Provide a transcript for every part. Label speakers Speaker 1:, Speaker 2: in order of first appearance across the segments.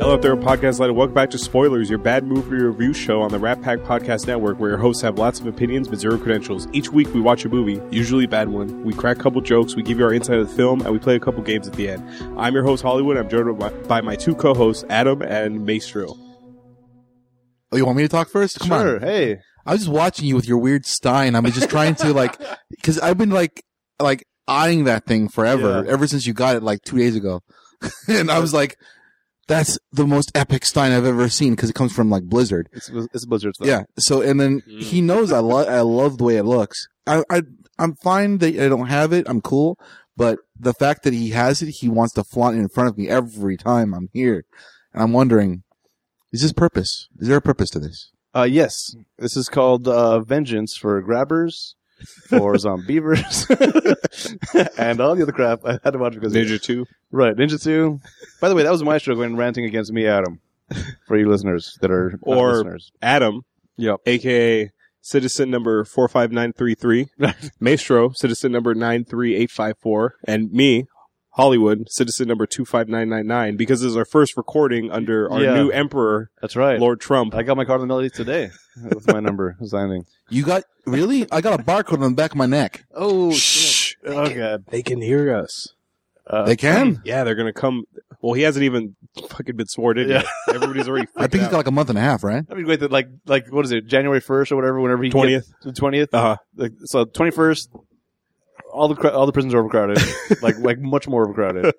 Speaker 1: Hello up there, podcast light. Welcome back to Spoilers, your bad movie review show on the Rat Pack Podcast Network, where your hosts have lots of opinions but zero credentials. Each week, we watch a movie, usually a bad one. We crack a couple jokes, we give you our insight of the film, and we play a couple games at the end. I'm your host Hollywood. I'm joined by, by my two co-hosts Adam and Maestro.
Speaker 2: Oh, you want me to talk first? Come on.
Speaker 1: Hey.
Speaker 2: I was just watching you with your weird Stein. I'm just trying to like, because I've been like, like eyeing that thing forever, ever since you got it like two days ago, and I was like, that's the most epic Stein I've ever seen because it comes from like Blizzard.
Speaker 3: It's, it's Blizzard stuff.
Speaker 2: Yeah. So and then
Speaker 1: Mm.
Speaker 2: he knows I love I love the way it looks. I, I I'm fine that I don't have it. I'm cool, but the fact that he has it, he wants to flaunt it in front of me every time I'm here, and I'm wondering, is this purpose? Is there a purpose to this?
Speaker 3: Uh, yes, this is called uh, Vengeance for Grabbers, for Zombievers, and all the other crap I had to watch because
Speaker 1: Ninja 2.
Speaker 3: right Ninja Two. By the way, that was my struggle in ranting against me, Adam. For you listeners that are not
Speaker 1: Or-
Speaker 3: listeners,
Speaker 1: Adam.
Speaker 3: Yep.
Speaker 1: AKA citizen number 45933. Maestro, citizen number 93854. And me, Hollywood, citizen number 25999. Because this is our first recording under our
Speaker 3: Yeah.
Speaker 1: new emperor,
Speaker 3: that's right.
Speaker 1: Lord Trump.
Speaker 3: I got my card in the melody today with my number signing.
Speaker 2: You got really? I got a barcode on the back of my neck.
Speaker 3: Oh,
Speaker 1: Shh.
Speaker 3: oh god,
Speaker 1: They can hear us.
Speaker 3: uh,
Speaker 2: They can.
Speaker 1: Yeah, they're going to come. Well, he hasn't even fucking been sworn in
Speaker 3: Yeah.
Speaker 1: yet. Everybody's already.
Speaker 2: I think
Speaker 1: freaked
Speaker 2: he's got like a month and a half, right?
Speaker 3: That'd be great. That like like what is it? January first or whatever. Whenever he
Speaker 1: out. 20th.
Speaker 3: the twentieth.
Speaker 1: Uh-huh.
Speaker 3: Like, so twenty first, all the cra- all the prisons are overcrowded. like like much more overcrowded.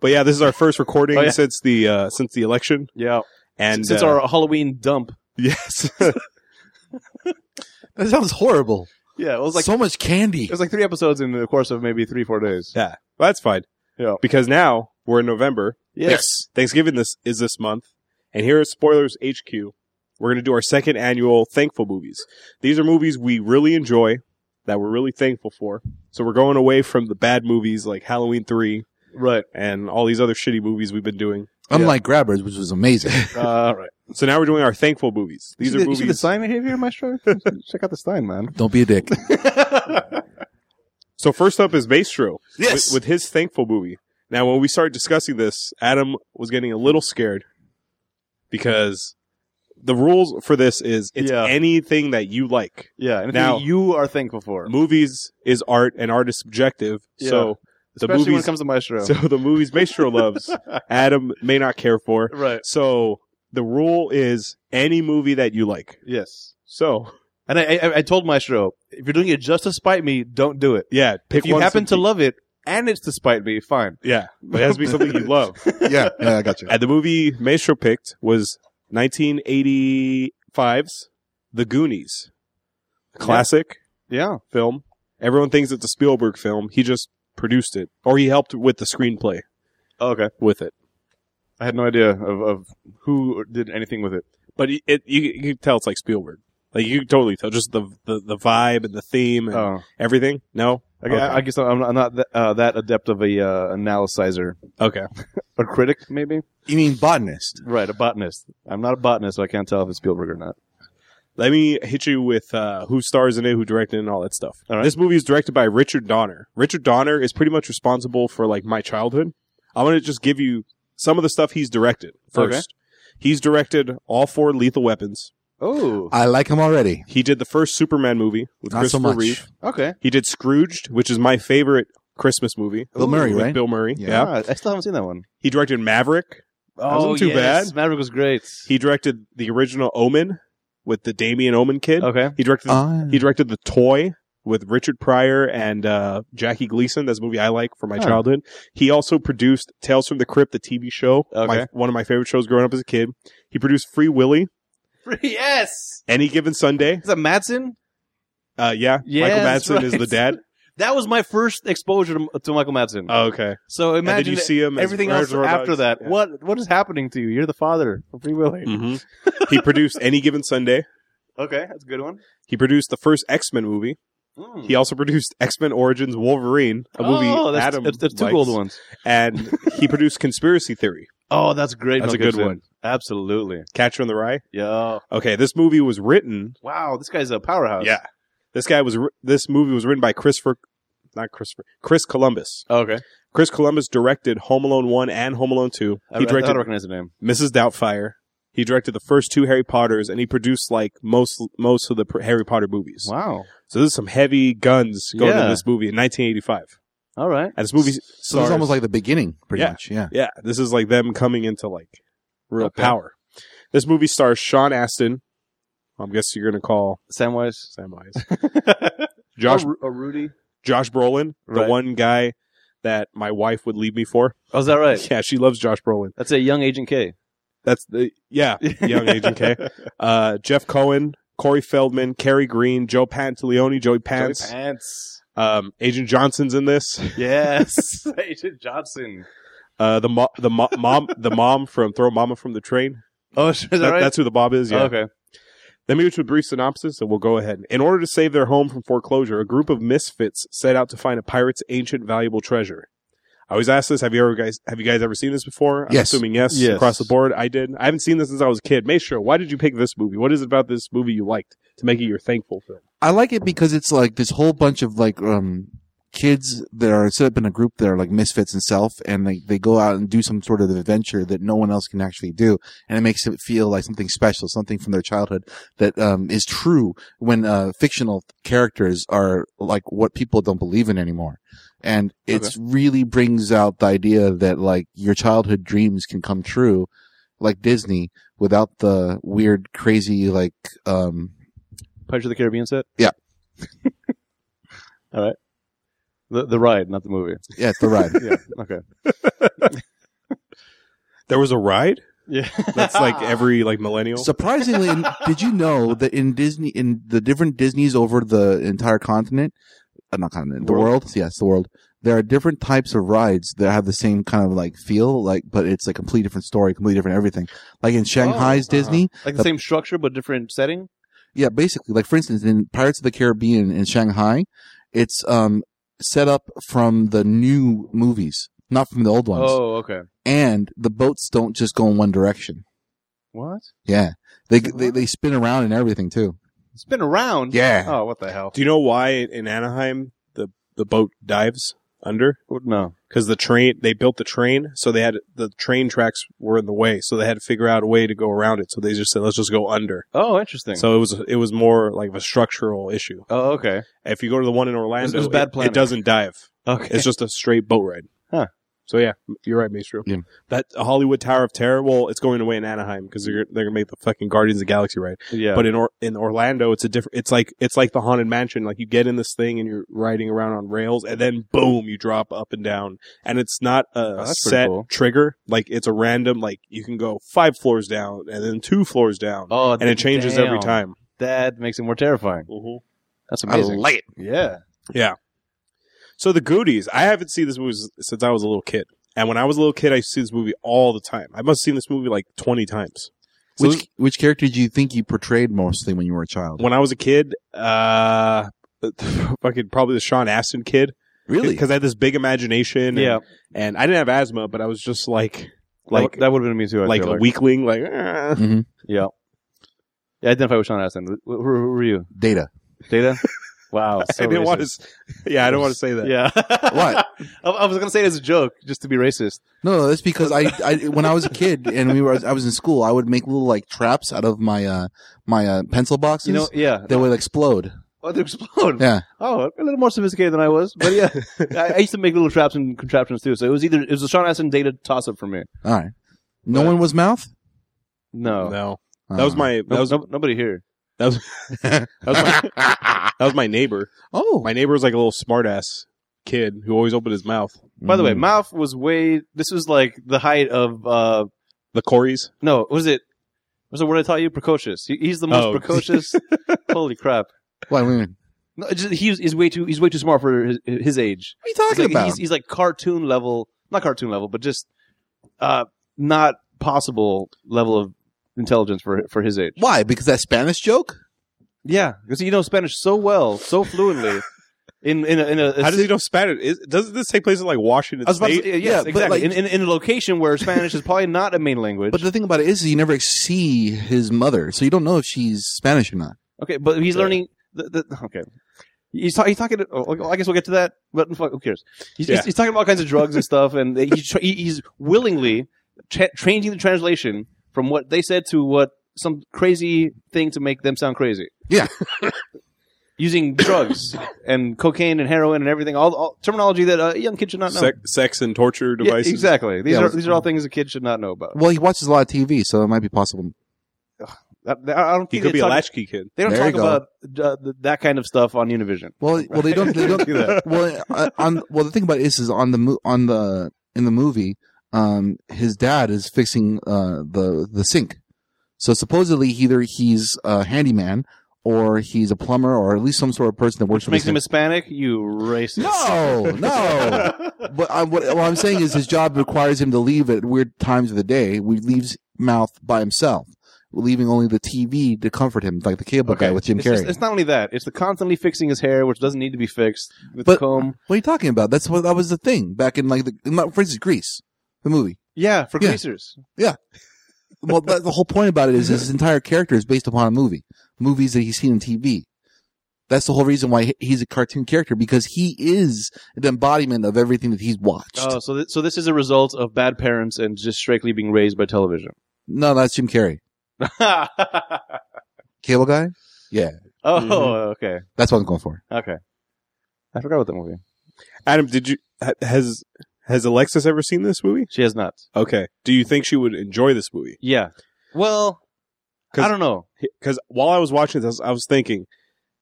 Speaker 1: But yeah, this is our first recording
Speaker 3: Oh, yeah.
Speaker 1: since the uh, since the election,
Speaker 3: Yeah,
Speaker 1: and
Speaker 3: since
Speaker 1: uh,
Speaker 3: our Halloween dump.
Speaker 1: yes,
Speaker 2: That sounds horrible.
Speaker 3: Yeah, it was like
Speaker 2: so much candy.
Speaker 3: it was like three episodes in the course of maybe three four days.
Speaker 1: that's fine.
Speaker 3: Yeah.
Speaker 1: because now we're in November, Thanks- Thanksgiving this is this month, and here at Spoilers HQ, we're going to do our second annual Thankful movies. These are movies we really enjoy that we're really thankful for. So we're going away from the bad movies like Halloween Three
Speaker 3: right.
Speaker 1: and all these other shitty movies we've been doing.
Speaker 2: Unlike Grabbers, which was amazing.
Speaker 3: Uh, right.
Speaker 1: So now we're doing our thankful movies. These
Speaker 3: you
Speaker 1: are
Speaker 3: see the- you see the
Speaker 1: movies.
Speaker 3: sign behavior, Maestro. Check out the sign, man.
Speaker 2: Don't be a dick.
Speaker 1: So first up is Maestro. with, with his thankful movie. Now, when we started discussing this, Adam was getting a little scared because the rules for this is it's
Speaker 3: Yeah.
Speaker 1: anything that you like.
Speaker 3: yeah, and
Speaker 1: Now-
Speaker 3: now you are thankful for,
Speaker 1: Movies is art and art is subjective. So, the
Speaker 3: especially when
Speaker 1: movies-
Speaker 3: it comes to Maestro.
Speaker 1: so the movies Maestro loves, Adam may not care for.
Speaker 3: right.
Speaker 1: So the rule is any movie that you like.
Speaker 3: Yes.
Speaker 1: So
Speaker 3: And I, I, I told Maestro, if you're doing it just to spite me, don't do it.
Speaker 1: yeah, pick
Speaker 3: if you
Speaker 1: one
Speaker 3: happen to
Speaker 1: something-
Speaker 3: love it and it's to spite me, fine.
Speaker 1: yeah, but it has to be something you love.
Speaker 2: yeah, yeah, I got you.
Speaker 1: And the movie Maestro picked was 1985's The Goonies. Classic
Speaker 3: Yeah.
Speaker 1: film. Everyone thinks it's a Spielberg film. He just produced it, or he helped with the screenplay
Speaker 3: Oh, okay.
Speaker 1: with it.
Speaker 3: I had no idea of, of who did anything with it.
Speaker 1: But it, it you, you can tell it's like Spielberg. Like you can totally tell just the the, the vibe and the theme and
Speaker 3: Oh,
Speaker 1: everything. No,
Speaker 3: okay. I, I guess I'm not, I'm not that, uh, that adept of a uh, analyzer,
Speaker 1: okay.
Speaker 3: a critic maybe.
Speaker 2: You mean botanist?
Speaker 3: Right, a botanist. I'm not a botanist, so I can't tell if it's Spielberg or not.
Speaker 1: Let me hit you with uh, who stars in it, who directed it, and all that stuff.
Speaker 3: All right.
Speaker 1: This movie is directed by Richard Donner. Richard Donner is pretty much responsible for like my childhood. I'm gonna just give you some of the stuff he's directed
Speaker 3: Okay.
Speaker 1: first. He's directed all four Lethal Weapons.
Speaker 3: Oh,
Speaker 2: I like him already.
Speaker 1: He did the first Superman movie with
Speaker 2: Not so
Speaker 1: Christopher
Speaker 2: much.
Speaker 1: Reeve.
Speaker 3: okay.
Speaker 1: He did Scrooged, which is my favorite Christmas movie.
Speaker 2: Bill Murray,
Speaker 1: with
Speaker 2: right?
Speaker 1: Bill Murray. Yeah.
Speaker 2: Yeah.
Speaker 3: Ah, I still haven't seen that one.
Speaker 1: He directed Maverick.
Speaker 3: That
Speaker 1: wasn't too bad.
Speaker 3: Oh, Maverick was great.
Speaker 1: He directed the original Omen with the Damien Omen kid.
Speaker 3: okay.
Speaker 1: He directed
Speaker 2: Ah.
Speaker 1: He directed The Toy with Richard Pryor and uh, Jackie Gleason. That's a movie I like from my
Speaker 3: Oh.
Speaker 1: childhood. He also produced Tales from the Crypt, the TV show,
Speaker 3: Okay.
Speaker 1: my, one of my favorite shows growing up as a kid. He produced Free Willy,
Speaker 3: yes.
Speaker 1: Any Given Sunday.
Speaker 3: Is that Madsen?
Speaker 1: Uh, yeah,
Speaker 3: Yeah,
Speaker 1: Michael
Speaker 3: that's
Speaker 1: Madsen is
Speaker 3: right.
Speaker 1: the dad.
Speaker 3: That was my first exposure to, to Michael Madsen.
Speaker 1: Oh, okay.
Speaker 3: so
Speaker 1: and then
Speaker 3: imagine
Speaker 1: you see him as
Speaker 3: everything else
Speaker 1: Reservoir
Speaker 3: after
Speaker 1: Dogs.
Speaker 3: that.
Speaker 1: Yeah.
Speaker 3: What what is happening to you? You're the father of Free Willy.
Speaker 1: Mhm. he produced Any Given Sunday.
Speaker 3: Okay, that's a good one. Hmm.
Speaker 1: He produced the first X Men movie. He also produced X Men Origins Wolverine, a movie
Speaker 3: oh, that's,
Speaker 1: Adam
Speaker 3: that's, that's two
Speaker 1: likes.
Speaker 3: old ones.
Speaker 1: And he produced Conspiracy Theory,
Speaker 3: Oh, that's great.
Speaker 1: That's
Speaker 3: Mel
Speaker 1: a good
Speaker 3: Gibson.
Speaker 1: one.
Speaker 3: Absolutely.
Speaker 1: Catcher in the Rye.
Speaker 3: Yeah.
Speaker 1: Okay, this movie was written
Speaker 3: Wow, this guy's a powerhouse.
Speaker 1: Yeah, this guy was. wr- This movie was written by Christopher not Christopher, Chris Columbus.
Speaker 3: Oh, okay.
Speaker 1: Chris Columbus directed Home Alone 1 and Home Alone 2.
Speaker 3: I,
Speaker 1: He
Speaker 3: I, I
Speaker 1: directed
Speaker 3: don't recognize the name.
Speaker 1: Mrs. Doubtfire. He directed the first two Harry Potters, and he produced like most most of the pr- Harry Potter movies.
Speaker 3: Wow.
Speaker 1: So this is some heavy guns going
Speaker 3: Yeah.
Speaker 1: into this movie in 1985.
Speaker 3: All right.
Speaker 1: And this movie stars,
Speaker 2: So it's almost like the beginning, pretty
Speaker 1: Yeah.
Speaker 2: much. Yeah.
Speaker 1: yeah, this is like them coming into like real
Speaker 3: Okay.
Speaker 1: power. This movie stars Sean Astin. I guess you're gonna call
Speaker 3: Samwise.
Speaker 1: Samwise. Josh
Speaker 3: Or, Oh, Ru- or Rudy.
Speaker 1: Josh Brolin,
Speaker 3: Right.
Speaker 1: the one guy that my wife would leave me for.
Speaker 3: Oh, is that right?
Speaker 1: Yeah, she loves Josh Brolin.
Speaker 3: That's a young Agent K.
Speaker 1: That's the yeah, young Agent K. Uh, Jeff Cohen, Corey Feldman, Cary Green, Joe Pantaleone, Joey Pants.
Speaker 3: Joey Pants.
Speaker 1: Um, Agent Johnson's in this.
Speaker 3: Yes. Agent Johnson.
Speaker 1: Uh, the mo- the mo- mom the mom from Throw Mama from the Train.
Speaker 3: Oh, is that,
Speaker 1: That-
Speaker 3: right?
Speaker 1: That's who the Bob is. Yeah.
Speaker 3: Oh, okay.
Speaker 1: Let me reach a brief synopsis and we'll go ahead. In order to save their home from foreclosure, a group of misfits set out to find a pirate's ancient valuable treasure. I always ask this, have you ever guys have you guys ever seen this before? I'm
Speaker 2: Yes.
Speaker 1: assuming yes,
Speaker 3: Yes.
Speaker 1: across the board. I did. I haven't seen this since I was a kid. Maestro, why did you pick this movie? What is it about this movie you liked to make it your thankful film?
Speaker 2: I like it because it's like this whole bunch of like um kids that are set up in a group that are like misfits and self and they, they go out and do some sort of adventure that no one else can actually do and it makes it feel like something special something from their childhood that um is true when uh fictional characters are like what people don't believe in anymore and it's really brings out the idea that like your childhood dreams can come true like disney without the weird crazy like um
Speaker 3: Pirates of the Caribbean set?
Speaker 2: Yeah.
Speaker 3: All right. The, the ride, not the movie.
Speaker 2: yeah it's the ride
Speaker 3: Yeah. Okay.
Speaker 1: There was a ride?
Speaker 3: Yeah.
Speaker 1: That's like every like millennial.
Speaker 2: Surprisingly, in- did you know that in Disney, in the different Disneys over the entire continent, uh, not continent, the
Speaker 1: World?
Speaker 2: world. yes, the world, there are different types of rides that have the same kind of like feel, like, but it's a completely different story, completely different everything. Like in Shanghai's
Speaker 3: Oh, uh-huh.
Speaker 2: Disney,
Speaker 3: Like the same structure, but different setting?
Speaker 2: yeah, basically, like for instance, in Pirates of the Caribbean in Shanghai, it's, um, set up from the new movies, not from the old ones.
Speaker 3: Oh, okay.
Speaker 2: And the boats don't just go in one direction.
Speaker 3: What?
Speaker 2: Yeah. They, they, they spin around and everything too.
Speaker 3: It's been around.
Speaker 2: Yeah.
Speaker 3: Oh, what the hell?
Speaker 1: Do you know why in Anaheim the the boat dives under?
Speaker 3: No.
Speaker 1: because the train they built the train, so they had the train tracks were in the way, so they had to figure out a way to go around it. So they just said, "Let's just go under."
Speaker 3: Oh, interesting.
Speaker 1: So it was it was more like of a structural issue.
Speaker 3: oh, okay.
Speaker 1: If you go to the one in Orlando,
Speaker 3: It was
Speaker 1: it-
Speaker 3: bad
Speaker 1: it,
Speaker 3: planning.
Speaker 1: doesn't dive.
Speaker 3: Okay.
Speaker 1: It's just a straight boat ride.
Speaker 3: Huh.
Speaker 1: So yeah, you're right, Maestro.
Speaker 2: Yeah.
Speaker 1: That Hollywood Tower of Terror, well, it's going away in Anaheim because they're they're gonna make the fucking Guardians of the Galaxy ride.
Speaker 3: yeah.
Speaker 1: But in or, in Orlando, it's a different. It's like it's like the Haunted Mansion. Like you get in this thing and you're riding around on rails, and then boom, you drop up and down. And it's not a
Speaker 3: Oh, that's pretty
Speaker 1: set
Speaker 3: cool.
Speaker 1: trigger. Like it's a random. Like you can go five floors down and then two floors down,
Speaker 3: oh,
Speaker 1: and it changes
Speaker 3: damn.
Speaker 1: every time.
Speaker 3: That makes it more terrifying.
Speaker 1: Mm-hmm.
Speaker 3: That's amazing.
Speaker 2: I like it.
Speaker 3: yeah.
Speaker 1: So the Goodies. I haven't seen this movie s- since I was a little kid. And when I was a little kid, I used to see this movie all the time. I must have seen this movie like twenty times. So this-
Speaker 2: Which which character do you think you portrayed mostly when you were a child?
Speaker 1: when I was a kid, uh, fucking probably the Sean Astin kid.
Speaker 2: Really?
Speaker 1: because I had this big imagination. And,
Speaker 3: Yeah.
Speaker 1: and I didn't have asthma, but I was just like,
Speaker 3: Like
Speaker 1: like,
Speaker 3: that would have been me too. I
Speaker 1: like
Speaker 3: feel
Speaker 1: a weakling. Like, "Ah."
Speaker 2: hmm
Speaker 3: Yeah. Yeah. I identify with Sean Astin. Who, who, who were you?
Speaker 2: Data.
Speaker 3: Data. Wow.
Speaker 1: I
Speaker 3: so
Speaker 1: didn't want
Speaker 3: racist.
Speaker 1: to. s- Yeah, I don't want to say that.
Speaker 3: Yeah.
Speaker 2: What?
Speaker 3: I, I was gonna say it as a joke, just to be racist.
Speaker 2: No, no, that's because I, I when I was a kid and we were I was in school, I would make little like traps out of my uh my uh pencil boxes
Speaker 3: You know? Yeah.
Speaker 2: that would explode.
Speaker 3: Oh, they explode.
Speaker 2: Yeah.
Speaker 3: Oh, a little more sophisticated than I was, but yeah, I, I used to make little traps and contraptions too. So it was either it was a Sean Astin data toss up for me.
Speaker 2: All right. No
Speaker 3: But-
Speaker 2: one was mouth? Uh,
Speaker 3: No,
Speaker 1: No, that was my that
Speaker 3: No-
Speaker 1: was that
Speaker 3: no- nobody here.
Speaker 1: was my, that was my neighbor.
Speaker 2: Oh.
Speaker 1: My neighbor was like a little smartass kid who always opened his mouth.
Speaker 3: By the way,
Speaker 1: Mm-hmm.
Speaker 2: Mm.
Speaker 3: Mouth was way. This was like the height of uh
Speaker 1: The Corys.
Speaker 3: no. Was it? Was it what I taught you? Precocious. He, he's the most
Speaker 1: Oh.
Speaker 3: precocious. Holy crap!
Speaker 2: Mm-hmm. Wait, wait, wait. what,
Speaker 3: No, it's just, he's, he's way too. He's way too smart for his, his age.
Speaker 2: are you talking
Speaker 3: he's like,
Speaker 2: about?
Speaker 3: He's, he's like cartoon level, not cartoon level, but just uh not possible level of intelligence for for his age.
Speaker 2: Why? Because that Spanish joke?
Speaker 3: Yeah, because you know Spanish so well, so fluently. In in a, in a,
Speaker 1: How does he know Spanish? Is, doesn't this take place in like Washington
Speaker 3: I was about to
Speaker 1: State?
Speaker 3: say, yes,
Speaker 2: Yeah, but
Speaker 3: exactly.
Speaker 2: like-
Speaker 3: in, in in a location where Spanish is probably not a main language.
Speaker 2: But the thing about it is you never see his mother, so you don't know if she's Spanish or not.
Speaker 3: okay, but he's
Speaker 1: Yeah.
Speaker 3: learning. The, the, okay, He's, ta- he's talking. To, oh, I guess we'll get to that. But fuck, who cares? He's, he's,
Speaker 1: Yeah.
Speaker 3: he's talking about all kinds of drugs and stuff, and he's tr- he- he's willingly tra- changing the translation from what they said to what some crazy thing to make them sound crazy.
Speaker 2: Yeah.
Speaker 3: using drugs and cocaine and heroin and everything, all, all terminology that a young kid should not know.
Speaker 1: Sec- sex and torture
Speaker 3: Yeah,
Speaker 1: devices.
Speaker 3: exactly. These
Speaker 2: Yeah,
Speaker 3: are
Speaker 2: well-
Speaker 3: these are all things a kid should not know about.
Speaker 2: Well, he watches a lot of TV, so it might be possible.
Speaker 3: I, I don't think
Speaker 1: He could
Speaker 3: they
Speaker 1: be a
Speaker 3: talk-
Speaker 1: latchkey kid.
Speaker 3: They don't
Speaker 2: There you
Speaker 3: talk about uh, th- that kind of stuff on Univision.
Speaker 2: Well, well, they don't. They don't
Speaker 1: Do that.
Speaker 2: well, uh, on well, the thing about it is, is on the mo- on the in the movie, um, his dad is fixing uh the the sink. So supposedly, either he's a handyman or he's a plumber or at least some sort of person that works.
Speaker 3: Which makes
Speaker 2: for
Speaker 3: him
Speaker 2: the
Speaker 3: Hispanic, you racist.
Speaker 2: No, no. But I, what, what I'm saying is, his job requires him to leave at weird times of the day. We leaves mouth by himself, leaving only the TV to comfort him, like the cable guy with Jim
Speaker 3: it's,
Speaker 2: Carrey.
Speaker 3: just- it's not only that; it's the constantly fixing his hair, which doesn't need to be fixed with
Speaker 2: But-
Speaker 3: the comb.
Speaker 2: What are you talking about? That's what that was the thing back in like the in, like, for instance Greece, the movie.
Speaker 3: Yeah, for
Speaker 2: Yeah.
Speaker 3: greasers.
Speaker 2: Well, that, the whole point about it is his entire character is based upon a movie, movies that he's seen on TV. That's the whole reason why he- he's a cartoon character because he is the embodiment of everything that he's watched.
Speaker 3: Oh, so th- so this is a result of bad parents and just strictly being raised by television.
Speaker 2: no, that's Jim Carrey,
Speaker 3: oh,
Speaker 2: cable guy.
Speaker 1: Mhm.
Speaker 3: okay,
Speaker 2: That's what I'm going for.
Speaker 3: okay. I forgot about that movie.
Speaker 1: Adam, did you ha- has has Alexis ever seen this movie?
Speaker 3: She has not.
Speaker 1: Okay. Do you think she would enjoy this movie?
Speaker 3: Yeah. Well,
Speaker 1: 'Cause-
Speaker 3: I don't know.
Speaker 1: because while I was watching this, I was thinking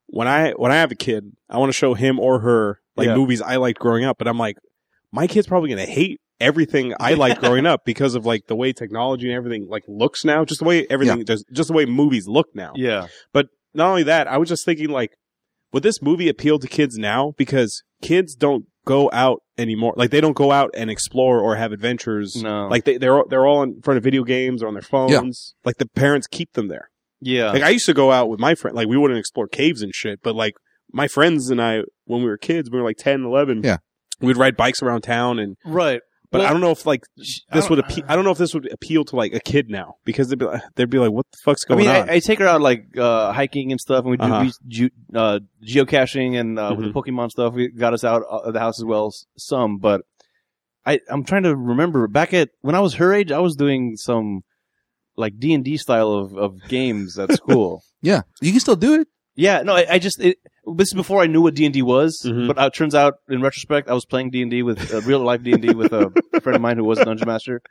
Speaker 1: when I when I have a kid, I want to show him or her like
Speaker 3: Yeah.
Speaker 1: movies I liked growing up. But I'm like, my kid's probably gonna hate everything I liked growing up because of like the way technology and everything like looks now, just the way everything just just the way movies look now.
Speaker 3: Yeah.
Speaker 1: Not only that, I was just thinking like, would this movie appeal to kids now? Because kids don't go out anymore. Like they don't go out and explore or have adventures.
Speaker 3: No.
Speaker 1: Like they, they're all- they're all in front of video games or on their phones. Like the parents keep them there.
Speaker 3: yeah.
Speaker 1: Like I used to go out with my friend, like we wouldn't explore caves and shit, but like my friends and I, when we were kids, we were like 10, 11.
Speaker 2: Yeah.
Speaker 1: We'd ride bikes around town and,
Speaker 3: right.
Speaker 1: but
Speaker 3: Well,
Speaker 1: I don't know if like
Speaker 3: Sh- I
Speaker 1: this
Speaker 3: don't-
Speaker 1: would appeal, I don't know if this would appeal to like a kid now because they'd be like, they'd be like, what the fuck's
Speaker 3: I
Speaker 1: going
Speaker 3: mean,
Speaker 1: on?
Speaker 3: I, I take her out like uh, hiking and stuff, and we do
Speaker 1: Uh-huh. Mm-hmm.
Speaker 3: we ju- uh, geocaching and uh, with the Pokemon stuff. We got us out of the house as well, s- some. But I, I'm trying to remember back at when I was her age, I was doing some like D and D style of, of games at school.
Speaker 2: Yeah, you can still do it.
Speaker 3: yeah, no, I, I just it, this is before I knew what D and D was.
Speaker 1: Mhm.
Speaker 3: But uh, it turns out, in retrospect, I was playing D and D with uh, real life D and D with a friend of mine who was a dungeon master.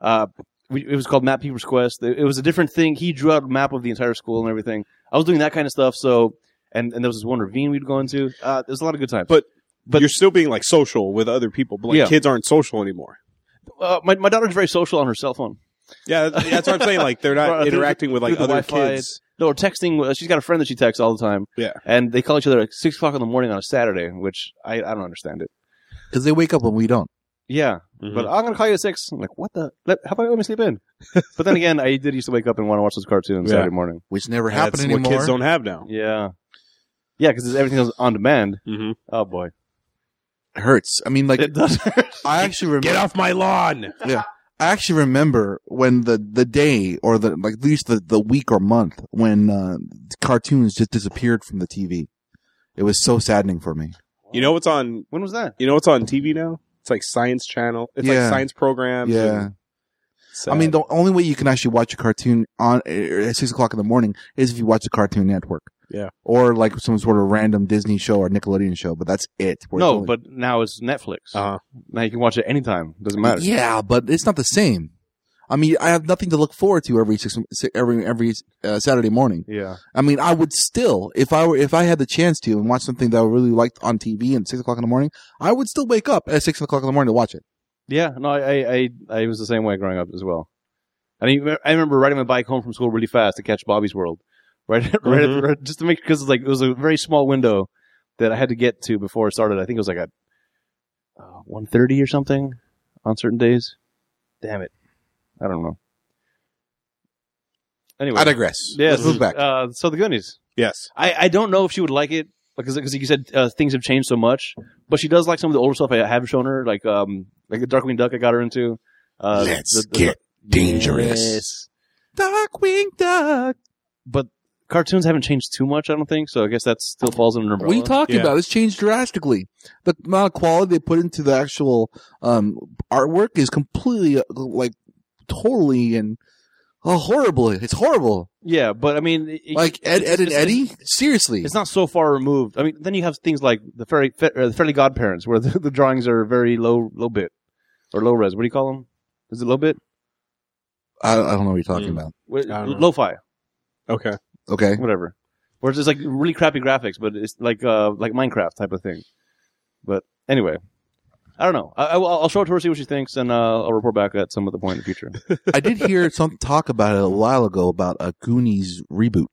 Speaker 3: Uh, we, it was called Map Peeper's Quest. It, it was a different thing. He drew out a map of the entire school and everything. I was doing that kind of stuff. So, and, and there was this one ravine we'd go into. Uh, there was a lot of good times.
Speaker 1: But-
Speaker 3: but-
Speaker 1: You're still being like social with other people, but like
Speaker 3: Yeah.
Speaker 1: kids aren't social anymore.
Speaker 3: uh, my, my daughter's very social on her cell phone.
Speaker 1: Yeah. That's, that's what I'm saying. Like they're
Speaker 3: Well,
Speaker 1: not
Speaker 3: through the-
Speaker 1: interacting with like
Speaker 3: through the
Speaker 1: other
Speaker 3: Wi-Fi.
Speaker 1: kids.
Speaker 3: No, or texting. uh, She's got a friend that she texts all the time.
Speaker 1: Yeah.
Speaker 3: And they call each other at six o'clock in the morning on a Saturday, which I, I don't understand it.
Speaker 2: Because they wake up when we don't.
Speaker 3: Yeah. But I'm gonna call you at six. I'm like, what the? Let, how about let me sleep in? but then again, I did used to wake up and want to watch those cartoons
Speaker 1: Yeah.
Speaker 3: Saturday morning.
Speaker 2: Which never
Speaker 1: Mm-hmm. that's
Speaker 2: happened
Speaker 1: what
Speaker 2: anymore.
Speaker 1: kids don't have now.
Speaker 3: Yeah, yeah, because everything is on demand.
Speaker 1: Mm-hmm.
Speaker 3: Oh boy,
Speaker 2: It hurts. I mean, like
Speaker 3: it does.
Speaker 2: I actually remember.
Speaker 1: Get off my lawn.
Speaker 2: I actually remember when the, the day or the like at least the, the week or month when uh, cartoons just disappeared from the TV. It was so saddening for me.
Speaker 1: You know what's on,
Speaker 3: when was that?
Speaker 1: you know what's on TV now? It's like science channel. It's
Speaker 2: Yeah.
Speaker 1: like science programs.
Speaker 2: Yeah,
Speaker 1: and
Speaker 2: I
Speaker 1: sad.
Speaker 2: mean the only way you can actually watch a cartoon on er, at six o'clock in the morning is if you watch the Cartoon Network.
Speaker 1: Yeah.
Speaker 2: or like some sort of random Disney show or Nickelodeon show, but that's it. Where it's
Speaker 3: No,
Speaker 2: only-
Speaker 3: but now it's Netflix.
Speaker 1: Uh-huh.
Speaker 3: Ah. Now you can watch it anytime. Doesn't matter.
Speaker 2: yeah, but it's not the same. I mean, I have nothing to look forward to every six, every every uh, Saturday morning.
Speaker 3: Yeah.
Speaker 2: I mean, I would still, if I were, if I had the chance to and watch something that I really liked on TV at six o'clock in the morning, I would still wake up at six o'clock in the morning to watch it.
Speaker 3: Yeah, no, I, I, I, I was the same way growing up as well. I mean, I remember riding my bike home from school really fast to catch Bobby's World, right, right,
Speaker 2: Mm-hmm.
Speaker 1: Mhm.
Speaker 3: right- just to make because like it was a very small window that I had to get to before it started. I think it was like at uh, one thirty or something on certain days. Damn it, I don't know. Anyway,
Speaker 2: I digress.
Speaker 3: yeah,
Speaker 2: Let's move back.
Speaker 3: Uh, so the Goonies.
Speaker 1: yes.
Speaker 3: I, I don't know if she would like it because because you said uh, things have changed so much, but she does like some of the older stuff I have shown her, like um like the Darkwing Duck I got her into. Uh,
Speaker 2: Let's get dangerous.
Speaker 3: Yes.
Speaker 2: Darkwing Duck.
Speaker 3: But cartoons haven't changed too much, I don't think. So I guess that still falls under umbrella.
Speaker 2: What are you talking
Speaker 1: Yeah.
Speaker 2: about? It's changed drastically. The amount of quality they put into the actual um, artwork is completely, uh, like, totally and oh, horrible. It's horrible.
Speaker 3: yeah, but I mean, it-
Speaker 2: Like Ed,
Speaker 3: it's-
Speaker 2: Ed and
Speaker 3: it's- it's-
Speaker 2: Eddie. Seriously,
Speaker 3: It's not so far removed. I mean, then you have things like the fairy, Fa- uh, the Fairly Godparents, where the, the drawings are very low, low bit or low res. What do you call them? Is it low bit?
Speaker 2: I, I don't know what you're talking about.
Speaker 1: don't know.
Speaker 3: Lo-fi,
Speaker 1: Okay.
Speaker 2: Okay,
Speaker 3: whatever. Where it's just like really crappy graphics, but it's like uh, like Minecraft type of thing. But anyway, I don't know. I, I, will- I'll show it to her, see what she thinks, and uh, I'll report back at some other point in the future.
Speaker 2: I did hear some talk about it a while ago about a Goonies reboot.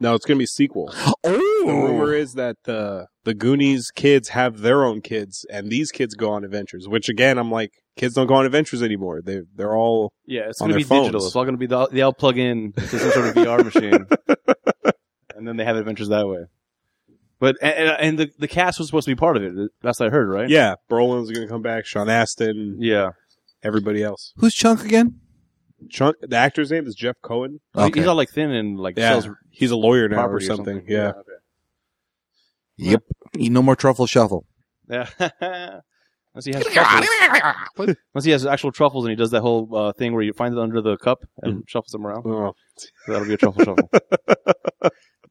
Speaker 1: No, it's going to be a sequel. The rumor
Speaker 2: Oh,
Speaker 1: is that the the Goonies kids have their own kids, and these kids go on adventures. Which again, I'm like, kids don't go on adventures anymore. They they're all
Speaker 3: Yeah, it's
Speaker 1: On
Speaker 3: going to
Speaker 1: their
Speaker 3: be digital.
Speaker 1: phones.
Speaker 3: It's all going to be the, they all plug in to some sort of VR machine, and then they have adventures that way. But and, and the the cast was supposed to be part of it. That's what I heard, right?
Speaker 1: yeah. Brolin's going to come back. Sean Astin,
Speaker 3: yeah.
Speaker 1: everybody else.
Speaker 2: who's Chunk again?
Speaker 1: Sean, the actor's name is Jeff Cohen.
Speaker 3: He-
Speaker 2: Okay.
Speaker 3: He's all like thin and like
Speaker 1: Yeah.
Speaker 3: sells
Speaker 1: He's a lawyer now or
Speaker 3: property
Speaker 1: something. Yeah.
Speaker 2: Yep. No more truffle shuffle.
Speaker 3: Yeah. yeah. Unless he has truffles. Unless he has actual truffles and he does that whole uh, thing where you find it under the cup and shuffles them around.
Speaker 1: Oh,
Speaker 3: So that'll be a truffle shuffle.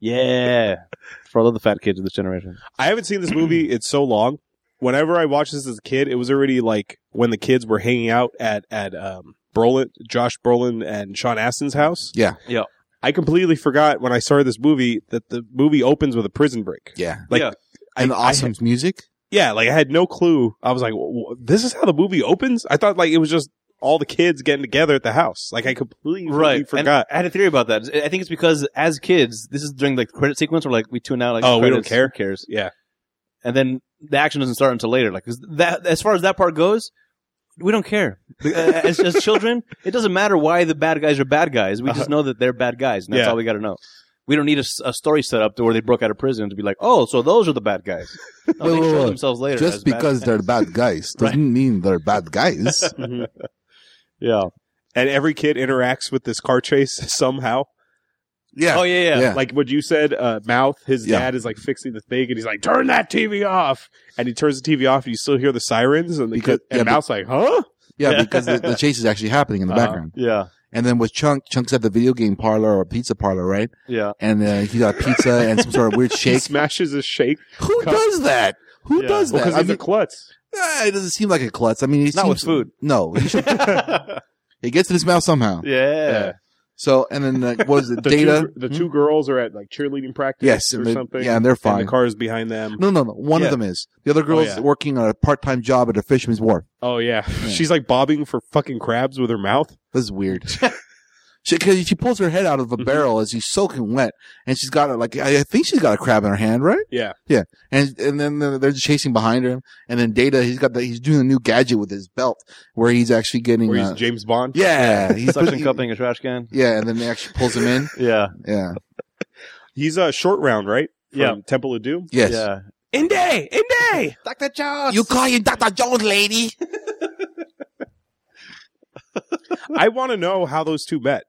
Speaker 3: yeah. For all of the fat kids of this generation.
Speaker 1: I haven't seen this movie. It's so long. Whenever I watched this as a kid, it was already like when the kids were hanging out at at um, Brolin, Josh Brolin and Sean Astin's house.
Speaker 2: Yeah.
Speaker 3: Yeah.
Speaker 1: I completely forgot when I started this movie that the movie opens with a prison break.
Speaker 2: Yeah,
Speaker 1: Like,
Speaker 3: Yeah.
Speaker 1: I-
Speaker 2: and
Speaker 1: I-
Speaker 2: awesome music.
Speaker 1: yeah, like I had no clue. I was like, "Wh- wh- this is how the movie opens. I thought like it was just all the kids getting together at the house. Like I completely
Speaker 3: Right.
Speaker 1: forgot.
Speaker 3: And I had a theory about that. I think it's because as kids, this is during like the credit sequence where like we tune out like
Speaker 1: Oh, we don't
Speaker 3: credits,
Speaker 1: care?
Speaker 3: Who cares?
Speaker 1: Yeah.
Speaker 3: And then the action doesn't start until later. Like 'cause that as far as that part goes, we don't care. Uh, as, as children, it doesn't matter why the bad guys are bad guys. We just know that they're bad guys, and that's
Speaker 1: Uh-huh. Yeah.
Speaker 3: all we got to know. We don't need a, s- a story set up to where they broke out of prison to be like, oh, so those are the bad guys. No,
Speaker 2: Wait,
Speaker 3: they
Speaker 2: wait,
Speaker 3: show
Speaker 2: wait.
Speaker 3: themselves later. as
Speaker 2: Just
Speaker 3: bad
Speaker 2: because
Speaker 3: guys.
Speaker 2: they're bad guys
Speaker 3: Right.
Speaker 2: doesn't mean they're bad guys.
Speaker 3: Mm-hmm. yeah.
Speaker 1: And every kid interacts with this car chase somehow.
Speaker 2: yeah.
Speaker 3: Oh yeah, yeah.
Speaker 2: Yeah.
Speaker 1: Like what you said, uh, mouth. His
Speaker 2: Yeah.
Speaker 1: dad is like fixing the thing, and he's like, "Turn that TV off." And he turns the TV off, and you still hear the sirens. And the
Speaker 2: Because-
Speaker 1: kid, and
Speaker 2: yeah, but-
Speaker 1: mouth's like, "Huh?"
Speaker 2: Yeah,
Speaker 3: Yeah.
Speaker 2: because the, the chase is actually happening in the
Speaker 1: Uh-huh.
Speaker 2: background.
Speaker 3: Yeah.
Speaker 2: And then with Chunk, Chunk's at the video game parlor or pizza parlor, right?
Speaker 3: Yeah.
Speaker 2: And uh, he got pizza and some sort of weird
Speaker 1: He
Speaker 2: shake.
Speaker 1: smashes his shake
Speaker 2: Who does that? Who
Speaker 3: Yeah.
Speaker 2: does that?
Speaker 1: because
Speaker 2: I
Speaker 1: he's a
Speaker 2: mean,
Speaker 1: klutz.
Speaker 2: ah, it doesn't seem like a klutz. I mean, he's
Speaker 3: Not with food.
Speaker 2: No, he should-
Speaker 3: yeah.
Speaker 2: it gets in his mouth somehow. So, and then uh, what is it?
Speaker 1: The
Speaker 2: uh, Data.
Speaker 1: two, the
Speaker 2: Hmm?
Speaker 1: two girls are at like cheerleading practice
Speaker 2: Yes,
Speaker 1: or
Speaker 2: and they-
Speaker 1: something.
Speaker 2: yeah, and they're
Speaker 1: And
Speaker 2: fine.
Speaker 1: the car is behind them.
Speaker 2: No, no, no. One
Speaker 3: Yeah.
Speaker 2: of them is. The other girl's
Speaker 1: yeah.
Speaker 2: working on a part-time job at a fisherman's wharf.
Speaker 1: Oh yeah. she's like bobbing for fucking crabs with her mouth.
Speaker 2: This is weird. Because she, pulls her head out of a barrel as she's soaking wet, and she's got a, like I I think she's got a crab in her hand, right?
Speaker 1: Yeah.
Speaker 2: yeah. And and then they're they're just chasing behind her, and then Data he's got the, he's doing a new gadget with his belt where he's actually getting
Speaker 1: Where he's
Speaker 2: uh,
Speaker 1: James Bond.
Speaker 2: yeah he's
Speaker 3: Suction cupping a trash can.
Speaker 2: yeah, and then they actually pulls him in.
Speaker 3: Yeah.
Speaker 2: Yeah,
Speaker 1: He's a uh, short round, right? From
Speaker 3: Yeah.
Speaker 1: Temple of Doom.
Speaker 2: yes.
Speaker 3: Yeah.
Speaker 1: Inday, Inday.
Speaker 3: Dr. Jones.
Speaker 2: You call you Doctor Jones, lady?
Speaker 1: I want to know how those two met.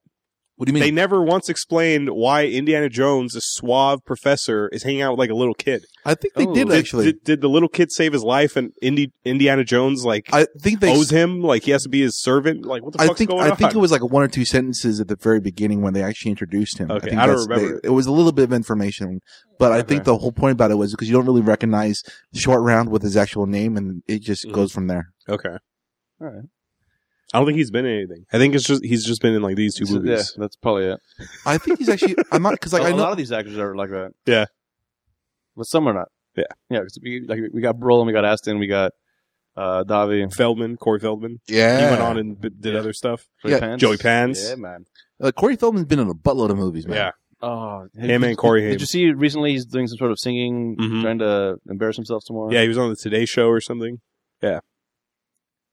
Speaker 2: What do you mean?
Speaker 1: They never once explained why Indiana Jones, a suave professor, is hanging out with like a little kid.
Speaker 2: I think they
Speaker 3: Oh.
Speaker 2: did
Speaker 1: Did,
Speaker 2: actually.
Speaker 1: did, did the little kid save his life, and Indi- Indiana Jones like
Speaker 2: I think they.
Speaker 1: owes him like he has to be his servant? Like what the
Speaker 2: I
Speaker 1: fuck's
Speaker 2: think
Speaker 1: going
Speaker 2: I
Speaker 1: on?
Speaker 2: think it was like one or two sentences at the very beginning when they actually introduced him.
Speaker 1: Okay,
Speaker 2: think
Speaker 1: I don't
Speaker 2: that's-
Speaker 1: remember.
Speaker 2: they- it was a little bit of information, but I think
Speaker 1: Okay.
Speaker 2: the whole point about it was because you don't really recognize Short Round with his actual name, and it just
Speaker 1: Mhm.
Speaker 2: goes from there.
Speaker 1: okay.
Speaker 3: All right.
Speaker 1: I don't think he's been in anything. I think it's just he's just been in like these two
Speaker 3: So, yeah,
Speaker 1: movies.
Speaker 3: that's probably it.
Speaker 2: I think he's actually. I'm not because like
Speaker 3: a,
Speaker 2: I
Speaker 3: a lot
Speaker 2: know.
Speaker 3: of these actors are like that.
Speaker 1: Yeah.
Speaker 3: but some are not.
Speaker 1: Yeah.
Speaker 3: yeah. 'cause we like we got Brolin, we got Aston, we got uh, Davi,
Speaker 1: Feldman, Corey Feldman.
Speaker 2: Yeah,
Speaker 1: He went on and b- did other stuff.
Speaker 2: Yeah,
Speaker 3: Pants.
Speaker 1: Joey Pants.
Speaker 3: Yeah, man.
Speaker 2: Uh, Corey Feldman's been in a buttload of movies, man.
Speaker 1: Yeah.
Speaker 3: Oh, hey,
Speaker 1: Him
Speaker 3: did-
Speaker 1: and Corey
Speaker 3: Did
Speaker 1: Haim.
Speaker 3: you see recently? He's doing some sort of singing,
Speaker 1: Mhm.
Speaker 3: trying to embarrass himself tomorrow.
Speaker 1: Yeah, he was on the Today Show or something.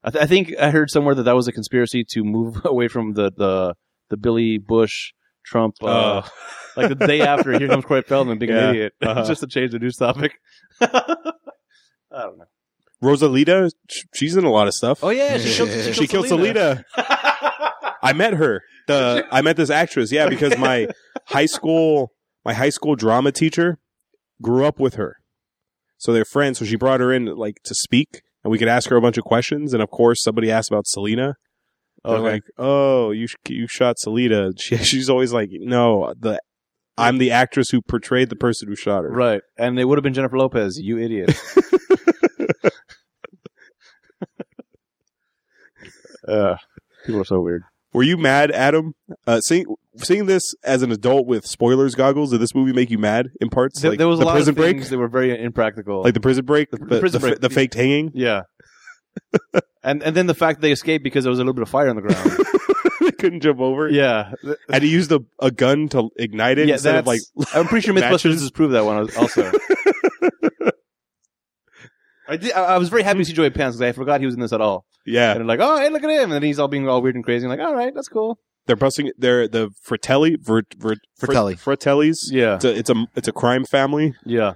Speaker 3: I, th- I think I heard somewhere that that was a conspiracy to move away from the the, the Billy Bush Trump. Uh,
Speaker 1: Uh,
Speaker 3: like the day after, here comes Corey Feldman being
Speaker 1: Yeah.
Speaker 3: an idiot,
Speaker 1: Uh-huh.
Speaker 3: just to change the news topic. I don't know.
Speaker 1: Rosalita, sh- she's in a lot of stuff.
Speaker 3: Oh yeah,
Speaker 2: she
Speaker 3: she
Speaker 2: killed-
Speaker 3: killed,
Speaker 2: she
Speaker 1: she killed Salita. I met her. The I met this actress, yeah, because my high school my high school drama teacher grew up with her. So they're friends, so she brought her in like to speak and we could ask her a bunch of questions and of course somebody asked about Selena. They're
Speaker 3: Okay.
Speaker 1: like, "Oh, you sh- you shot Selena." She, she's always like, "No, the I'm the actress who portrayed the person who shot her."
Speaker 3: Right. And it would have been Jennifer Lopez, you idiot. uh, people are so weird.
Speaker 1: Were you mad, Adam? Uh, seeing seeing this as an adult with spoilers goggles, did this movie make you mad in parts?
Speaker 3: There,
Speaker 1: like
Speaker 3: there was
Speaker 1: the
Speaker 3: a lot
Speaker 1: prison
Speaker 3: of things
Speaker 1: break,
Speaker 3: that were very impractical.
Speaker 1: like the prison break, the, the,
Speaker 3: prison
Speaker 1: fa-
Speaker 3: break.
Speaker 1: the faked hanging.
Speaker 3: yeah. and and then the fact that they escaped because there was a little bit of fire on the ground.
Speaker 1: they couldn't jump over. it.
Speaker 3: yeah.
Speaker 1: and he used a, a gun to ignite it
Speaker 3: Yeah,
Speaker 1: instead of like
Speaker 3: that's- I'm pretty sure MythBusters
Speaker 1: Matches.
Speaker 3: has proved that one also. I, did, I I was very happy to see Joey Pants because I forgot he was in this at all.
Speaker 1: yeah.
Speaker 3: And they're like, oh, hey, look at him. And then he's all being all weird and crazy. I'm like, all right, that's cool.
Speaker 1: They're busting. They're the Fratelli. Ver, ver, Fr-
Speaker 2: Fratelli.
Speaker 1: Fratellis.
Speaker 3: Yeah.
Speaker 1: It's a, it's a it's a crime family.
Speaker 3: Yeah.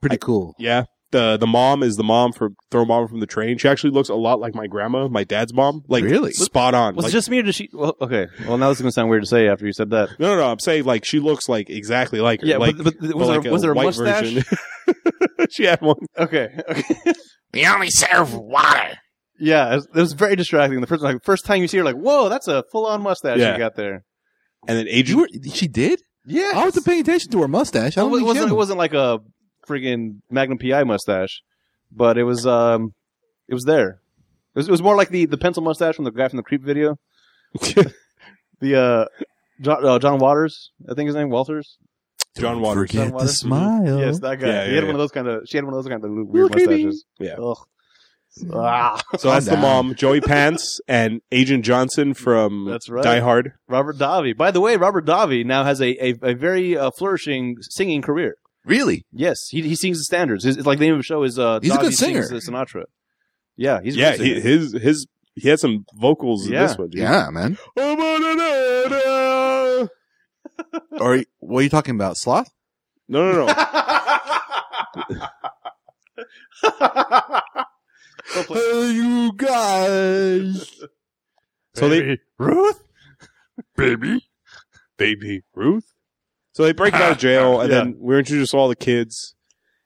Speaker 2: Pretty
Speaker 1: I-
Speaker 2: cool.
Speaker 1: Yeah. The the mom is the mom for throw mom from the train. She actually looks a lot like my grandma, my dad's mom. Like
Speaker 2: Really?
Speaker 1: spot on.
Speaker 3: Was
Speaker 1: Like-
Speaker 3: it just me or did she? Well, okay. Well, now this is going to sound weird to say after you said that.
Speaker 1: no, no, no. I'm saying like she looks like exactly like her.
Speaker 3: Yeah,
Speaker 1: like,
Speaker 3: but, but was,
Speaker 1: but
Speaker 3: there, was there a mustache?
Speaker 1: version. she had one.
Speaker 3: Okay. okay.
Speaker 4: We only serve water.
Speaker 3: yeah, it was, it was very distracting. The first, like, first time you see her, like, whoa, that's a full on mustache
Speaker 1: Yeah.
Speaker 3: you got there.
Speaker 1: And then
Speaker 2: You
Speaker 1: Agent.
Speaker 2: were, she did?
Speaker 3: Yeah.
Speaker 2: I wasn't paying attention to her mustache. I
Speaker 1: Oh,
Speaker 2: don't
Speaker 3: It wa-
Speaker 2: think
Speaker 3: wasn't,
Speaker 2: she
Speaker 3: it
Speaker 2: had-
Speaker 3: wasn't like a friggin' Magnum PI mustache, but it was um, it was there. It was, it was more like the, the pencil mustache from the guy from the Creep video. The uh, John, uh, John Waters, I think his name Walters.
Speaker 1: John Waters. Mm-hmm.
Speaker 2: Forget
Speaker 3: John
Speaker 2: the
Speaker 3: Waters.
Speaker 2: smile.
Speaker 3: Yes, that guy.
Speaker 1: Yeah,
Speaker 3: he
Speaker 1: yeah,
Speaker 3: had
Speaker 1: yeah.
Speaker 3: one of those kind of. She had one of those kind of weird
Speaker 2: Look at me.
Speaker 3: mustaches.
Speaker 1: Yeah.
Speaker 3: Ugh.
Speaker 2: Mm-hmm.
Speaker 3: Ah,
Speaker 1: So that's the uh,
Speaker 2: Calm down.
Speaker 1: mom, Joey Pants, and Agent Johnson from
Speaker 3: That's right.
Speaker 1: Die Hard.
Speaker 3: Robert Davi. By the way, Robert Davi now has a a, a very uh, flourishing singing career.
Speaker 2: Really?
Speaker 3: Yes, he he sings the standards. His, it's like the name of the show is uh,
Speaker 2: He's a
Speaker 3: Davi
Speaker 2: good singer.
Speaker 3: Sings the Sinatra. Yeah, he's a
Speaker 1: yeah,
Speaker 3: good singer.
Speaker 1: he, his his he had some vocals in
Speaker 3: Yeah.
Speaker 1: this one. Dude.
Speaker 2: Yeah, man.
Speaker 1: I'm on an order.
Speaker 2: Or what are you talking about? Sloth?
Speaker 1: No, no, no.
Speaker 2: Hey, you guys.
Speaker 1: so they
Speaker 2: Ruth?
Speaker 4: Baby.
Speaker 1: baby Ruth. So they break out of jail, and
Speaker 3: Yeah.
Speaker 1: then we're introduced to all the kids,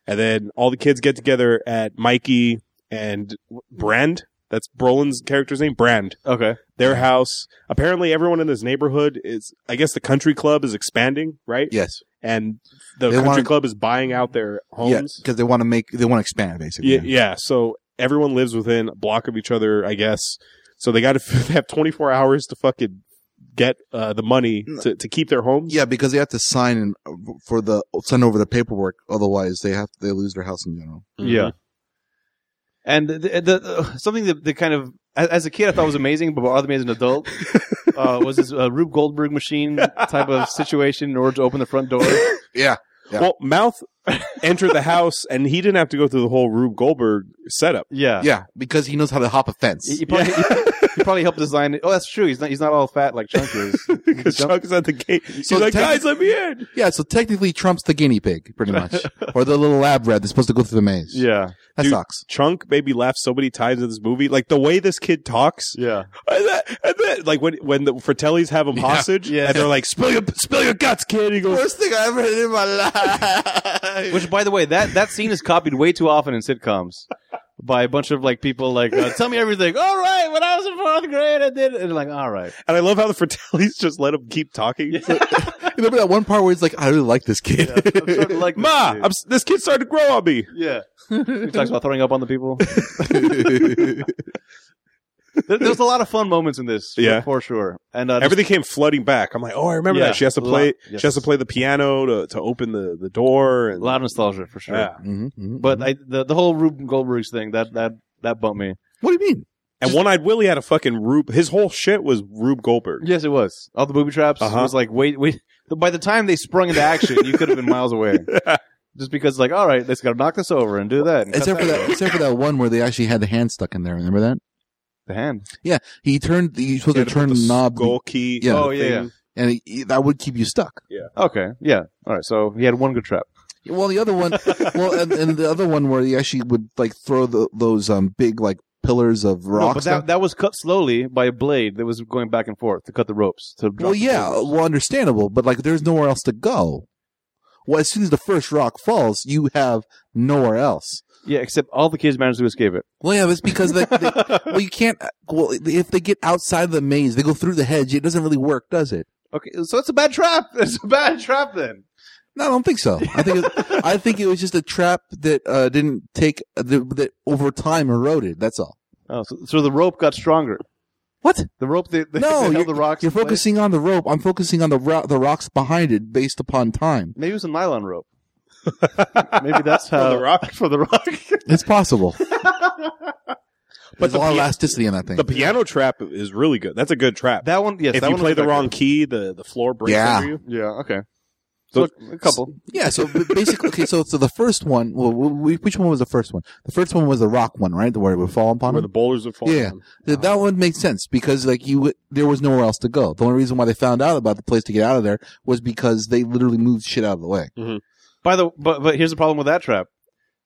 Speaker 1: and then all the kids get together at Mikey and Brand. That's Brolin's character's name, Brand.
Speaker 3: okay.
Speaker 1: Their house. Apparently, everyone in this neighborhood is. I guess the country club is expanding, right?
Speaker 2: Yes.
Speaker 1: And the
Speaker 2: They
Speaker 1: country
Speaker 2: wanted-
Speaker 1: club is buying out their
Speaker 2: Yeah,
Speaker 1: homes.
Speaker 2: because they want to make, they want to expand, basically.
Speaker 1: Yeah, yeah. So everyone lives within a block of each other, I guess. So they got to they have 24 hours to fucking get uh, the money to, to keep their homes.
Speaker 2: Yeah, because they have to sign in uh, for the send over the paperwork. Otherwise, they have they lose their house in general.
Speaker 3: Yeah. And the, the, the something that, that kind of as, as a kid I thought was amazing, but bothered me as an adult uh, was this uh, Rube Goldberg machine type of situation in order to open the front door.
Speaker 2: Yeah, Yeah.
Speaker 1: Well, Mouth entered the house, and he didn't have to go through the whole Rube Goldberg setup.
Speaker 3: Yeah.
Speaker 2: yeah, because he knows how to hop a
Speaker 3: He,
Speaker 2: fence.
Speaker 3: he probably, he, probably helped design it. Oh, that's true. He's not. He's not all fat like Chunk is.
Speaker 1: Because Chuck's at the gate. He's
Speaker 2: So
Speaker 1: like,
Speaker 2: tec-
Speaker 1: guys, let me in.
Speaker 2: Yeah, so technically, Trump's the guinea pig, pretty much, or the little lab rat that's supposed to go through the maze.
Speaker 3: Yeah.
Speaker 2: that
Speaker 1: Dude.
Speaker 2: sucks.
Speaker 1: Chunk maybe laughed so many times in this movie. Like the way this kid talks,
Speaker 3: Yeah.
Speaker 1: And that- and that- like when when the Fratellis have him hostage,
Speaker 3: Yeah.
Speaker 1: and they're like, "Spill your spill your guts, kid." He goes,
Speaker 2: thing I ever heard in my life.
Speaker 3: Which, by the way, that that scene is copied way too often in sitcoms by a bunch of like people like uh, tell me everything. All right, when I was in fourth grade, I did, it." and like all right.
Speaker 1: and I love how the Fratellis just let him keep talking.
Speaker 2: remember that one part where he's like, "I really like this kid."
Speaker 3: Yeah, I'm sort of like this
Speaker 1: Ma,
Speaker 3: dude.
Speaker 1: I'm, s- this kid started to grow on me.
Speaker 3: yeah. He talks about throwing up on the people.
Speaker 2: Mm-hmm,
Speaker 3: There, there's a lot of fun moments in this, for,
Speaker 1: Yeah.
Speaker 3: for sure. And uh,
Speaker 1: Everything came flooding back. I'm like, oh, I remember
Speaker 3: Yeah,
Speaker 1: that. She has to
Speaker 3: a lot.
Speaker 1: play.
Speaker 3: Yes.
Speaker 1: She has to play the piano to, to open the, the door.
Speaker 3: just
Speaker 1: And
Speaker 3: a lot of nostalgia for sure.
Speaker 1: Yeah.
Speaker 2: Mhm, mhm,
Speaker 3: But uh,
Speaker 2: mhm.
Speaker 3: I, the the whole Rube Goldberg's thing that that that bumped me.
Speaker 2: what do you mean?
Speaker 1: and One Eyed Willie had a fucking Rube. His whole shit was Rube Goldberg.
Speaker 3: Yes, it was all the booby traps.
Speaker 1: Uh-huh.
Speaker 3: It was like wait wait. By the time they sprung into action, you could have been miles away. Just because, like, all right, let's got to knock this over and do that. and cut
Speaker 2: Except for
Speaker 3: out.
Speaker 2: that, except for that one where they actually had the hand stuck in there. Remember that?
Speaker 3: the hand.
Speaker 2: He turned. He was supposed
Speaker 1: He had to
Speaker 2: to
Speaker 1: put
Speaker 2: turn
Speaker 1: the
Speaker 2: the knob,
Speaker 1: Goal key.
Speaker 2: Yeah.
Speaker 1: uh,
Speaker 3: Oh, yeah,
Speaker 1: thing.
Speaker 2: and he, that would keep you stuck.
Speaker 3: Okay. Yeah. All right. So he had one good trap.
Speaker 2: Well, the other one, well, and, and the other one where he actually would like throw the, those um big like pillars of
Speaker 3: No,
Speaker 2: rock.
Speaker 3: but
Speaker 2: stuff.
Speaker 3: that, that was cut slowly by a blade that was going back and forth to cut the ropes. To drop
Speaker 2: well,
Speaker 3: the
Speaker 2: yeah, uh,
Speaker 3: pillars.
Speaker 2: well, understandable, but like there's nowhere else to go. Well, as soon as the first rock falls, you have nowhere else.
Speaker 3: yeah. Except all the kids managed to escape it.
Speaker 2: Well, yeah, it's because they, they, well, you can't. Well, if they get outside the maze, they go through the hedge. It doesn't really work, does it?
Speaker 3: okay, so it's a bad trap. It's a bad trap then.
Speaker 2: No, I don't think so. I think it, I think it was just a trap that uh, didn't take that, that over time eroded. That's all.
Speaker 3: Oh, so, so the rope got stronger.
Speaker 2: What?
Speaker 3: The rope that, that,
Speaker 2: No,
Speaker 3: that held the rocks.
Speaker 2: You're
Speaker 3: in place?
Speaker 2: focusing on the rope. I'm focusing on the ro- the rocks behind it based upon time.
Speaker 3: Maybe it was a nylon rope. Maybe that's how
Speaker 1: the rock?
Speaker 3: for the rock.
Speaker 2: It's possible, but
Speaker 1: But
Speaker 2: there's a lot of
Speaker 1: the,
Speaker 2: elasticity in that thing.
Speaker 1: pia- the piano trap is really good. That's a good trap.
Speaker 3: that one, yes.
Speaker 1: if
Speaker 3: that
Speaker 1: you
Speaker 3: one
Speaker 1: play
Speaker 3: was
Speaker 1: the
Speaker 3: effective.
Speaker 1: wrong key, the, the floor breaks
Speaker 2: Yeah.
Speaker 1: under you.
Speaker 3: yeah, okay. So a couple.
Speaker 2: Yeah, so b- basically, okay, so so the first one, well, we, which one was the first one? The first one was the rock one, right? The where it would fall upon
Speaker 1: Where
Speaker 2: him.
Speaker 1: the boulders would fall.
Speaker 2: Yeah.
Speaker 1: down.
Speaker 2: Th- that one makes sense because like you, w- there was nowhere else to go. The only reason why they found out about the place to get out of there was because they literally moved shit out of the way.
Speaker 3: By the but but here's the problem with that trap.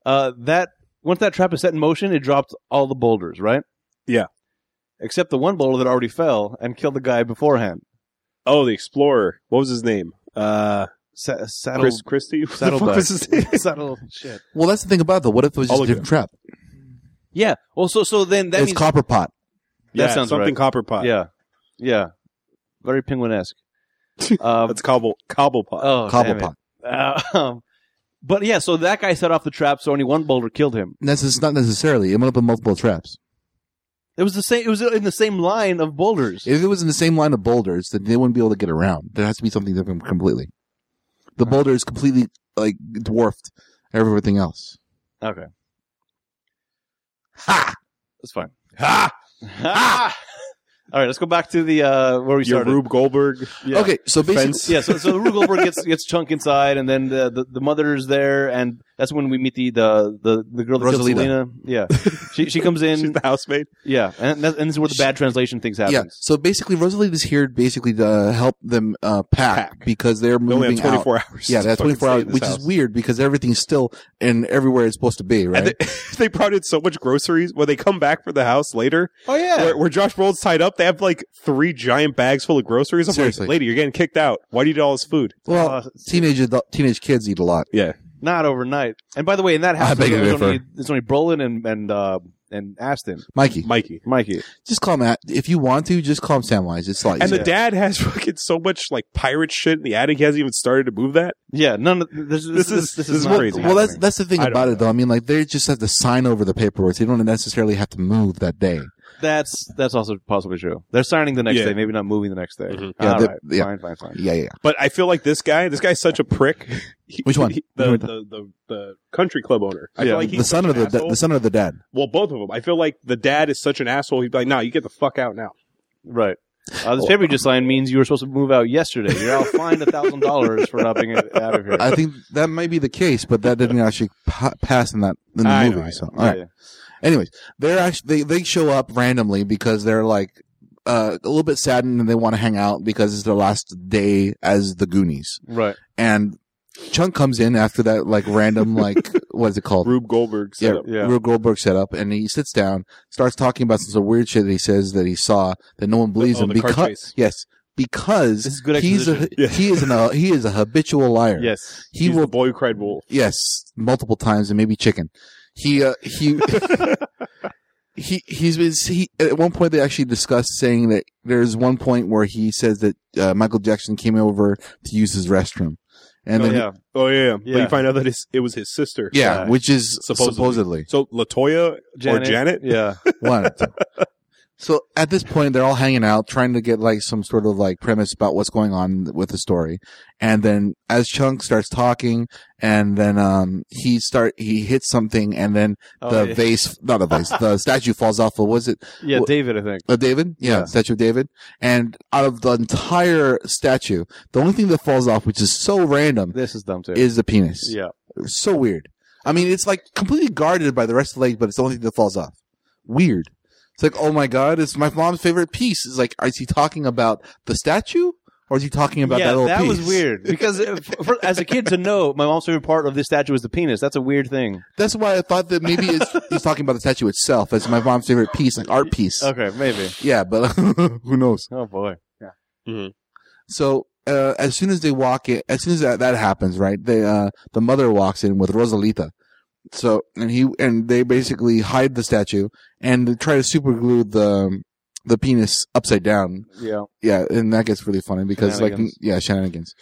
Speaker 3: Uh, that once that trap is set in motion, it drops all the boulders, right?
Speaker 1: Yeah.
Speaker 3: Except the one boulder that already fell and killed the guy beforehand.
Speaker 1: Oh, the explorer. What was his name? Uh,
Speaker 3: Sa- saddle,
Speaker 1: Chris Christie. What the fuck
Speaker 3: saddlebag.
Speaker 1: was his name?
Speaker 3: saddle, shit.
Speaker 2: Well, that's the thing about it, though. What if it was just
Speaker 1: All
Speaker 2: a
Speaker 1: of
Speaker 2: different trap?
Speaker 3: Yeah. Well, so so then Oh, that
Speaker 2: it's
Speaker 3: means
Speaker 2: copper pot.
Speaker 1: yeah,
Speaker 3: sounds
Speaker 1: something
Speaker 3: right.
Speaker 1: copper pot.
Speaker 3: yeah, yeah, very penguin esque. Um,
Speaker 1: That's cobble cobble pot.
Speaker 3: oh,
Speaker 2: cobble
Speaker 3: damn it.
Speaker 2: pot.
Speaker 3: Uh, um, but yeah, so that guy set off the trap, so only one boulder killed him.
Speaker 2: That's it's not necessarily. It went up in multiple traps.
Speaker 3: It was the same. It was in the same line of boulders.
Speaker 2: If it was in the same line of boulders, then they wouldn't be able to get around. There has to be something different completely. The
Speaker 1: Uh-huh.
Speaker 3: Huh.
Speaker 2: boulder is completely like dwarfed everything else.
Speaker 3: okay,
Speaker 2: Ha!
Speaker 3: that's fine.
Speaker 1: ha!
Speaker 3: All right, let's go back to the uh, where we
Speaker 1: Your
Speaker 3: started.
Speaker 1: Rube Goldberg.
Speaker 3: Yeah.
Speaker 2: Okay, so
Speaker 1: Fence.
Speaker 2: basically,
Speaker 3: Yeah, so, so the Rugelberg gets gets chunk inside, and then the, the the mother's there, and that's when we meet the the the, the girl that killed Selena.
Speaker 2: Rosalita.
Speaker 3: Yeah, she she comes
Speaker 1: She's
Speaker 3: in.
Speaker 1: the housemaid.
Speaker 3: Yeah, and that, and this is where the bad translation things
Speaker 2: yeah.
Speaker 3: happens.
Speaker 2: So basically, Rosalita's here basically to help them uh, pack,
Speaker 1: Pack.
Speaker 2: because they're
Speaker 1: They only
Speaker 2: moving
Speaker 1: have twenty
Speaker 2: out.
Speaker 1: four hours.
Speaker 2: Yeah,
Speaker 1: to
Speaker 2: that's
Speaker 1: fucking
Speaker 2: 24 hours,
Speaker 1: stay in this
Speaker 2: which
Speaker 1: house.
Speaker 2: is weird because everything's still and everywhere it's supposed to be, right?
Speaker 1: And they, they brought in so much groceries. When they come back for the house later,
Speaker 3: Oh yeah,
Speaker 1: where, where Josh Brolin's tied up, they have like three giant bags full of groceries. I'm
Speaker 2: Seriously.
Speaker 1: like, lady, you're getting kicked out. Why do you eat all this food?
Speaker 2: well,
Speaker 3: Uh,
Speaker 2: teenage adult, teenage kids eat a lot.
Speaker 3: not overnight. And by the way, in that house,
Speaker 2: I beg to
Speaker 3: there's only,
Speaker 2: differ.
Speaker 3: there's only Brolin and and uh, and Aston,
Speaker 2: Mikey,
Speaker 1: Mikey.
Speaker 3: Mikey.
Speaker 2: just call him at, if you want to. Just call him Samwise. It's like
Speaker 1: And
Speaker 3: Yeah.
Speaker 1: the dad has fucking so much like pirate shit in the attic. He hasn't even started to move that.
Speaker 3: Yeah, none. Of, this,
Speaker 1: This is- this is
Speaker 3: not
Speaker 1: crazy.
Speaker 2: well, that's
Speaker 3: happening.
Speaker 2: that's the thing
Speaker 1: I don't
Speaker 2: about
Speaker 1: know.
Speaker 2: it, though. I mean, like they just have to sign over the paperwork. They don't necessarily have to move that day.
Speaker 3: that's that's also possibly true. They're signing the next
Speaker 1: Yeah.
Speaker 3: day, maybe not moving the next day.
Speaker 1: Mhm.
Speaker 2: Yeah,
Speaker 3: All
Speaker 2: the-
Speaker 3: right,
Speaker 2: yeah.
Speaker 3: fine, fine, fine.
Speaker 2: Yeah, yeah. yeah.
Speaker 1: But I feel like this guy, this guy's such a prick. He-
Speaker 2: Which one?
Speaker 1: he-
Speaker 2: Which
Speaker 1: the,
Speaker 2: one?
Speaker 1: the, the, the country club owner. I
Speaker 3: Yeah.
Speaker 1: feel like he's
Speaker 2: The son
Speaker 1: such
Speaker 2: of
Speaker 1: an
Speaker 2: the
Speaker 1: asshole.
Speaker 2: the son of the dad.
Speaker 1: well, both of them. I feel like the dad is such an asshole. He'd be like, "Nah, you get the fuck out now."
Speaker 3: Right. Uh, this paper you just signed means you were supposed to move out yesterday. You're out fined a thousand dollars for not being out of here.
Speaker 2: I think that might be the case, but that didn't actually pa- pass in that in the
Speaker 1: I know,
Speaker 2: movie.
Speaker 1: I know.
Speaker 2: so, all
Speaker 3: Yeah,
Speaker 2: right. Anyways, they're actually they, they show up randomly because they're like uh, a little bit saddened and they want to hang out because it's their last day as the Goonies.
Speaker 3: yeah. Right.
Speaker 2: And Chunk comes in after that like random like what is it called?
Speaker 1: Rube Goldberg.
Speaker 2: yeah,
Speaker 1: Setup.
Speaker 3: Yeah.
Speaker 2: Real Goldberg setup, and he sits down, starts talking about some sort of weird shit that he says that he saw that no one believes
Speaker 1: oh,
Speaker 2: him
Speaker 1: the car
Speaker 2: because
Speaker 1: chase.
Speaker 2: yes, because
Speaker 3: This is good
Speaker 2: he's a
Speaker 3: exposition.
Speaker 1: Yeah.
Speaker 2: he is an uh, he is a habitual liar.
Speaker 3: Yes.
Speaker 2: he
Speaker 1: He's
Speaker 2: will
Speaker 1: the boy who cried wolf.
Speaker 2: Yes, multiple times and maybe chicken. He uh, he he he's been he at one point they actually discussed saying that there's one point where he says that uh, Michael Jackson came over to use his restroom, and
Speaker 3: Oh,
Speaker 2: then
Speaker 3: yeah.
Speaker 1: Oh yeah,
Speaker 3: Yeah.
Speaker 1: But you find out that his, it was his sister.
Speaker 2: yeah,
Speaker 3: Yeah.
Speaker 2: which is
Speaker 1: Supposedly.
Speaker 2: supposedly,
Speaker 1: So Latoya
Speaker 3: Janet.
Speaker 1: or Janet?
Speaker 3: Yeah.
Speaker 2: one. So at this point, they're all hanging out, trying to get like some sort of like premise about what's going on with the story. And then as Chunk starts talking, and then um he start he hits something, and then
Speaker 3: Oh,
Speaker 2: the
Speaker 3: yeah.
Speaker 2: vase, not a vase, the statue falls off. What was it?
Speaker 3: yeah, David, I think.
Speaker 2: Uh, David? Yeah,
Speaker 3: Yeah.
Speaker 2: statue of David. And out of the entire statue, the only thing that falls off, which is so random,
Speaker 3: This is dumb too.
Speaker 2: is the penis.
Speaker 3: yeah.
Speaker 2: So weird. I mean, it's like completely guarded by the rest of the leg, but it's the only thing that falls off. Weird. It's like, oh my god, it's my mom's favorite piece. It's like, is he talking about the statue Or is he talking about
Speaker 3: yeah,
Speaker 2: that little piece?
Speaker 3: was weird because uh, f- for, as a kid to know my mom's favorite part of this statue was the penis. That's a weird thing.
Speaker 2: That's why I thought that maybe it's, he's talking about the statue itself as my mom's favorite piece, like art piece.
Speaker 3: Okay, maybe.
Speaker 2: Yeah, but who knows?
Speaker 3: Oh boy.
Speaker 2: So uh, as soon as they walk in, as soon as that, that happens, right? They uh, the mother walks in with Rosalita. So and he and they basically hide the statue and they try to super glue the the penis upside down.
Speaker 3: Yeah.
Speaker 2: Yeah, and that gets really funny because like
Speaker 3: Shenanigans.
Speaker 2: yeah, shenanigans.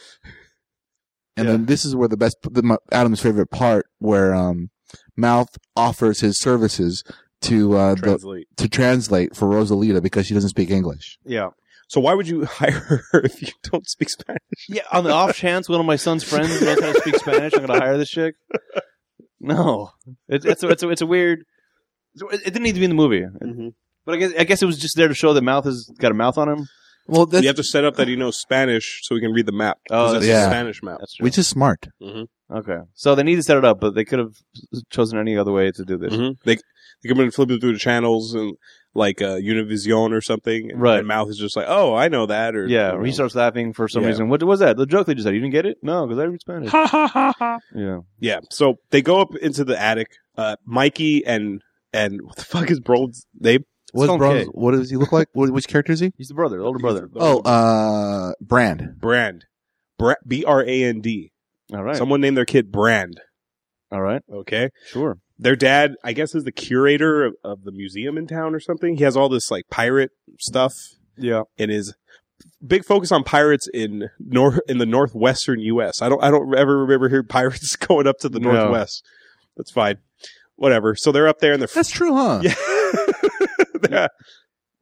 Speaker 2: And
Speaker 3: Yeah.
Speaker 2: then this is where the best the, my- Adam's favorite part where um Mouth offers his services to uh the,
Speaker 1: Translate.
Speaker 2: to translate for Rosalita because she doesn't speak English.
Speaker 3: Yeah.
Speaker 1: So why would you hire her if you don't speak Spanish?
Speaker 3: Yeah. On the off chance one of my son's friends knows how to speak Spanish, I'm gonna hire this chick. No, it's it's a, it's a, it's a weird. It it didn't need to be in the movie, but I guess I guess it was just there to show that mouth has got a mouth on him.
Speaker 2: Well, that's
Speaker 1: you have to set up that he knows Spanish so he can read the map.
Speaker 3: Oh,
Speaker 1: 'Cause that's
Speaker 2: yeah.
Speaker 1: a Spanish map.
Speaker 3: That's true.
Speaker 2: which is smart.
Speaker 3: okay, so they need to set it up, but they could have chosen any other way to do this.
Speaker 1: Mhm. They they come in and flip it through the channels and like uh, Univision or something. And,
Speaker 3: Right.
Speaker 1: And mouth is just like, oh, I know that. Or
Speaker 3: Yeah,
Speaker 1: you
Speaker 3: or he
Speaker 1: know.
Speaker 3: starts laughing for some
Speaker 1: Yeah.
Speaker 3: reason. What was that? The joke they just had. You didn't get it? No, because I read Spanish. yeah.
Speaker 1: Yeah. So they go up into the attic. Uh, Mikey and and what the fuck is Brold's name?
Speaker 2: What's
Speaker 3: Stone
Speaker 2: Bronze?
Speaker 3: K.
Speaker 2: What does he look like? What, which character is he?
Speaker 3: He's the brother, the older brother.
Speaker 2: Oh, uh, Brand.
Speaker 1: Brand. Bra- B R A N D.
Speaker 3: All right.
Speaker 1: Someone named their kid Brand.
Speaker 3: All right.
Speaker 1: Okay.
Speaker 3: Sure.
Speaker 1: Their dad, I guess, is the curator of, of the museum in town or something. He has all this like pirate stuff
Speaker 3: Yeah.
Speaker 1: and is big focus on pirates in nor in the northwestern U.S. I don't I don't ever remember hearing pirates going up to the
Speaker 3: No.
Speaker 1: northwest. That's fine. Whatever. So they're up there and they're
Speaker 2: That's true, huh?
Speaker 1: yeah. They're-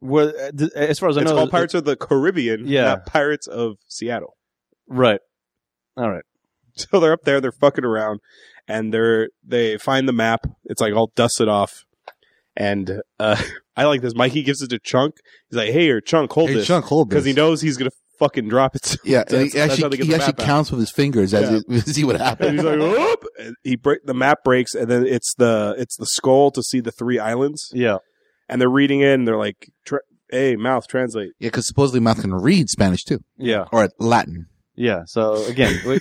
Speaker 3: Well, uh, th- as far as I
Speaker 1: it's
Speaker 3: know,
Speaker 1: called
Speaker 3: it-
Speaker 1: Pirates of the Caribbean,
Speaker 3: Yeah.
Speaker 1: not Pirates of Seattle.
Speaker 3: right. All right.
Speaker 1: So they're up there, they're fucking around, and they're they find the map. It's like all dusted off, and uh, I like this. Mikey gives it to Chunk. He's like, "Hey, or Chunk, hold
Speaker 2: Hey,
Speaker 1: this,"
Speaker 2: Chunk, hold this.
Speaker 1: because he knows he's gonna fucking drop it.
Speaker 2: Yeah, and
Speaker 1: That's- that's
Speaker 2: he
Speaker 1: how they
Speaker 2: actually,
Speaker 1: get
Speaker 2: he
Speaker 1: the
Speaker 2: actually
Speaker 1: map out.
Speaker 2: counts with his fingers as it, see what
Speaker 1: and
Speaker 2: happens.
Speaker 1: he's like, "Oop!" And he break the map breaks, and then it's the it's the skull to see the three islands,
Speaker 3: Yeah.
Speaker 1: and they're reading it, and they're like, tra- "Hey, mouth, translate."
Speaker 2: Yeah, because supposedly Mouth can read Spanish too,
Speaker 3: Yeah.
Speaker 2: or Latin.
Speaker 3: Yeah. So again, we,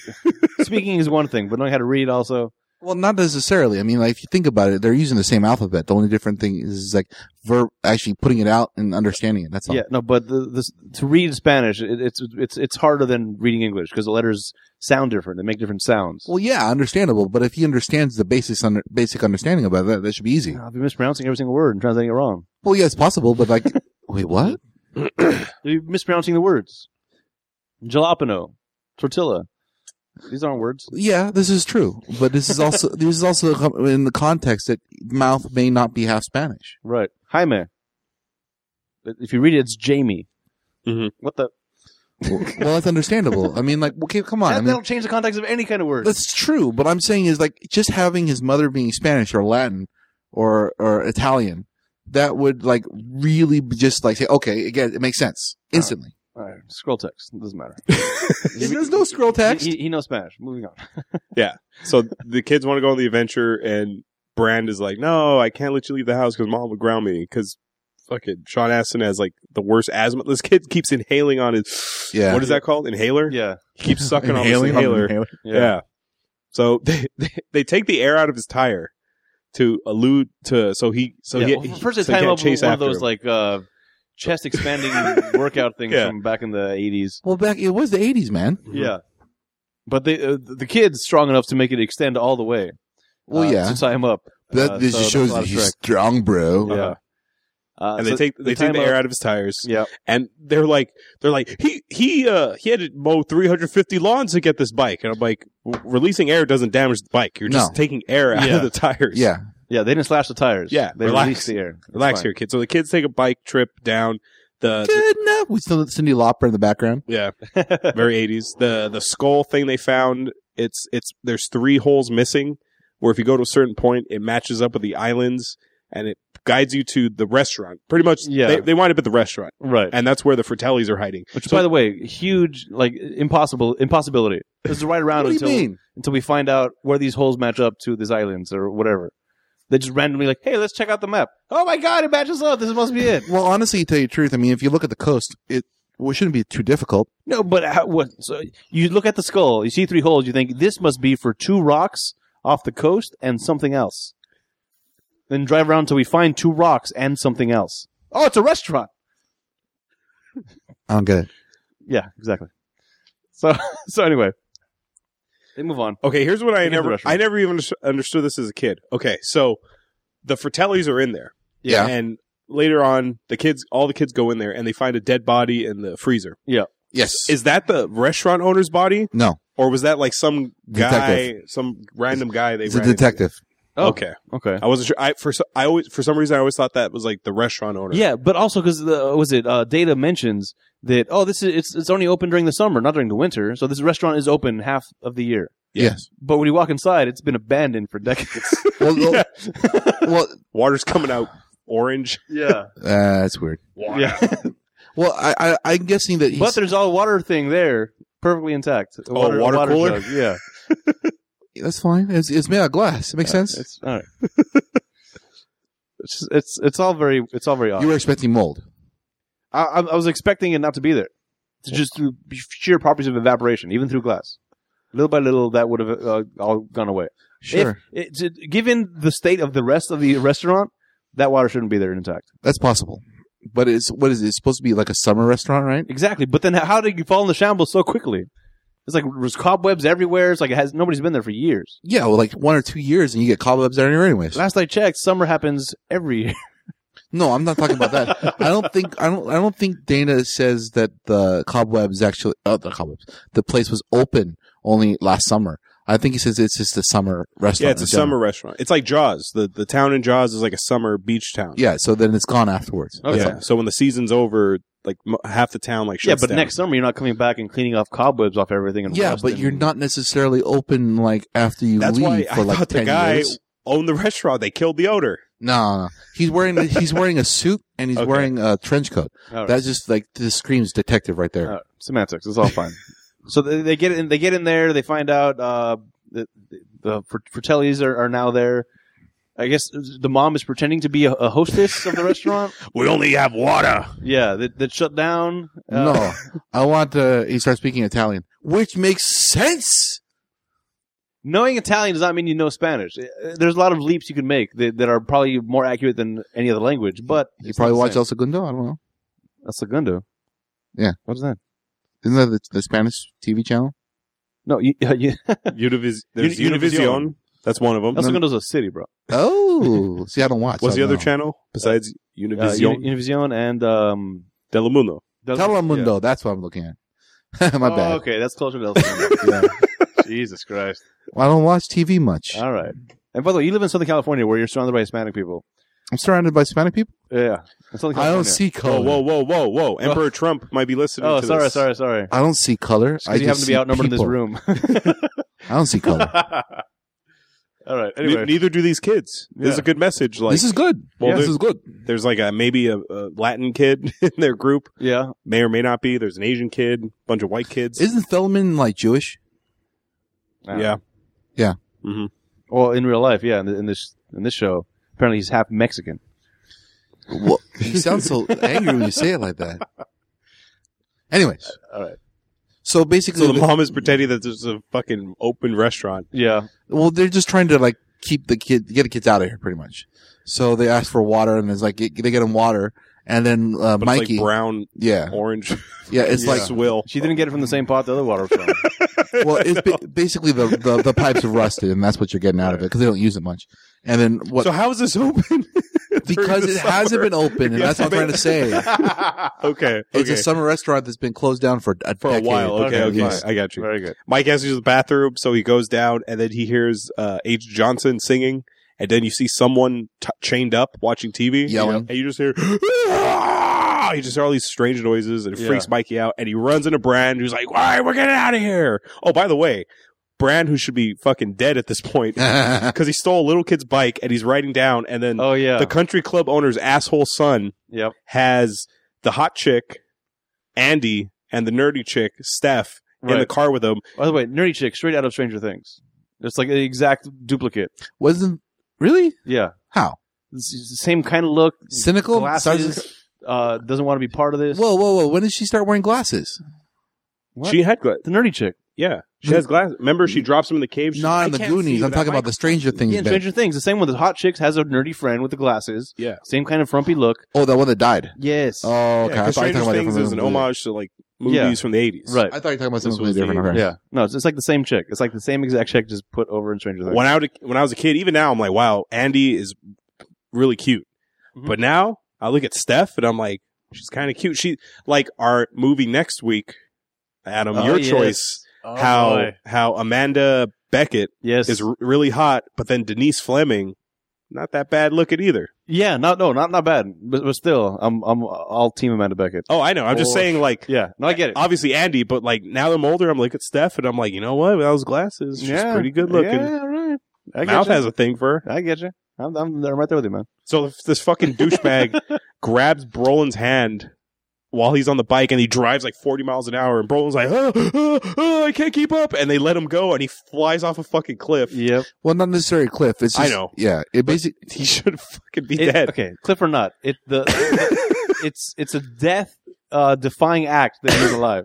Speaker 3: speaking is one thing, but knowing how to read also.
Speaker 2: Well, not necessarily. I mean, like if you think about it, they're using the same alphabet. The only different thing is, is like verb actually putting it out and understanding it. That's all.
Speaker 3: Yeah. No, but the, the, to read Spanish, it, it's it's it's harder than reading English because the letters sound different. They make different sounds.
Speaker 2: Well, yeah, understandable. But if he understands the basic under, basic understanding about that, that should be easy.
Speaker 3: I'll be Ah, mispronouncing every single word and translating it wrong.
Speaker 2: Well, yeah, it's possible. But like, wait, what?
Speaker 3: You're mispronouncing the words. Jalapeno, tortilla. These aren't words.
Speaker 2: Yeah, this is true, but this is also this is also com- in the context that mouth may not be half Spanish.
Speaker 3: Right. Jaime. But If you read it, it's Jamie.
Speaker 1: Mhm.
Speaker 3: What the?
Speaker 2: Well, well, that's understandable. I mean, like, okay, come on.
Speaker 3: That,
Speaker 2: I mean,
Speaker 3: that'll change the context of any kind of word.
Speaker 2: that's true. But I'm saying is like just having his mother being Spanish or Latin or or Italian, that would like really be just like say, okay, again, it makes sense instantly.
Speaker 3: All right. Scroll text. It doesn't matter.
Speaker 2: There's no scroll text.
Speaker 3: He, he knows Spanish. Moving on.
Speaker 1: So the kids want to go on the adventure, and Brand is like, "No, I can't let you leave the house because mom will ground me." Because fucking Sean Astin has like the worst asthma. This kid keeps inhaling on his
Speaker 2: Yeah.
Speaker 1: What is that called? Inhaler.
Speaker 3: Yeah.
Speaker 1: He keeps sucking on his
Speaker 2: Inhaling on the
Speaker 1: inhaler.
Speaker 2: inhaler.
Speaker 1: Yeah. So they, they they take the air out of his tire to allude to so he so
Speaker 3: Yeah,
Speaker 1: he
Speaker 3: well,
Speaker 1: he-
Speaker 3: first, it's
Speaker 1: so he
Speaker 3: time
Speaker 1: can't
Speaker 3: up with
Speaker 1: chase
Speaker 3: one of
Speaker 1: after
Speaker 3: those
Speaker 1: him.
Speaker 3: like uh, chest expanding workout things
Speaker 1: Yeah.
Speaker 3: from back in the eighties.
Speaker 2: Well, back it was the '80s, man.
Speaker 1: Mhm.
Speaker 3: Yeah. But they, uh, the kid's strong enough to make it extend all the way.
Speaker 2: Well,
Speaker 3: uh,
Speaker 2: yeah.
Speaker 3: to tie him up.
Speaker 2: That
Speaker 3: Uh,
Speaker 2: this
Speaker 3: so
Speaker 2: just
Speaker 3: that's
Speaker 2: shows
Speaker 3: a lot
Speaker 2: that
Speaker 3: of
Speaker 2: he's
Speaker 3: trick.
Speaker 2: strong, bro.
Speaker 3: Yeah.
Speaker 1: Uh-huh.
Speaker 3: Uh,
Speaker 1: and
Speaker 3: so
Speaker 1: they take they, take
Speaker 3: time
Speaker 1: the
Speaker 3: up-
Speaker 1: air out of his tires
Speaker 3: Yeah.
Speaker 1: and they're like they're like he he uh he had to mow 350 lawns to get this bike and I'm like "W- releasing air doesn't damage the bike you're just
Speaker 2: No.
Speaker 1: taking air out
Speaker 3: Yeah.
Speaker 1: of the tires
Speaker 2: Yeah.
Speaker 3: Yeah, they didn't slash the tires.
Speaker 1: Yeah,
Speaker 3: they
Speaker 1: relax.
Speaker 3: released the air. It's
Speaker 1: relax
Speaker 3: fine.
Speaker 1: here kid so the kids take a bike trip down the, the-
Speaker 2: Good enough. We still have Cindy Lauper in the background.
Speaker 1: yeah very 80s the the skull thing they found it's it's there's three holes missing where if you go to a certain point it matches up with the islands and it guides you to the restaurant pretty much
Speaker 3: Yeah.
Speaker 1: they, they wind up at the restaurant
Speaker 3: right.
Speaker 1: and that's where the fratellis are hiding
Speaker 3: Which, by the way, huge like impossible impossibility. This is right around
Speaker 2: What do you
Speaker 3: until
Speaker 2: mean?
Speaker 3: until we find out where these holes match up to these islands or whatever. They just randomly like, hey, let's check out the map. Oh my god, it matches up. This must be it.
Speaker 2: Well, honestly, to tell you the truth, I mean, if you look at the coast, it Well, it shouldn't be too difficult.
Speaker 3: No, but how, what? So you look at the skull, you see three holes, you think this must be for two rocks off the coast and something else. Then drive around until we find two rocks and something else. Oh, it's a restaurant.
Speaker 2: I don't get it.
Speaker 3: Yeah, exactly. So, so anyway, they move on.
Speaker 1: Okay, here's what I
Speaker 3: Get the
Speaker 1: never
Speaker 3: restaurant.
Speaker 1: I never even underst- understood this as a kid. Okay, so the Fratellis are in there.
Speaker 2: Yeah.
Speaker 1: And later on, the kids all the kids go in there and they find a dead body in the freezer.
Speaker 2: Yes.
Speaker 1: Is that the restaurant owner's body
Speaker 2: no.
Speaker 1: or was that like some
Speaker 2: Detective.
Speaker 1: guy some random guy they
Speaker 2: It's a
Speaker 1: ran into?
Speaker 2: detective.
Speaker 3: Oh.
Speaker 1: Okay.
Speaker 3: Okay.
Speaker 1: I wasn't sure I for so- I always for some reason I always thought that was like the restaurant owner.
Speaker 3: Yeah, but also because was it uh, data mentions that oh this is it's it's only open during the summer, not during the winter. So this restaurant is open half of the year.
Speaker 2: Yes.
Speaker 3: But when you walk inside, it's been abandoned for decades.
Speaker 2: Well, well, well,
Speaker 1: Water's coming out orange.
Speaker 3: yeah,
Speaker 2: uh, that's weird.
Speaker 3: yeah.
Speaker 2: Well, I, I I'm guessing that he's,
Speaker 3: But there's all water thing there, perfectly intact. A
Speaker 1: Oh, water cooler?
Speaker 3: jug, Yeah,
Speaker 2: that's fine. It's, it's made out of glass. It makes sense.
Speaker 3: It's, all right. it's, just- it's it's all very it's all very odd.
Speaker 2: You were expecting mold.
Speaker 3: I, I I was expecting it not to be there, to just through sheer properties of evaporation, even through glass. Little by little, that would have uh, all gone away.
Speaker 2: Sure,
Speaker 3: If, it, to- given the state of the rest of the restaurant, that water shouldn't be there intact.
Speaker 2: that's possible. But it's what is it? It's supposed to be like a summer restaurant, right?
Speaker 3: Exactly. But then how did you fall in the shambles so quickly? It's like there's cobwebs everywhere. It's like it has nobody's been there for years.
Speaker 2: Yeah, well, like one or two years, and you get cobwebs there anyways.
Speaker 3: Last I checked, summer happens every year.
Speaker 2: No, I'm not talking about that. I don't think I don't I don't think Dana says that the cobwebs actually oh the cobwebs the place was open only last summer. I think he says it's just a summer restaurant.
Speaker 1: Yeah, it's
Speaker 2: in
Speaker 1: a
Speaker 2: general.
Speaker 1: summer restaurant. It's like Jaws. The the town in Jaws is like a summer beach town.
Speaker 2: Yeah, so then it's gone afterwards.
Speaker 3: Okay.
Speaker 1: Yeah. So when the season's over, like m- half the town like shuts
Speaker 3: yeah, but
Speaker 1: down.
Speaker 3: next summer you're not coming back and cleaning off cobwebs off everything. And
Speaker 2: Yeah,
Speaker 3: rust
Speaker 2: but
Speaker 3: and-
Speaker 2: you're not necessarily open like after you
Speaker 1: That's why
Speaker 2: leave
Speaker 1: I
Speaker 2: for like
Speaker 1: thought the
Speaker 2: ten
Speaker 1: guy-
Speaker 2: years.
Speaker 1: owned the restaurant. They killed the owner.
Speaker 2: No, no, no. he's wearing he's wearing a suit and he's
Speaker 1: Okay.
Speaker 2: wearing a trench coat.
Speaker 3: All right.
Speaker 2: That's just like this screams detective right there.
Speaker 1: Uh,
Speaker 3: All right. semantics. It's all fine. so they, they get in. They get in there. They find out uh, the, the Fr- Fratellis are, are now there. I guess uh, the mom is pretending to be a, a hostess of the restaurant.
Speaker 1: We only have water.
Speaker 3: Yeah, that, that shut down. Uh,
Speaker 2: No, I want. Uh, he starts speaking Italian, which makes sense.
Speaker 3: knowing Italian does not mean you know Spanish. Uh, There's a lot of leaps you can make that, that are probably more accurate than any other language. But
Speaker 2: You probably watch
Speaker 3: El
Speaker 2: El Segundo. I don't know.
Speaker 3: Segundo.
Speaker 2: Yeah.
Speaker 3: what is that?
Speaker 2: Isn't that the, the Spanish TV channel?
Speaker 3: No, you, you,
Speaker 1: Univis- there's
Speaker 3: Uni-
Speaker 1: Univision. That's one of them.
Speaker 3: El Segundo's a city, bro. Uh,
Speaker 2: Oh, see, I don't watch.
Speaker 1: What's the
Speaker 2: I don't
Speaker 1: other
Speaker 2: know.
Speaker 1: channel besides
Speaker 3: Uh,
Speaker 1: Univision?
Speaker 3: Uni- Univision and um,
Speaker 1: Telemundo.
Speaker 3: Del-
Speaker 2: Telemundo. That's what I'm looking at. My
Speaker 3: oh,
Speaker 2: bad.
Speaker 3: Okay, that's closer to El Segundo. Jesus Christ.
Speaker 2: Well, I don't watch TV much.
Speaker 3: All right. And by the way, you live in Southern California, where you're surrounded by Hispanic people.
Speaker 2: I'm surrounded by Hispanic people.
Speaker 3: Yeah, Oh, in Southern
Speaker 2: I don't
Speaker 3: California.
Speaker 2: see color.
Speaker 1: Whoa, Oh, whoa, whoa, whoa, whoa! Emperor Trump might be listening.
Speaker 3: Oh,
Speaker 1: to
Speaker 3: sorry,
Speaker 1: this.
Speaker 3: sorry, sorry.
Speaker 2: I don't see color.
Speaker 3: Just
Speaker 2: I
Speaker 3: 'cause you
Speaker 2: just
Speaker 3: happen to be
Speaker 2: see
Speaker 3: outnumbered in this
Speaker 2: people.
Speaker 3: room.
Speaker 2: I don't see color.
Speaker 3: All right.
Speaker 1: Ne-
Speaker 3: Anyway,
Speaker 1: neither do these kids. This is
Speaker 3: Yeah.
Speaker 1: a good message. Like
Speaker 2: this is good.
Speaker 1: Well,
Speaker 2: this
Speaker 1: there-
Speaker 2: is good.
Speaker 1: there's like a maybe a, a Latin kid in their group,
Speaker 3: yeah.
Speaker 1: may or may not be. There's an Asian kid, bunch of white kids.
Speaker 2: Isn't Thelman like Jewish?
Speaker 1: yeah,
Speaker 3: Well, in real life, yeah. In, in this in this show, apparently he's half Mexican.
Speaker 2: Well, you sound so angry when you say it like that. Anyways,
Speaker 3: All right.
Speaker 2: so basically,
Speaker 1: So the mom is pretending that there's a fucking open restaurant.
Speaker 3: Yeah.
Speaker 2: well, they're just trying to like keep the kid, get the kids out of here, pretty much. So they ask for water, and it's like they get them water, and then uh,
Speaker 1: But it's
Speaker 2: Mikey,
Speaker 1: like brown,
Speaker 2: yeah,
Speaker 1: orange,
Speaker 2: yeah, it's like
Speaker 1: swill.
Speaker 3: She didn't get it from the same pot the other water was from.
Speaker 2: well, it's ba- basically the, the the pipes have rusted, and that's what you're getting out of it because they don't use it much. And then what?
Speaker 1: So how is this open?
Speaker 2: because it hasn't been open, and
Speaker 1: Yeah,
Speaker 2: that's what I'm trying to say.
Speaker 1: okay,
Speaker 2: It's
Speaker 1: okay.
Speaker 2: a summer restaurant that's been closed down for a,
Speaker 1: for a
Speaker 2: decade.
Speaker 1: while. Okay,
Speaker 3: Okay,
Speaker 1: okay,
Speaker 3: yes.
Speaker 1: I got you.
Speaker 3: Very good.
Speaker 1: Mike has to use the bathroom, so he goes down, and then he hears uh, H. Johnson singing, and then you see someone t- chained up watching TV,
Speaker 2: Yelling.
Speaker 1: and you just hear. "Ah!" You just hear all these strange noises, and it
Speaker 3: Yeah.
Speaker 1: freaks Mikey out, and he runs into Brand, who's like, "All right, we're getting out of here." Oh, by the way, Brand, who should be fucking dead at this point, because he stole a little kid's bike, and he's riding down, and then
Speaker 3: Oh yeah.
Speaker 1: the country club owner's asshole son
Speaker 3: yep.
Speaker 1: has the hot chick, Andy, and the nerdy chick, Steph, in
Speaker 3: Right.
Speaker 1: the car with him.
Speaker 3: By the way, nerdy chick, straight out of Stranger Things. It's like the exact duplicate.
Speaker 2: Wasn't really
Speaker 3: Yeah.
Speaker 2: how
Speaker 3: It's- it's the same kind of look.
Speaker 2: cynical.
Speaker 3: Glasses.
Speaker 2: Sizes-
Speaker 3: uh, doesn't want to be part of this.
Speaker 2: Whoa, whoa, whoa! When did she start wearing glasses?
Speaker 3: What?
Speaker 1: She had gla-
Speaker 3: the nerdy chick.
Speaker 1: yeah. She has glass. Remember, she drops him in the cave. She's
Speaker 2: Hmm. Not
Speaker 1: like,
Speaker 2: in
Speaker 1: "I
Speaker 2: the
Speaker 1: can't see
Speaker 2: Goonies. I'm
Speaker 1: without
Speaker 2: talking
Speaker 1: my
Speaker 2: about the Stranger Things.
Speaker 3: Yeah,
Speaker 2: bit.
Speaker 3: Stranger Things. The same one that Hot Chicks has a nerdy friend with the glasses.
Speaker 1: Yeah.
Speaker 3: Same kind of frumpy look.
Speaker 2: oh, that one that died.
Speaker 3: Yes.
Speaker 2: Oh, okay.
Speaker 1: Yeah,
Speaker 2: I
Speaker 1: 'cause
Speaker 2: thought you were
Speaker 1: Stranger
Speaker 2: talking about that
Speaker 1: Things
Speaker 2: from
Speaker 1: is an
Speaker 2: the-
Speaker 1: homage to like movies
Speaker 3: Yeah.
Speaker 1: from the eighties.
Speaker 3: right.
Speaker 2: I thought you were talking about
Speaker 1: This
Speaker 2: something
Speaker 1: was the-
Speaker 2: completely different. Okay.
Speaker 3: Yeah. No, it's, it's like the same chick. It's like the same exact chick just put over in Stranger Things.
Speaker 1: When I would, when I was a kid, even now, I'm like, wow, Andy is really cute.
Speaker 3: Mhm.
Speaker 1: But now I look at Steph and I'm like, she's kind of cute. She like our movie next week, Adam,
Speaker 3: Oh,
Speaker 1: your
Speaker 3: yes.
Speaker 1: choice.
Speaker 3: Oh,
Speaker 1: how
Speaker 3: boy.
Speaker 1: how Amanda Beckett
Speaker 3: Yes.
Speaker 1: is r- really hot, but then Denise Fleming, not that bad looking either.
Speaker 3: yeah. Not no. Not not bad. But, but still, I'm I'm all team Amanda Beckett.
Speaker 1: Oh, I know. I'm just
Speaker 3: Or-
Speaker 1: saying like.
Speaker 3: Yeah. No, I get it.
Speaker 1: Obviously, Andy, but like now that I'm older, I'm like at Steph, and I'm like, you know what? With those glasses, she's
Speaker 3: Yeah.
Speaker 1: pretty good looking.
Speaker 3: Yeah. Right. I
Speaker 1: Mouth
Speaker 3: get
Speaker 1: has a thing for her.
Speaker 3: you. I get you. I'm, I'm I'm right there with you, man.
Speaker 1: So if this fucking douchebag grabs Brolin's hand while he's on the bike and he drives like 40 miles an hour and Brolin's like, oh, I can't keep up. And they let him go and he flies off a fucking cliff.
Speaker 3: Yep.
Speaker 2: Well, not necessarily Cliff. It's
Speaker 1: I
Speaker 2: just,
Speaker 1: know.
Speaker 2: Yeah. It basically.
Speaker 1: He should fucking be
Speaker 3: It-
Speaker 1: dead.
Speaker 3: Okay. Cliff or not, it the, it's it's a death uh, defying act that he's alive.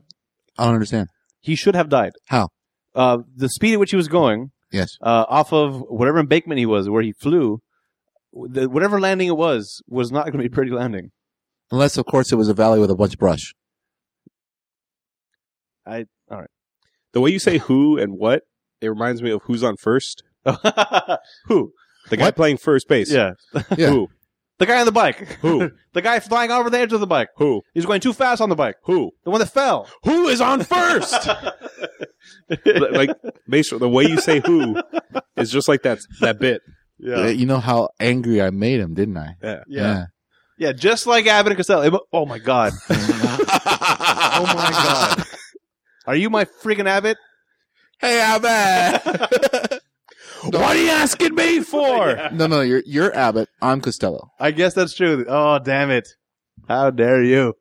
Speaker 2: I don't understand.
Speaker 3: He should have died.
Speaker 2: How?
Speaker 3: Uh, the speed at which he was going
Speaker 2: Yes.
Speaker 3: uh, off of whatever embankment he was, where he flew, the, whatever landing it was, was not going to be a pretty landing.
Speaker 2: Unless, of course, it was a valley with a bunch of brush.
Speaker 1: The way you say who and what, it reminds me of who's on first.
Speaker 3: Who?
Speaker 1: The guy
Speaker 2: What?
Speaker 1: playing first base.
Speaker 3: Yeah.
Speaker 2: Yeah.
Speaker 1: Who?
Speaker 3: The guy on the bike.
Speaker 1: Who?
Speaker 3: the guy flying over the edge of the bike.
Speaker 1: Who?
Speaker 3: He was going too fast on the bike.
Speaker 1: Who?
Speaker 3: The one that fell.
Speaker 1: Who is on first? But, like, basically, the way you say who is just like that that bit.
Speaker 2: Uh,
Speaker 3: yeah.
Speaker 2: You know how angry I made him, didn't I?
Speaker 1: Yeah.
Speaker 3: yeah. Yeah. Just like Abbott and Costello. It- Oh, my God.
Speaker 1: oh
Speaker 3: Oh my god. Are you my friggin' Abbott?
Speaker 2: Hey, I'm back.
Speaker 1: What are you asking me for?
Speaker 3: Yeah.
Speaker 2: no, no, you're you're Abbott. I'm Costello.
Speaker 3: I guess that's true. Oh damn it. How dare you?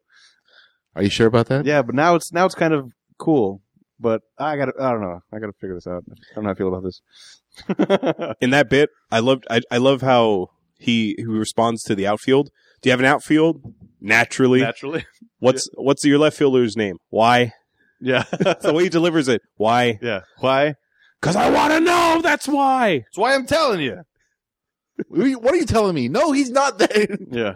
Speaker 2: Are you sure about that?
Speaker 3: Yeah, but now it's now it's kind of cool. But I gotta I don't know. I gotta figure this out. I don't know how I feel about this.
Speaker 1: in that bit, I loved. I, I love how he he responds to the outfield. Do you have an outfield? Naturally.
Speaker 3: Naturally.
Speaker 1: what's what's your left fielder's name? Why?
Speaker 3: Yeah.
Speaker 1: That's the way he delivers it. Why?
Speaker 3: yeah. Why?
Speaker 1: Because I want to know. That's why.
Speaker 3: That's why I'm telling you.
Speaker 2: What are you telling me? No, he's not there.
Speaker 3: Yeah.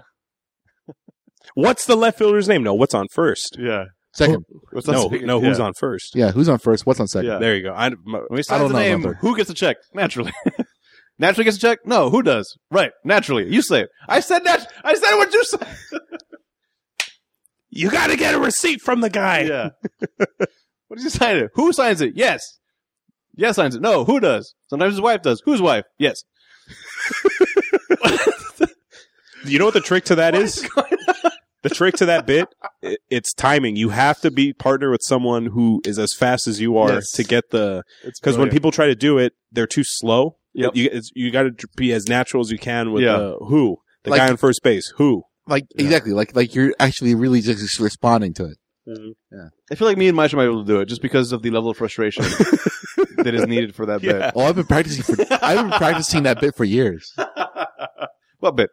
Speaker 1: What's the left fielder's name? No. What's on first?
Speaker 3: Yeah.
Speaker 2: Second.
Speaker 3: What's
Speaker 1: No.
Speaker 3: that-
Speaker 1: No. Who's
Speaker 3: yeah.
Speaker 1: on first?
Speaker 2: Oh. Yeah. Who's on first? What's on second?
Speaker 3: Yeah.
Speaker 1: There you go. I, my-
Speaker 3: When we
Speaker 2: I
Speaker 3: sign
Speaker 2: don't
Speaker 3: the
Speaker 2: know
Speaker 3: name,
Speaker 2: about that.
Speaker 3: who gets the check? Naturally. naturally gets a check? No, who does? Right. Naturally. You say it. I said nat- I said what you said.
Speaker 1: you got to get a receipt from the guy.
Speaker 3: Yeah. what does he sign it? Who signs it? Yes. Yes signs it. No, who does? Sometimes his wife does. Whose wife? Yes.
Speaker 1: You know what the trick to that is? the trick to that bit, i- it's timing. You have to be partner with someone who is as fast as you are
Speaker 3: Yes.
Speaker 1: to get the
Speaker 3: It's
Speaker 1: because when people try to do it, they're too slow.
Speaker 3: Yep.
Speaker 1: You it's, you got to be as natural as you can with
Speaker 3: Yeah.
Speaker 1: uh, who the
Speaker 2: Like-
Speaker 1: guy on first base. Who?
Speaker 2: Like exactly. Like like you're actually really just responding to it.
Speaker 3: I feel like me and Maisha might be able to do it just because of the level of frustration that is needed for that
Speaker 1: Yeah.
Speaker 2: Oh, I've been practicing for I've been practicing that bit for years.
Speaker 3: bit. what bit?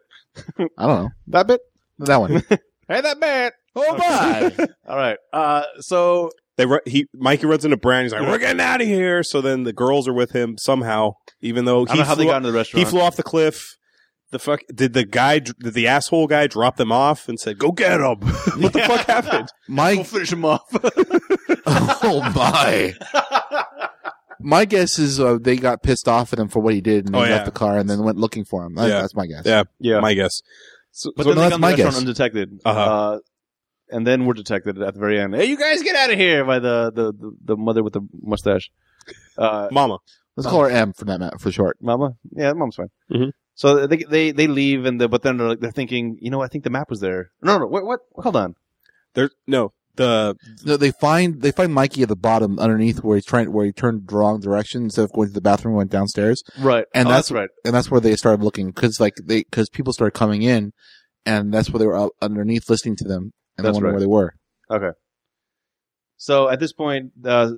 Speaker 2: I don't know
Speaker 3: That bit?
Speaker 2: that one.
Speaker 3: Hey, that bit.
Speaker 2: Oh my!
Speaker 3: All right. Uh, so
Speaker 1: They run, he Mikey runs into Brian. He's like, "We're getting out of here." So then the girls are with him somehow, even though
Speaker 3: I don't
Speaker 1: he
Speaker 3: know how they
Speaker 1: flew,
Speaker 3: got
Speaker 1: off,
Speaker 3: into the
Speaker 1: he
Speaker 3: restaurant.
Speaker 1: flew off the cliff. The fuck did the guy? dr- Did the asshole guy drop them off and said, "Go get him"? what the
Speaker 3: Yeah.
Speaker 1: fuck happened?
Speaker 3: We'll
Speaker 2: My
Speaker 3: finish him off.
Speaker 2: oh my! My guess is uh, they got pissed off at him for what he did and
Speaker 1: Oh,
Speaker 2: they
Speaker 1: yeah.
Speaker 2: left the car and then went looking for him. That-
Speaker 1: Yeah.
Speaker 2: That's my guess.
Speaker 1: Yeah.
Speaker 3: yeah.
Speaker 1: My guess.
Speaker 3: But
Speaker 2: So no,
Speaker 3: then they
Speaker 2: that's
Speaker 3: come to
Speaker 2: my
Speaker 3: the restaurant
Speaker 2: guess.
Speaker 3: undetected. uh
Speaker 1: Uh-huh.
Speaker 3: and then we're detected at the very end. Hey, you guys get out of here by the, the, the, the mother with the mustache. Uh,
Speaker 1: Mama.
Speaker 2: Let's call her M for that matter, for short.
Speaker 3: mama? Yeah, mom's fine.
Speaker 1: Mhm.
Speaker 3: So they, they, they leave and the, but then they're, like, they're thinking, you know, I think the map was there. No, no, what, what? Hold on.
Speaker 1: There. No. The
Speaker 2: No, they find they find Mikey at the bottom underneath where he's trying where he turned the wrong direction instead of going to the bathroom went downstairs
Speaker 3: Right.
Speaker 2: And
Speaker 3: Oh,
Speaker 2: that's-
Speaker 3: right.
Speaker 2: and that's where they started looking because like they because people started coming in and that's where they were out underneath listening to them and they
Speaker 3: That's
Speaker 2: wondering
Speaker 3: right.
Speaker 2: where they were.
Speaker 3: So at this point, uh,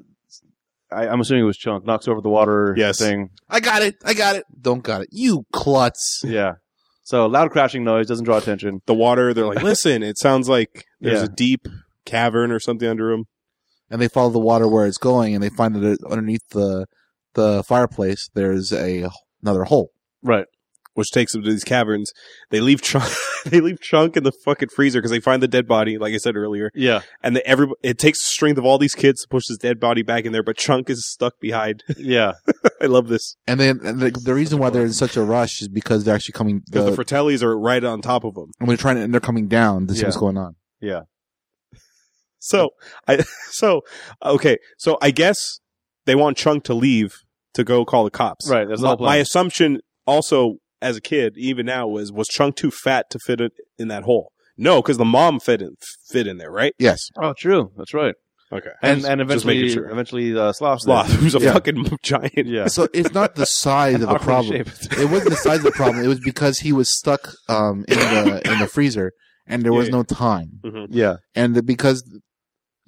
Speaker 3: I, I'm assuming it was Chunk knocks over the water
Speaker 1: Yes.
Speaker 3: thing.
Speaker 2: I got it. I got it. Don't got it. You klutz.
Speaker 3: Yeah. So loud crashing noise doesn't draw attention.
Speaker 1: The water, they're like, listen, it sounds like there's
Speaker 3: Yeah.
Speaker 1: a deep cavern or something under them.
Speaker 2: and they follow the water where it's going, and they find that it- underneath the the fireplace there's a another hole.
Speaker 3: Right.
Speaker 1: which takes them to these caverns. They leave Chunk, they leave Chunk in the fucking freezer because they find the dead body, like I said earlier.
Speaker 3: Yeah.
Speaker 1: And the, every it takes the strength of all these kids to push this dead body back in there, but Chunk is stuck behind.
Speaker 3: Yeah.
Speaker 1: I love this
Speaker 2: And then and the, the reason why they're in such a rush is because they're actually coming. The,
Speaker 1: because the Fratellis are right on top of them.
Speaker 2: and they're trying to, and they're coming down to see
Speaker 3: Yeah.
Speaker 2: what's going on.
Speaker 1: So I so okay so I guess they want Chunk to leave to go call the cops.
Speaker 3: Right. That's the
Speaker 1: My,
Speaker 3: whole
Speaker 1: my
Speaker 3: plan.
Speaker 1: assumption also as a kid, even now, was was Chunk too fat to fit in, in that hole? No, because the mom fit in fit in there, right?
Speaker 2: Yes,
Speaker 3: oh, true. That's right.
Speaker 1: Okay.
Speaker 3: And and
Speaker 1: Just making
Speaker 3: eventually,
Speaker 1: sure.
Speaker 3: eventually, uh, sloth.
Speaker 1: Sloth, who's a
Speaker 2: Yeah.
Speaker 1: fucking giant.
Speaker 3: Yeah.
Speaker 2: so it's not the size of the
Speaker 3: Awkward
Speaker 2: problem.
Speaker 3: shape.
Speaker 2: It wasn't the size of the problem. It was because he was stuck um, in the in the freezer, and there was
Speaker 1: Yeah.
Speaker 2: no time.
Speaker 3: yeah.
Speaker 2: And the, because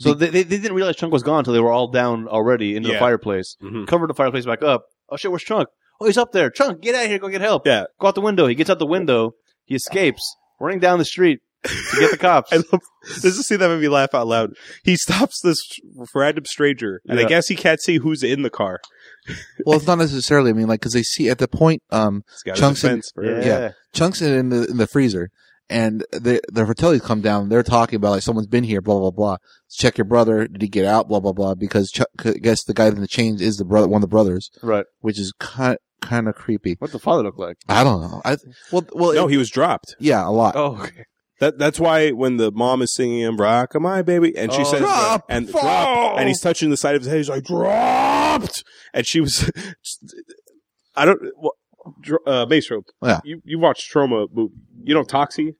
Speaker 3: So they, they, they didn't realize Chunk was gone until they were all down already into
Speaker 1: Yeah.
Speaker 3: the fireplace.
Speaker 1: Mhm.
Speaker 3: Covered the fireplace back up. Oh shit, where's Chunk? Oh, he's up there. Chunk, get out of here. Go get help.
Speaker 1: Yeah.
Speaker 3: Go out the window. He gets out the window. He escapes, running down the street to get the cops.
Speaker 1: I love this is see that made me laugh out loud. He stops this random stranger, and I
Speaker 3: Yeah.
Speaker 1: guess he can't see who's in the car.
Speaker 2: well, it's not necessarily. I mean, like because they see at the point um,
Speaker 1: He's got
Speaker 2: Chunks
Speaker 1: his defense for
Speaker 3: yeah.
Speaker 2: yeah. chunks in- in the in the freezer, and the the Fratellis come down. They're talking about like someone's been here, blah blah blah. Check your brother. Did he get out? Blah blah blah. Because Chuck, I guess the guy in the chains is the brother, one of the brothers,
Speaker 3: Right.
Speaker 2: which is kind kind of creepy.
Speaker 3: What the father look like?
Speaker 2: I don't know. I well well
Speaker 1: No,
Speaker 2: it-
Speaker 1: he was dropped.
Speaker 2: yeah a lot.
Speaker 3: Oh, okay.
Speaker 1: That that's why when the mom is singing him "Rock Am I Baby," and she
Speaker 3: Oh,
Speaker 1: says
Speaker 2: drop,
Speaker 1: and
Speaker 2: fall.
Speaker 1: drop, and he's touching the side of his head. He's like dropped, and she was. I don't. Well, dr- uh, Maestro,
Speaker 2: Yeah.
Speaker 1: you you watched Trauma movie. You know Toxie,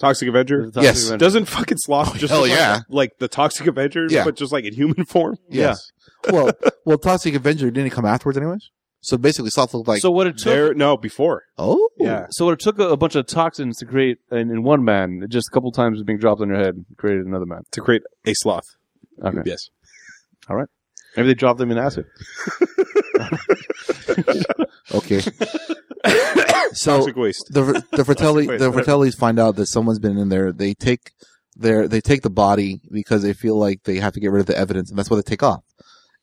Speaker 1: Toxic Avenger.
Speaker 2: Yes.
Speaker 1: Doesn't fucking sloth just
Speaker 2: hell
Speaker 1: look like-
Speaker 2: yeah.
Speaker 1: like the Toxic Avenger,
Speaker 2: Yeah.
Speaker 1: but just like in human form.
Speaker 2: Yes. well, well, Toxic Avenger didn't it come afterwards, anyways. So basically, Sloth looked like
Speaker 3: so what it took?
Speaker 1: There, no, before.
Speaker 2: oh
Speaker 1: Yeah.
Speaker 3: So what it took a, a bunch of toxins to create in, in one man, just a couple times being dropped on your head, created another man.
Speaker 1: to create a sloth.
Speaker 3: Okay.
Speaker 1: Yes.
Speaker 3: Maybe they dropped them in acid.
Speaker 2: okay. so
Speaker 1: Toxic waste.
Speaker 2: the the Fratelli
Speaker 1: Wait,
Speaker 2: the
Speaker 1: what?
Speaker 2: Fratellis find out that someone's been in there. They take their they take the body because they feel like they have to get rid of the evidence, and that's why they take off.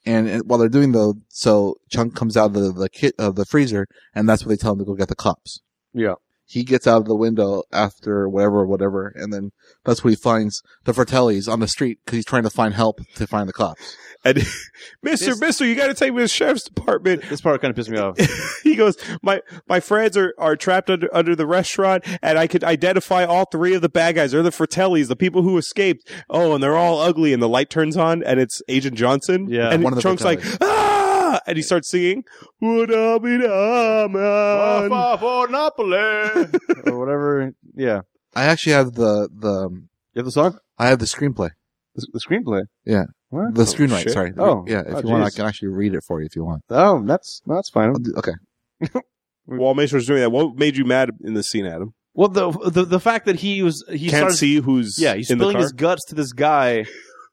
Speaker 2: And, and while they're doing though, so Chunk comes out of the, the kit of the freezer, and that's where they tell him to go get the cops.
Speaker 3: Yeah.
Speaker 2: He gets out of the window after whatever, whatever, and then that's what he finds the Fratellis on the street because he's trying to find help to find the cops.
Speaker 1: And Mister,
Speaker 3: This-
Speaker 1: Mister, you got to take me to the sheriff's department.
Speaker 3: This part kind of pissed me off.
Speaker 1: He goes, my my friends are, are trapped under under the restaurant, and I could identify all three of the bad guys. They're the Fratellis, the people who escaped. Oh, and they're all ugly. And the light turns on, and it's Agent Johnson.
Speaker 3: Yeah.
Speaker 1: and
Speaker 2: One of the
Speaker 1: Trunk's like,
Speaker 2: Fratellis.
Speaker 1: ah, and he starts singing, "What up, it up, man?"
Speaker 3: for Napoli or whatever. Yeah.
Speaker 2: I actually have the the
Speaker 3: You have the song?
Speaker 2: I have the screenplay,
Speaker 3: The, the screenplay.
Speaker 2: Yeah.
Speaker 3: What?
Speaker 2: the screenwriter.
Speaker 1: shit.
Speaker 2: Sorry.
Speaker 3: Oh.
Speaker 2: yeah. If
Speaker 3: Oh,
Speaker 2: you want, I
Speaker 3: geez.
Speaker 2: can actually read it for you if you want.
Speaker 3: Oh, that's that's fine.
Speaker 2: I'll do- Okay.
Speaker 1: While Mason was doing that, what made you mad in this scene, Adam?
Speaker 3: Well, the the, the fact that he was he
Speaker 1: Can't
Speaker 3: started,
Speaker 1: see who's
Speaker 3: Yeah, he's
Speaker 1: in the
Speaker 3: spilling
Speaker 1: car.
Speaker 3: his guts to this guy,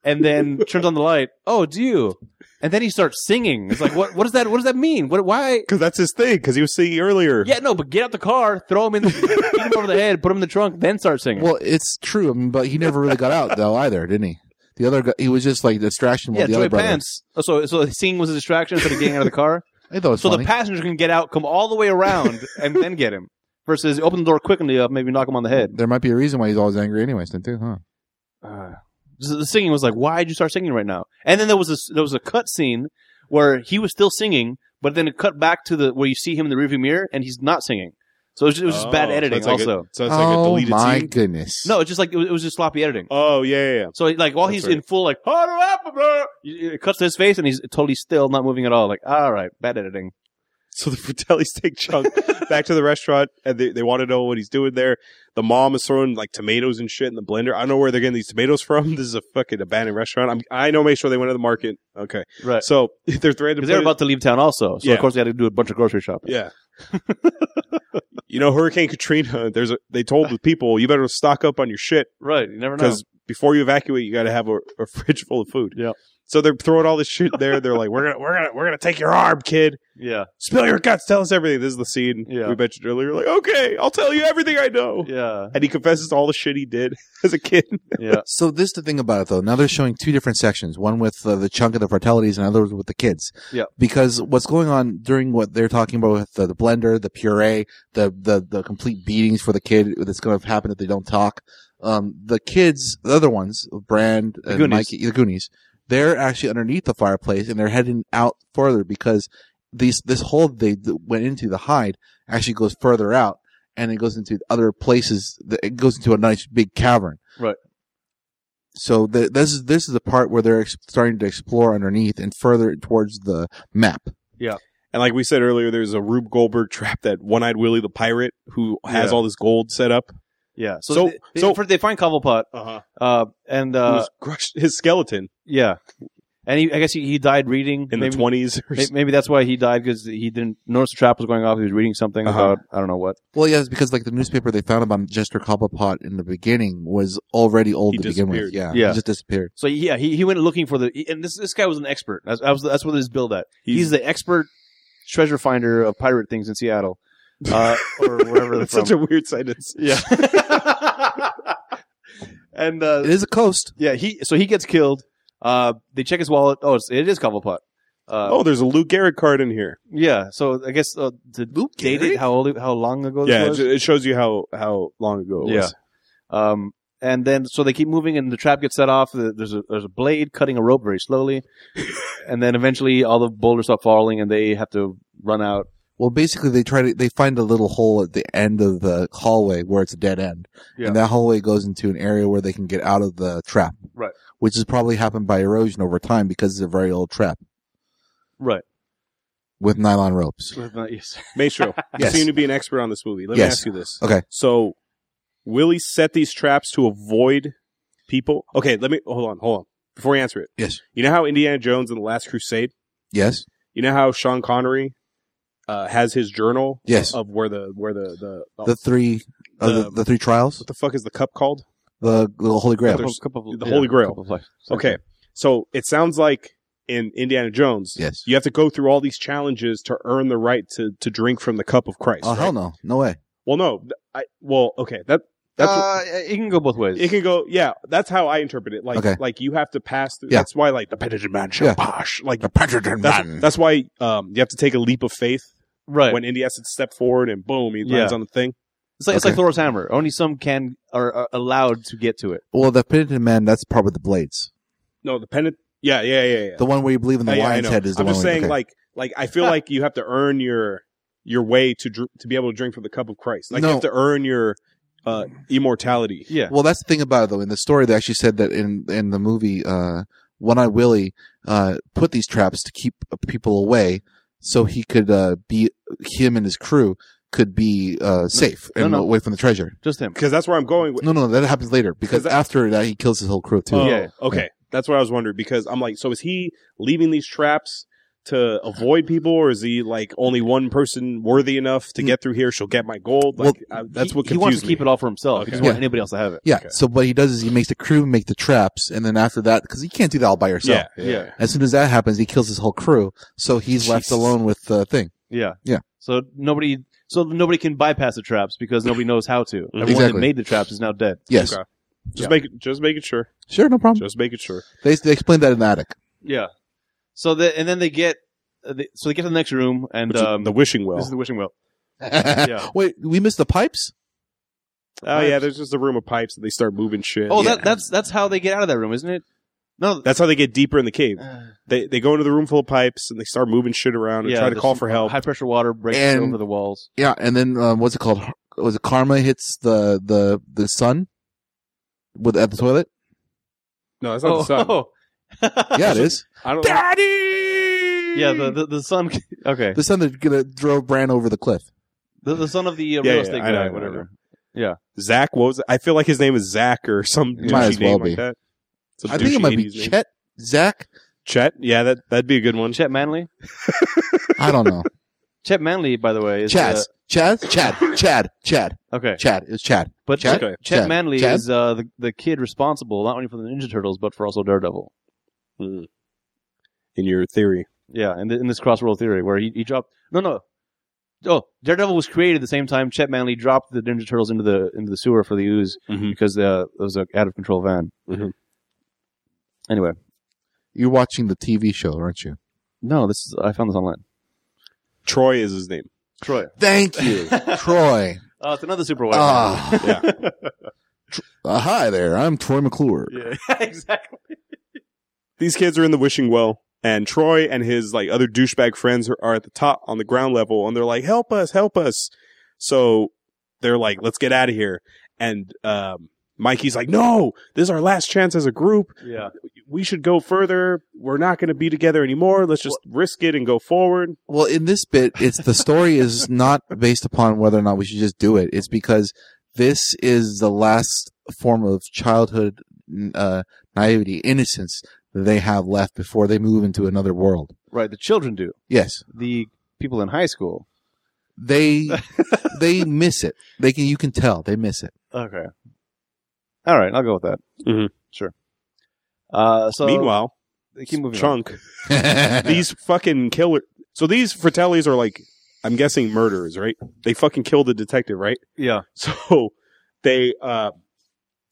Speaker 3: and then turns on the light. Oh, do you? And then he starts singing. It's like, what? What does that? What does that mean? What? Why?
Speaker 1: because that's his thing. Because he was singing earlier.
Speaker 3: Yeah, no, but get out the car, throw him in, the, beat him over the head, put him in the trunk, then start singing.
Speaker 2: Well, it's true. I mean, but he never really got out though either, didn't he? The other guy, he was just like distraction
Speaker 3: yeah,
Speaker 2: with the
Speaker 3: Joey
Speaker 2: other brother.
Speaker 3: Pants. Oh, so, so singing was a distraction instead of getting out of the car.
Speaker 2: I thought it was
Speaker 3: so
Speaker 2: funny.
Speaker 3: the passenger can get out, come all the way around, and then get him. Versus open the door quickly up, maybe knock him on the head.
Speaker 2: there might be a reason why he's always angry, anyways, then too, huh?
Speaker 3: Uh, so the singing was like, why'd you start singing right now? And then there was a, there was a cut scene where he was still singing, but then it cut back to the where you see him in the rearview mirror and he's not singing. So it was just, it was just bad
Speaker 1: Oh, so
Speaker 3: editing.
Speaker 1: it's like a-
Speaker 3: also,
Speaker 1: so it's like a
Speaker 2: oh
Speaker 1: deleted
Speaker 2: my
Speaker 1: scene.
Speaker 2: goodness!
Speaker 3: no, it's just like it was, it was just sloppy editing.
Speaker 1: Oh yeah, yeah, yeah.
Speaker 3: So like while
Speaker 1: That's
Speaker 3: he's
Speaker 1: right.
Speaker 3: in full like "Oh, no, ah, blah, blah," you- it cuts to his face and he's totally still, not moving at all. Like all right, bad editing.
Speaker 1: So the Fratellis take Chunk back to the restaurant, and they, they want to know what he's doing there. The mom is throwing like tomatoes and shit in the blender. I don't know where they're getting these tomatoes from. This is a fucking abandoned restaurant. I'm, I know. Make sure they went to the market. Okay,
Speaker 3: Right.
Speaker 1: so they're throwing
Speaker 3: Because they were about to leave town also, so
Speaker 1: Yeah.
Speaker 3: of course they had to do a bunch of grocery shopping.
Speaker 1: Yeah. you know, Hurricane Katrina. There's a. They told the people you better stock up on your shit
Speaker 3: Right, you never know.
Speaker 1: because before you evacuate, you got to have a, a fridge full of food.
Speaker 3: Yeah.
Speaker 1: So they're throwing all this shit there. They're like, "We're gonna, we're gonna, we're gonna take your arm, kid.
Speaker 3: Yeah,
Speaker 1: Spill your guts. Tell us everything." This is the scene
Speaker 3: Yeah.
Speaker 1: we mentioned earlier. Like, okay, I'll tell you everything I know.
Speaker 3: yeah,
Speaker 1: And he confesses all the shit he did as a kid.
Speaker 3: yeah.
Speaker 2: So this is the thing about it though. Now they're showing two different sections: one with uh, the chunk of the fertilities, and others with the kids.
Speaker 3: Yeah.
Speaker 2: Because what's going on during what they're talking about with uh, the, the blender, the puree, the the the complete beatings for the kid that's going to happen if they don't talk. Um, the kids, the other ones, Brand and
Speaker 3: Goonies.
Speaker 2: Mikey, the Goonies, they're actually underneath the fireplace and they're heading out further because these this hole they th- went into the hide actually goes further out and it goes into other places. that- It goes into a nice big cavern.
Speaker 3: Right.
Speaker 2: So the, this is this is the part where they're ex- starting to explore underneath and further towards the map.
Speaker 1: And like we said earlier, there's a Rube Goldberg trap that one-eyed Willie the pirate who has
Speaker 3: Yeah.
Speaker 1: all this gold set up.
Speaker 3: yeah. So,
Speaker 1: So-
Speaker 3: they, they,
Speaker 1: so-
Speaker 3: first they find Cobblepot,
Speaker 1: Uh-huh.
Speaker 3: uh, and uh,
Speaker 1: who's crushed his skeleton
Speaker 3: yeah, and he, I guess he, he died reading
Speaker 1: in
Speaker 3: maybe,
Speaker 1: the 20s. Or
Speaker 3: may- Maybe that's why he died because he didn't notice the trap was going off. He was reading something
Speaker 1: Uh-huh.
Speaker 3: about I don't know what.
Speaker 2: Well, yeah, it's because like the newspaper they found about Jester Cobblepot in the beginning was already old
Speaker 1: He
Speaker 2: to begin with.
Speaker 1: disappeared.
Speaker 2: Yeah,
Speaker 3: Yeah.
Speaker 2: he just disappeared.
Speaker 3: So yeah, he, he went looking for the he- and this this guy was an expert. That's that was, that's what his build at. He's, the expert treasure finder of pirate things in Seattle uh, or wherever they're
Speaker 1: That's
Speaker 3: from.
Speaker 1: such a weird sentence.
Speaker 3: yeah. and uh,
Speaker 2: It is a coast.
Speaker 3: yeah, he so he gets killed. Uh, they check his wallet. Oh, it's, it is Cobblepot. Uh,
Speaker 1: Oh, there's a Lou Gehrig card in here.
Speaker 3: yeah. So I guess uh, to date
Speaker 2: Gehrig?
Speaker 3: it, how old, how long ago? This
Speaker 1: Yeah, it
Speaker 3: was?
Speaker 1: ju- it shows you how how long ago it
Speaker 3: Yeah.
Speaker 1: was.
Speaker 3: Um, and then so they keep moving, and the trap gets set off. The- There's a there's a blade cutting a rope very slowly, and then eventually all the boulders stop falling, and they have to run out.
Speaker 2: Well, basically they try to they find a little hole at the end of the hallway where it's a dead end,
Speaker 3: Yeah.
Speaker 2: and that hallway goes into an area where they can get out of the trap.
Speaker 3: Right.
Speaker 2: Which has probably happened by erosion over time because it's a very old trap
Speaker 3: Right.
Speaker 2: with nylon ropes.
Speaker 3: yes.
Speaker 1: Maestro,
Speaker 2: Yes.
Speaker 1: you seem to be an expert on this movie. Let me
Speaker 2: Yes.
Speaker 1: ask you this.
Speaker 2: Okay.
Speaker 1: So, Willie set these traps to avoid people. Okay, let me hold on, hold on. Before you answer it,
Speaker 2: Yes.
Speaker 1: you know how Indiana Jones in the Last Crusade.
Speaker 2: Yes.
Speaker 1: You know how Sean Connery uh, has his journal
Speaker 2: Yes.
Speaker 1: of where the where the the,
Speaker 2: the three uh, the,
Speaker 1: Oh, The-
Speaker 2: the three trials
Speaker 1: what the fuck is the cup called?
Speaker 2: the, the holy grail
Speaker 1: There's-
Speaker 3: Couple-
Speaker 1: the Holy Grail.
Speaker 3: couple of life-
Speaker 1: Okay, so it sounds like in Indiana Jones,
Speaker 2: yes
Speaker 1: you have to go through all these challenges to earn the right to to drink from the cup of Christ.
Speaker 2: oh
Speaker 1: right?
Speaker 2: hell no no way
Speaker 1: Well, no, th- I well okay that that's what-
Speaker 3: Uh, it can go both ways.
Speaker 1: It can go, yeah. That's how I interpret it. Like,
Speaker 2: Okay.
Speaker 1: like you have to pass through.
Speaker 2: Yeah.
Speaker 1: That's why, like, the penitent man shall
Speaker 2: Yeah.
Speaker 1: pass. Like,
Speaker 2: penitent
Speaker 1: that's, that's why um, you have to take a leap of faith
Speaker 3: right.
Speaker 1: when Indy has to step forward and boom, he
Speaker 3: Yeah.
Speaker 1: lands on the thing.
Speaker 3: it's like it's like
Speaker 2: Okay.
Speaker 3: Thor's hammer. Only some can are, are allowed to get to it.
Speaker 2: well the penitent man that's the part with the blades
Speaker 1: No, the penitent. Yeah, yeah, yeah, yeah.
Speaker 2: the one where you believe in the
Speaker 1: Oh, Yeah, yeah, I
Speaker 2: lion's
Speaker 1: know.
Speaker 2: head is the
Speaker 1: I'm
Speaker 2: one
Speaker 1: just
Speaker 2: where-
Speaker 1: saying,
Speaker 2: okay.
Speaker 1: like, like I feel like you have to earn your your way to dr- to be able to drink from the cup of Christ. Like, you
Speaker 2: No.
Speaker 1: have to earn your uh, immortality.
Speaker 3: Yeah.
Speaker 2: well that's the thing about it though in the story they actually said that in in the movie uh one eye willie uh put these traps to keep uh, people away so he could uh be him and his crew could be uh safe
Speaker 3: no,
Speaker 2: and
Speaker 3: no.
Speaker 2: away from the treasure
Speaker 3: Just him.
Speaker 1: Because that's where I'm going. With-
Speaker 2: no no that happens later because
Speaker 1: that-
Speaker 2: after that he kills his whole crew too
Speaker 1: Oh,
Speaker 3: Yeah.
Speaker 1: okay. That's what I was wondering because I'm like, so is he leaving these traps to avoid people, or is he like only one person worthy enough to get through here? She'll get my gold. Like I, that's
Speaker 3: Hmm. He-
Speaker 1: what confused
Speaker 3: he wants to
Speaker 1: me.
Speaker 3: keep it all for himself.
Speaker 1: Okay.
Speaker 3: He doesn't want
Speaker 2: Yeah.
Speaker 3: anybody else to have it.
Speaker 2: Yeah.
Speaker 1: Okay.
Speaker 2: So what he does is he makes the crew make the traps, and then after that, because he can't do that all by yourself.
Speaker 1: yeah, yeah, yeah.
Speaker 2: As soon as that happens, he kills his whole crew. So he's left
Speaker 1: Jesus.
Speaker 2: alone with the thing.
Speaker 3: Yeah.
Speaker 2: Yeah.
Speaker 3: So nobody so nobody can bypass the traps because nobody knows how
Speaker 1: Mm-hmm.
Speaker 3: to. Everyone that
Speaker 2: Exactly.
Speaker 3: made the traps is now dead.
Speaker 2: Yes.
Speaker 1: Okay. Just
Speaker 3: Yeah. Um,
Speaker 1: make it, just making sure.
Speaker 2: Sure. No problem.
Speaker 1: Just making sure.
Speaker 2: They, they explained that in the attic.
Speaker 3: Yeah. So the, and then they get uh, they, so they get to the next room and
Speaker 1: Which is
Speaker 3: um,
Speaker 1: the wishing
Speaker 3: this is
Speaker 1: well.
Speaker 3: the wishing well. Yeah.
Speaker 2: Wait, we missed the pipes.
Speaker 1: Oh yeah, there's just a room of pipes, and they start moving shit.
Speaker 3: Oh,
Speaker 1: Yeah.
Speaker 3: that, that's that's how they get out of that room, isn't it? No.
Speaker 1: that's how they get deeper in the cave.
Speaker 3: uh,
Speaker 1: They they go into the room full of pipes, and they start moving shit around and try to
Speaker 3: there's
Speaker 1: call
Speaker 3: some
Speaker 1: for help.
Speaker 3: High pressure water breaks
Speaker 2: And-
Speaker 3: over the walls.
Speaker 2: Yeah. And then um, what's it called? Was it Karma hits the the the sun with at the toilet?
Speaker 1: No, that's not the sun.
Speaker 3: Oh.
Speaker 2: Yeah, it is.
Speaker 1: I don't.
Speaker 4: Daddy!
Speaker 3: yeah, the, the the son. Okay,
Speaker 2: The sun that gonna drove Bran over the cliff.
Speaker 3: the, the son of the uh,
Speaker 1: Yeah,
Speaker 3: real
Speaker 1: yeah, I
Speaker 3: estate
Speaker 1: know, I
Speaker 3: guy,
Speaker 1: know, I know.
Speaker 3: whatever.
Speaker 1: Zach, what was it? I feel like his name is Zach or some
Speaker 2: Might as
Speaker 1: douchey
Speaker 2: well
Speaker 1: name
Speaker 2: be.
Speaker 1: like that. It's a
Speaker 2: I think
Speaker 1: douchey
Speaker 2: it might be
Speaker 1: 80s name.
Speaker 2: Chet, Zach.
Speaker 1: Chet. Yeah, that that'd be a good one.
Speaker 3: Chet Manley.
Speaker 2: I don't know.
Speaker 3: Chet Manley, by the way, is
Speaker 2: Chaz.
Speaker 3: uh,
Speaker 2: Chaz. Chad. Chad. Chad.
Speaker 3: okay,
Speaker 2: Chad. It was Chad.
Speaker 3: but
Speaker 2: Chad?
Speaker 1: Okay.
Speaker 3: Chet
Speaker 2: Chad.
Speaker 3: Manley
Speaker 2: Chad?
Speaker 3: is uh, the the kid responsible not only for the Ninja Turtles but for also Daredevil.
Speaker 1: Mm. in your theory.
Speaker 3: Yeah, in, th- in this crossworld theory where he, he dropped no no. Oh, Daredevil was created at the same time Chet Manley dropped the Ninja Turtles into the into the sewer for the ooze
Speaker 1: Mhm.
Speaker 3: because the it was an out of control van.
Speaker 1: Mhm.
Speaker 3: Anyway,
Speaker 2: You're watching the TV show, aren't you?
Speaker 3: no, this is, I found this online.
Speaker 1: Troy is his name.
Speaker 3: Troy.
Speaker 2: Thank you, Troy.
Speaker 3: Oh, it's another super white.
Speaker 2: Ah,
Speaker 1: Yeah.
Speaker 2: uh, hi there. I'm Troy McClure.
Speaker 3: yeah, exactly.
Speaker 1: These kids are in the wishing well, and Troy and his like other douchebag friends are, are at the top on the ground level, and they're like, "Help us, help us!" So they're like, "Let's get out of here." And um, Mikey's like, "No, this is our last chance as a group.
Speaker 3: Yeah.
Speaker 1: We should go further. We're not going to be together anymore. Let's just risk it and go forward."
Speaker 2: Well, in this bit, it's the story is not based upon whether or not we should just do it. It's because this is the last form of childhood uh, naivety, innocence they have left before they move into another world.
Speaker 3: Right, the children do.
Speaker 2: Yes,
Speaker 3: The people in high school.
Speaker 2: they they miss it. They can you can tell they miss it.
Speaker 3: Okay. All right, I'll go with that.
Speaker 1: Mhm.
Speaker 3: Sure. Uh, so
Speaker 1: Meanwhile,
Speaker 3: they keep moving. on.
Speaker 1: Chunk these fucking killer. So these Fratellis are like, I'm guessing murderers, right? They fucking killed the detective, right?
Speaker 3: Yeah.
Speaker 1: So they, uh,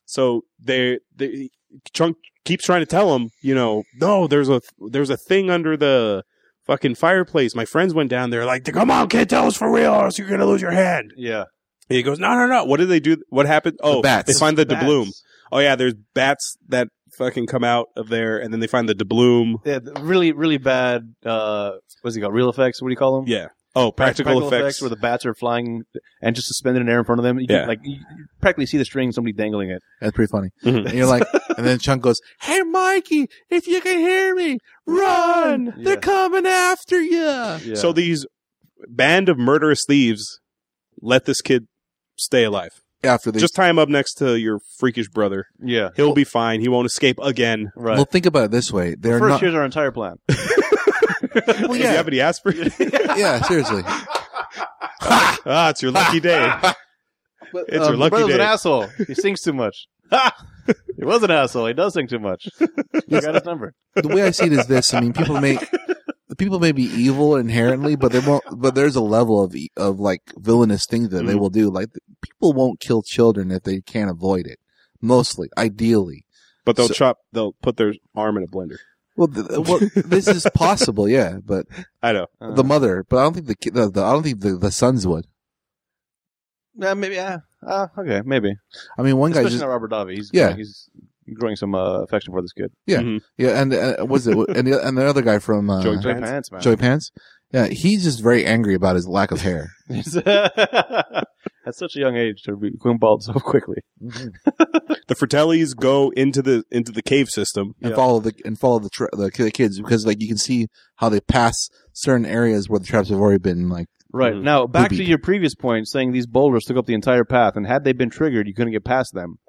Speaker 1: so they, they Chunk keeps trying to tell him, you know, no, there's a there's a thing under the fucking fireplace. My friends went down there, like, come on, kid, tell us for real, or else you're gonna lose your hand.
Speaker 3: Yeah.
Speaker 1: And he goes, no, no, no. What did they do? What happened? Oh,
Speaker 2: bats.
Speaker 1: they find the
Speaker 3: Bats.
Speaker 1: doubloon. Oh yeah, there's bats that fucking come out of there, and then they find the doubloon.
Speaker 3: Yeah, the really, really bad. Uh, what's he called? Real effects. What do you call them?
Speaker 1: Yeah. Oh, practical, effects.
Speaker 3: where the bats are flying and just suspended in air in front of them. You can,
Speaker 1: Yeah.
Speaker 3: like you you practically see the string, somebody dangling it.
Speaker 2: That's pretty funny.
Speaker 1: Mhm.
Speaker 2: And you're like, and then Chunk goes, "Hey, Mikey, if you can hear me, run!
Speaker 3: Yeah.
Speaker 2: They're coming after you."
Speaker 3: Yeah.
Speaker 1: So these band of murderous thieves let this kid stay alive.
Speaker 2: After they
Speaker 1: Just tie him up next to your freakish brother.
Speaker 3: yeah,
Speaker 1: He'll be fine. He won't escape again.
Speaker 3: right.
Speaker 2: well, think about it this way: they're
Speaker 3: First,
Speaker 2: not.
Speaker 3: here's our entire plan.
Speaker 1: Do you
Speaker 2: yeah.
Speaker 1: have any aspirin?
Speaker 2: yeah, seriously.
Speaker 1: ah, it's your lucky day. It's your lucky
Speaker 3: uh, brother's
Speaker 1: day.
Speaker 3: an asshole. He sings too much. he was an asshole. He does sing too much. You got his number.
Speaker 2: the way I see it is this: I mean, people may the people may be evil inherently, but they won't. But there's a level of e- of like villainous things that they
Speaker 3: Mm-hmm.
Speaker 1: Mhm.
Speaker 2: will do. Like people won't kill children if they can't avoid it. Mostly, ideally.
Speaker 1: But they'll
Speaker 2: So- Uh,
Speaker 1: chop. They'll put their arm in a blender.
Speaker 2: Well, th- well, this is possible, yeah. But
Speaker 1: I know.
Speaker 3: Uh,
Speaker 2: the mother, but I don't think the, ki- the, the I don't think the, the sons would.
Speaker 3: yeah, maybe. Uh, uh, okay, maybe.
Speaker 2: I mean, one guy
Speaker 3: Especially
Speaker 2: just
Speaker 3: not Robert Davi. He's
Speaker 2: Yeah.
Speaker 3: he's growing some uh, affection for this kid.
Speaker 2: yeah, and uh, was it and the, and the other guy from uh,
Speaker 1: Joey
Speaker 2: Joey,
Speaker 1: Pants.
Speaker 2: Pants.
Speaker 3: Joey Pants, man.
Speaker 2: Yeah, he's just very angry about his lack of hair.
Speaker 3: At such a young age to be going bald so quickly.
Speaker 1: The Fratellis go into the into the cave system.
Speaker 2: and
Speaker 3: Yeah.
Speaker 2: follow the and follow the, tra- the ki- kids because like you can see how they pass certain areas where the traps have already been like
Speaker 3: Right.
Speaker 1: Mhm.
Speaker 3: Now, back to
Speaker 2: Booby.
Speaker 3: your previous point saying these boulders took up the entire path, and had they been triggered, you couldn't get past them.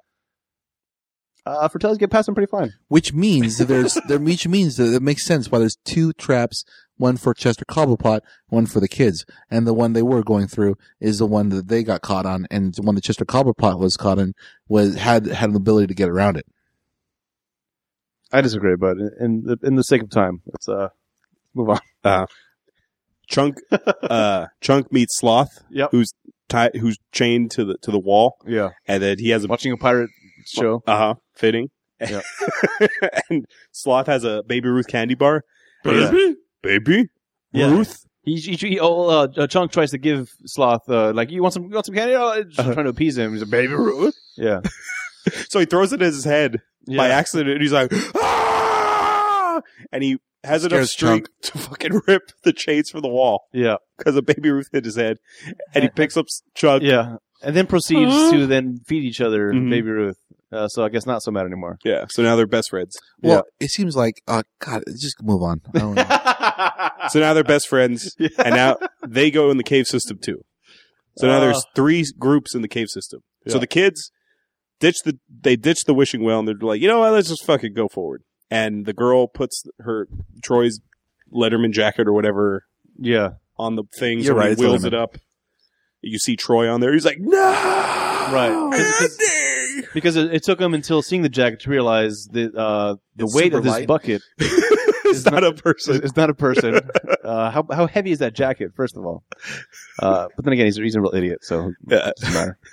Speaker 3: Uh, Fratellis get past them pretty fine.
Speaker 2: which means that there's there which means that it makes sense why there's two traps one for Chester Cobblepot one for the kids and the one they were going through is the one that they got caught on and the one that Chester Cobblepot was caught in was had had an ability to get around it
Speaker 3: I disagree, but in, in, the, in the sake of time, let's uh, move on.
Speaker 1: Chunk uh, Chunk meets Sloth.
Speaker 3: Yep.
Speaker 1: Who's tied? Who's chained to the to the wall,
Speaker 3: Yeah.
Speaker 1: and then he has a
Speaker 3: Watching a pirate show.
Speaker 1: Uh huh. Fitting.
Speaker 3: Yeah.
Speaker 1: and Sloth has a Baby Ruth candy bar. Baby
Speaker 3: Yeah.
Speaker 1: Ruth.
Speaker 3: He, he, he oh, uh, uh, Chunk tries to give Sloth, uh, like, you want some, you want some candy? Oh, just
Speaker 1: Uh-huh.
Speaker 3: trying to appease him. He's a baby Ruth. Yeah.
Speaker 1: So he throws it at his head
Speaker 3: yeah.
Speaker 1: by accident, and he's like, ah! and he has enough
Speaker 2: Scares
Speaker 1: strength to fucking rip the chains from the wall
Speaker 3: yeah.
Speaker 1: because a Baby Ruth hit his head, and he picks up Chunk.
Speaker 3: Yeah. And then proceeds
Speaker 1: Huh?
Speaker 3: to then feed each other
Speaker 1: Mhm.
Speaker 3: baby Ruth. Uh, so I guess not so mad anymore.
Speaker 1: Yeah, So now they're best friends.
Speaker 2: well it seems like uh god just move on I don't know.
Speaker 1: So now they're best friends,
Speaker 3: Yeah.
Speaker 1: and now they go in the cave system too. So now
Speaker 3: Uh.
Speaker 1: there's three groups in the cave system. So
Speaker 3: Yeah.
Speaker 1: the kids ditch the they ditch the wishing well, and they're like, you know what? Let's just fucking go forward. And the girl puts her Troy's Letterman jacket or whatever
Speaker 3: yeah.
Speaker 1: on the thing. so
Speaker 2: You're right,
Speaker 1: He
Speaker 2: it's
Speaker 1: wheels
Speaker 2: Letterman.
Speaker 1: it up. You see Troy on there. He's like, no, right?
Speaker 3: 'Cause- 'cause- Because it, it took him until seeing the jacket to realize that uh, the
Speaker 2: It's
Speaker 3: weight
Speaker 2: super
Speaker 3: of this
Speaker 2: light.
Speaker 3: bucket
Speaker 1: it's not a person.
Speaker 3: It's, it's not a person. Uh, how how heavy is that jacket? First of all, uh, but then again, he's, he's a real idiot, so
Speaker 1: Yeah.
Speaker 3: it doesn't matter.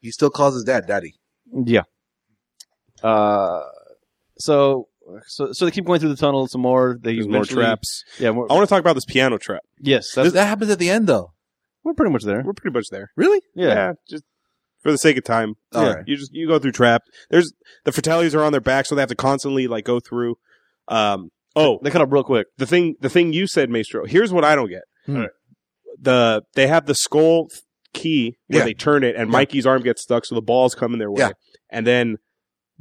Speaker 2: He still calls his dad daddy.
Speaker 3: Yeah. Uh, so so so they keep going through the tunnel some more. They
Speaker 1: There's more
Speaker 3: eventually-
Speaker 1: traps.
Speaker 3: Yeah. More,
Speaker 1: I want to talk about this piano trap.
Speaker 3: yes. That's,
Speaker 2: That happens at the end though.
Speaker 3: we're pretty much there.
Speaker 1: We're pretty much there.
Speaker 2: Really?
Speaker 3: Yeah.
Speaker 1: just for the sake of time.
Speaker 2: All
Speaker 1: yeah,
Speaker 2: right.
Speaker 1: you just you go through trap. There's the fatalities are on their back, so they have to constantly like go through. Um. Oh,
Speaker 3: They cut up real quick.
Speaker 1: the thing the thing you said, Maestro. Here's what I don't get.
Speaker 2: Hmm.
Speaker 1: The they have the skull key where
Speaker 2: Yeah.
Speaker 1: they turn it, and
Speaker 2: Yeah.
Speaker 1: Mikey's arm gets stuck, so the balls come in their way,
Speaker 2: Yeah.
Speaker 1: and then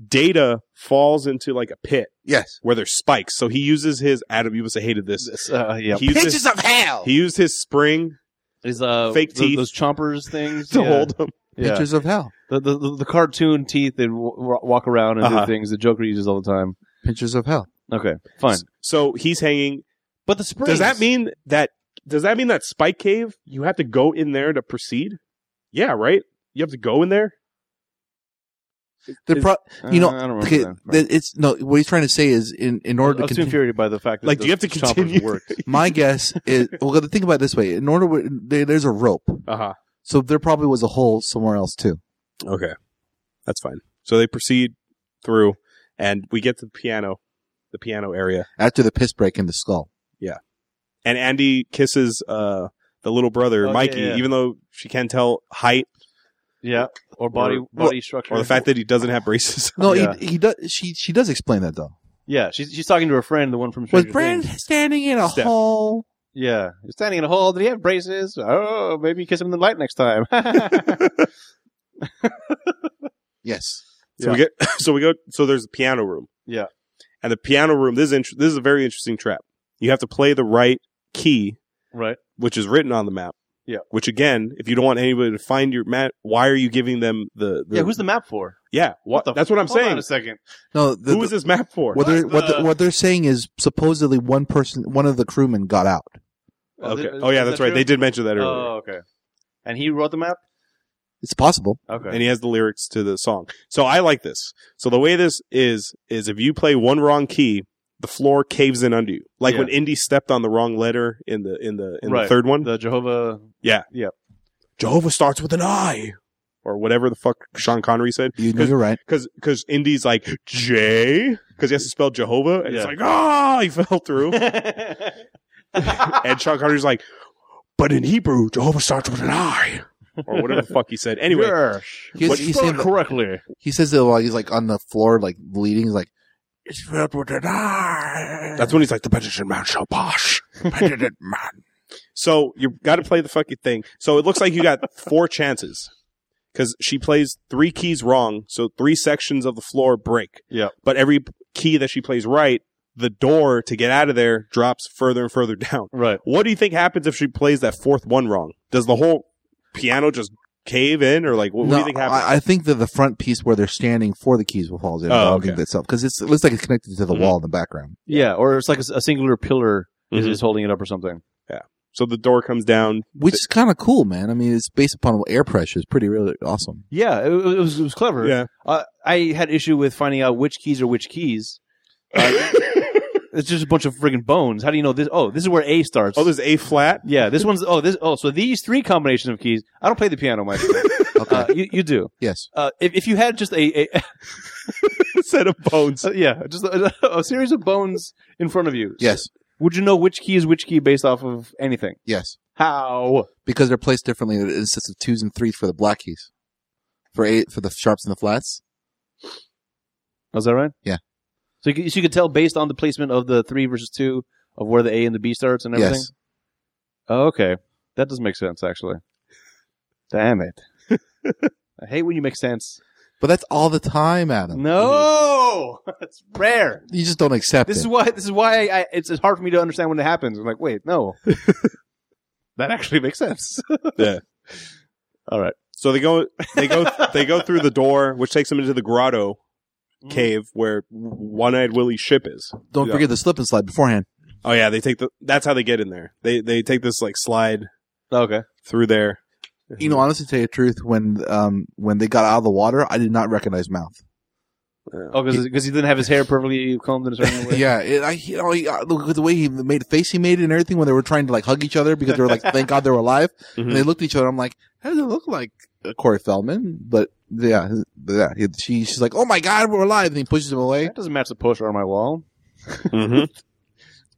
Speaker 1: Data falls into like a pit
Speaker 2: Yes.
Speaker 1: where there's spikes. So he uses his Adam. You must have hated this.
Speaker 3: Uh, yeah.
Speaker 1: He used his,
Speaker 4: of hell.
Speaker 1: he used his spring
Speaker 3: His, uh,
Speaker 1: Fake
Speaker 3: those,
Speaker 1: teeth.
Speaker 3: Those chompers things
Speaker 1: to
Speaker 3: yeah.
Speaker 1: hold him.
Speaker 3: Yeah.
Speaker 2: Pictures of hell.
Speaker 3: The, the the- the cartoon teeth that w- w- walk around and
Speaker 1: Uh-huh.
Speaker 3: do things. The Joker uses all the time.
Speaker 2: Pictures of hell.
Speaker 3: Okay. Fine.
Speaker 1: So he's hanging.
Speaker 3: But the spring.
Speaker 1: Does that mean that? Does that mean that Spike Cave? You have to go in there to proceed. Yeah, right. You have to go in there.
Speaker 2: They're
Speaker 1: Is-
Speaker 2: pro- you know,
Speaker 3: Uh, I don't remember
Speaker 2: okay,
Speaker 3: that.
Speaker 2: that it's no. What he's trying to say is, in in
Speaker 3: I
Speaker 2: order
Speaker 3: was
Speaker 2: to
Speaker 3: too
Speaker 2: continue,
Speaker 3: infuriated by the fact that
Speaker 1: Like, do you have to
Speaker 3: those chompers
Speaker 1: continue?
Speaker 3: worked.
Speaker 2: my guess is well. Think about it this way: in order, wi- there, there's a rope,
Speaker 1: Uh huh.
Speaker 2: so there probably was a hole somewhere else too.
Speaker 1: Okay, that's fine. So they proceed through, and we get to the piano, the piano area,
Speaker 2: After the piss break in the skull,
Speaker 1: and Andy kisses uh the little brother
Speaker 3: Oh, yeah,
Speaker 1: Mikey,
Speaker 3: yeah.
Speaker 1: even though she can't tell height
Speaker 3: Yeah, or body
Speaker 1: Or-
Speaker 3: body structure,
Speaker 1: or the fact that he doesn't have braces.
Speaker 2: no,
Speaker 3: Yeah.
Speaker 2: he, he does. She she does explain that though.
Speaker 3: yeah, she's she's talking to her friend, the one from
Speaker 2: Was
Speaker 3: Stranger
Speaker 2: Brand
Speaker 3: Things.
Speaker 2: standing in a
Speaker 1: Steph.
Speaker 2: hole?
Speaker 3: Yeah, he's standing in a hole. Did he have braces? Oh, maybe kiss him in the light next time.
Speaker 2: Yes.
Speaker 1: So we get so we go so there's a piano room.
Speaker 3: Yeah.
Speaker 1: And the piano room this is int- this is a very interesting trap. You have to play the right key
Speaker 3: right.
Speaker 1: which is written on the map.
Speaker 3: Yeah.
Speaker 1: Which again, if you don't want anybody to find your map, why are you giving them the, the
Speaker 3: Yeah, who's the map for?
Speaker 1: Yeah, what,
Speaker 3: the
Speaker 1: that's what I'm
Speaker 3: Hold on
Speaker 1: saying.
Speaker 3: a second.
Speaker 2: No. The,
Speaker 1: Who is this map for? Uh,
Speaker 2: what they're what,
Speaker 3: the-
Speaker 2: the, what they're saying is supposedly one person, one of the crewmen got out.
Speaker 1: okay.
Speaker 3: is- is
Speaker 1: oh yeah,
Speaker 3: that
Speaker 1: that's right.
Speaker 3: true?
Speaker 1: They did mention that earlier.
Speaker 3: Oh, okay. And he wrote the map.
Speaker 2: It's possible.
Speaker 3: Okay.
Speaker 1: and he has the lyrics to the song. So I like this. So the way this is is if you play one wrong key, the floor caves in under you. Like
Speaker 3: Yeah.
Speaker 1: when Indy stepped on the wrong letter in the in the in
Speaker 3: Right.
Speaker 1: the third one.
Speaker 3: the Jehovah.
Speaker 1: Jehovah starts with an I or whatever the fuck Sean Connery said
Speaker 2: You know, you're right.
Speaker 1: cuz cuz Indy's like J cuz he has to spell Jehovah and it's
Speaker 3: Yeah.
Speaker 1: like ah he fell through and Sean Connery's like but in Hebrew Jehovah starts with an I or whatever the fuck he said. Anyway,
Speaker 3: Yes.
Speaker 2: He's-
Speaker 3: But
Speaker 2: he's
Speaker 3: spelled
Speaker 2: saying that-
Speaker 3: correctly.
Speaker 2: He says that while he's like on the floor, like bleeding. He's like, "It's filled with an eye."
Speaker 1: that's when he's like the petition man shall pass. Penitent man. So you got to play the fucking thing. So it looks like you got four chances because she plays three keys wrong, so three sections of the floor break.
Speaker 3: Yeah.
Speaker 1: But every key that she plays right, the door to get out of there drops further and further down.
Speaker 3: Right.
Speaker 1: What do you think happens if she plays that fourth one wrong? Does the whole piano just cave in, or like what, what do you think happens?
Speaker 2: I, I think that the front piece where they're standing for the keys will falls in.
Speaker 1: Oh,
Speaker 2: I don't
Speaker 1: okay.
Speaker 2: think that's up because it looks like it's connected to the
Speaker 1: Mhm.
Speaker 2: wall in the background.
Speaker 3: Yeah, or it's like a, s- a singular pillar is,
Speaker 1: Mhm.
Speaker 3: is holding it up or something.
Speaker 1: so the door comes down.
Speaker 2: Which is kind of cool, man. I mean, it's based upon air pressure. It's pretty really awesome.
Speaker 3: Yeah, it, it was it was clever.
Speaker 1: Yeah.
Speaker 3: Uh, I had issue with finding out which keys are which keys. Uh, it's just a bunch of friggin' bones. How do you know this? Oh, this is where A starts.
Speaker 1: Oh, there's A flat.
Speaker 3: yeah, this one's. Oh, this. Oh, so these three combinations of keys. I don't play the piano, Mike.
Speaker 2: Okay.
Speaker 3: uh, you, you do.
Speaker 2: yes.
Speaker 3: Uh, if, if you had just a, a
Speaker 1: set of bones.
Speaker 3: so, yeah, just a, a series of bones in front of you.
Speaker 2: Yes.
Speaker 3: Would you know which key is which key based off of anything?
Speaker 2: Yes.
Speaker 3: How?
Speaker 2: Because they're placed differently. It insists of twos and threes for the black keys, for eight for the sharps and the flats.
Speaker 3: Is that right?
Speaker 2: Yeah.
Speaker 3: So you, could- so you could tell based on the placement of the three versus two of where the A and the B starts and everything.
Speaker 2: Yes.
Speaker 3: Oh, okay. That does make sense, actually. Damn it. I hate when you make sense.
Speaker 2: But that's all the time, Adam.
Speaker 3: No! It's rare.
Speaker 2: You just don't accept
Speaker 3: This
Speaker 2: it.
Speaker 3: is why this is why I, it's, it's hard for me to understand when it happens. I'm like, wait, no. that actually makes sense.
Speaker 1: Yeah.
Speaker 3: All right.
Speaker 1: So they go, they go, they go through the door, which takes them into the grotto cave where One-Eyed Willie's ship is.
Speaker 2: don't
Speaker 1: Yeah.
Speaker 2: forget the slip and slide beforehand.
Speaker 1: Oh yeah, they take the. That's how they get in there. They they take this like slide
Speaker 3: Okay.
Speaker 1: through there.
Speaker 2: You know, honestly, to tell you the truth, when um when they got out of the water, I did not recognize mouth.
Speaker 3: Oh, because he didn't have his hair perfectly combed in a certain way.
Speaker 2: Yeah, it, I you know, he- uh, look at the way he made the face he made and everything when they were trying to like hug each other because they were like, "Thank God they were alive."
Speaker 1: Mhm.
Speaker 2: And they looked at each other. I'm like, "How does it look like uh, Corey Feldman?" But yeah, his- but yeah, he- she, she's like, "Oh my God, we're alive!" And he pushes him away.
Speaker 3: That doesn't match the poster on my wall.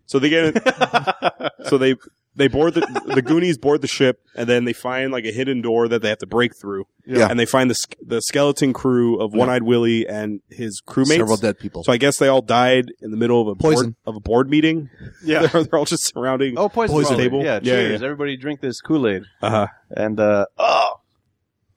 Speaker 1: So they get so they they board the the Goonies board the ship and then they find like a hidden door that they have to break through.
Speaker 2: Yeah.
Speaker 1: And they find the sk- the skeleton crew of One Eyed Willie and his crewmates.
Speaker 2: Several dead people.
Speaker 1: so I guess they all died in the middle of a board,
Speaker 2: Poison.
Speaker 1: of a board meeting.
Speaker 3: yeah.
Speaker 1: they're, they're all just surrounding.
Speaker 3: Oh, poison,
Speaker 2: Poison.
Speaker 3: probably.
Speaker 1: Table.
Speaker 3: Yeah,
Speaker 1: Yeah,
Speaker 3: cheers. Everybody drink this Kool Aid.
Speaker 1: Uh-huh.
Speaker 3: And, uh, oh,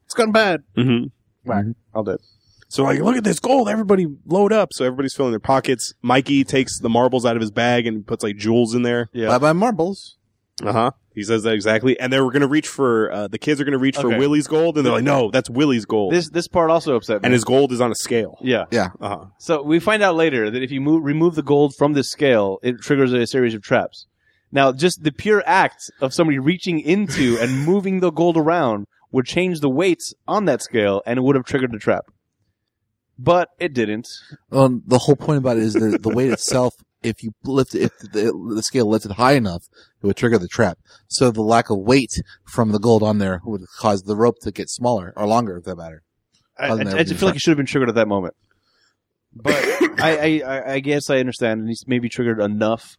Speaker 3: it's gone bad.
Speaker 1: Mm-hmm.
Speaker 3: I'll do it.
Speaker 1: So like, look at this gold. Everybody load up. So everybody's filling their pockets. Mikey takes the marbles out of his bag and puts like jewels in there.
Speaker 3: Yeah.
Speaker 2: Bye bye marbles.
Speaker 1: Uh
Speaker 3: Uh-huh.
Speaker 1: huh. He says that exactly. And they're going to reach for uh, the kids are going to reach
Speaker 3: Okay.
Speaker 1: for Willie's gold, and they're like, no, that's Willie's gold.
Speaker 3: This this part also upset me.
Speaker 1: and his gold is on a scale.
Speaker 3: yeah.
Speaker 1: Uh huh.
Speaker 3: So we find out later that if you move, remove the gold from this scale, it triggers a series of traps. Now, just the pure act of somebody reaching into and moving the gold around would change the weights on that scale, and it would have triggered the trap. But it didn't.
Speaker 2: Um, the whole point about it is the, the weight itself. If you lift, if the, the scale lifted high enough, it would trigger the trap. So the lack of weight from the gold on there would cause the rope to get smaller or longer, if that matter.
Speaker 3: I, I,
Speaker 2: I'll never
Speaker 3: I
Speaker 2: do
Speaker 3: just feel like
Speaker 2: that.
Speaker 3: it should have been triggered at that moment. But I, I, I, I guess I understand. And it's maybe triggered enough,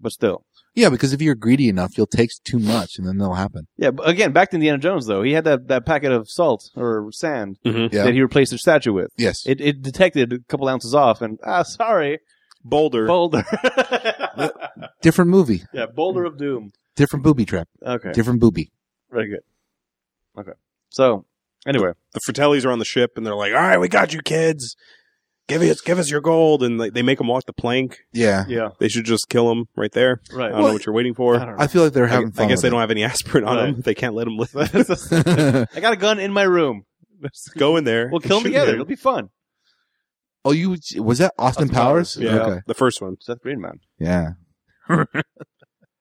Speaker 3: but still.
Speaker 2: Yeah, because if you're greedy enough, you'll take too much, and then that'll happen.
Speaker 3: Yeah, but again, back to Indiana Jones, though. He had that, that packet of salt or sand
Speaker 1: Mhm.
Speaker 2: Yeah.
Speaker 3: that he replaced the statue with.
Speaker 2: Yes.
Speaker 3: It, it detected a couple ounces off, and ah, sorry,
Speaker 1: Boulder.
Speaker 3: Boulder.
Speaker 2: different movie,
Speaker 3: yeah, Boulder of Doom.
Speaker 2: different booby trap,
Speaker 3: Okay,
Speaker 2: different booby.
Speaker 3: very good. Okay, so anyway,
Speaker 1: the Fratellis are on the ship, and they're like, all right, we got you, kids. Give us, give us your gold, and like, they make them walk the plank.
Speaker 2: Yeah.
Speaker 3: yeah,
Speaker 1: They should just kill him right there. I
Speaker 3: right.
Speaker 1: don't know what you're waiting for.
Speaker 3: Um, I don't know.
Speaker 2: I feel like they're
Speaker 1: I,
Speaker 2: having
Speaker 1: I
Speaker 2: fun.
Speaker 1: guess they
Speaker 2: with
Speaker 1: don't have any aspirin on
Speaker 3: Right.
Speaker 1: them. They can't let him live.
Speaker 2: it.
Speaker 3: I got a gun in my room.
Speaker 1: Go in there.
Speaker 3: We'll
Speaker 1: and
Speaker 3: kill them
Speaker 1: shoot
Speaker 3: together. It'll be fun.
Speaker 2: oh, you was that Austin,
Speaker 3: Austin
Speaker 2: Powers?
Speaker 3: Powers,
Speaker 1: Yeah,
Speaker 2: Okay.
Speaker 1: the first one.
Speaker 3: Seth Green, man.
Speaker 2: Yeah.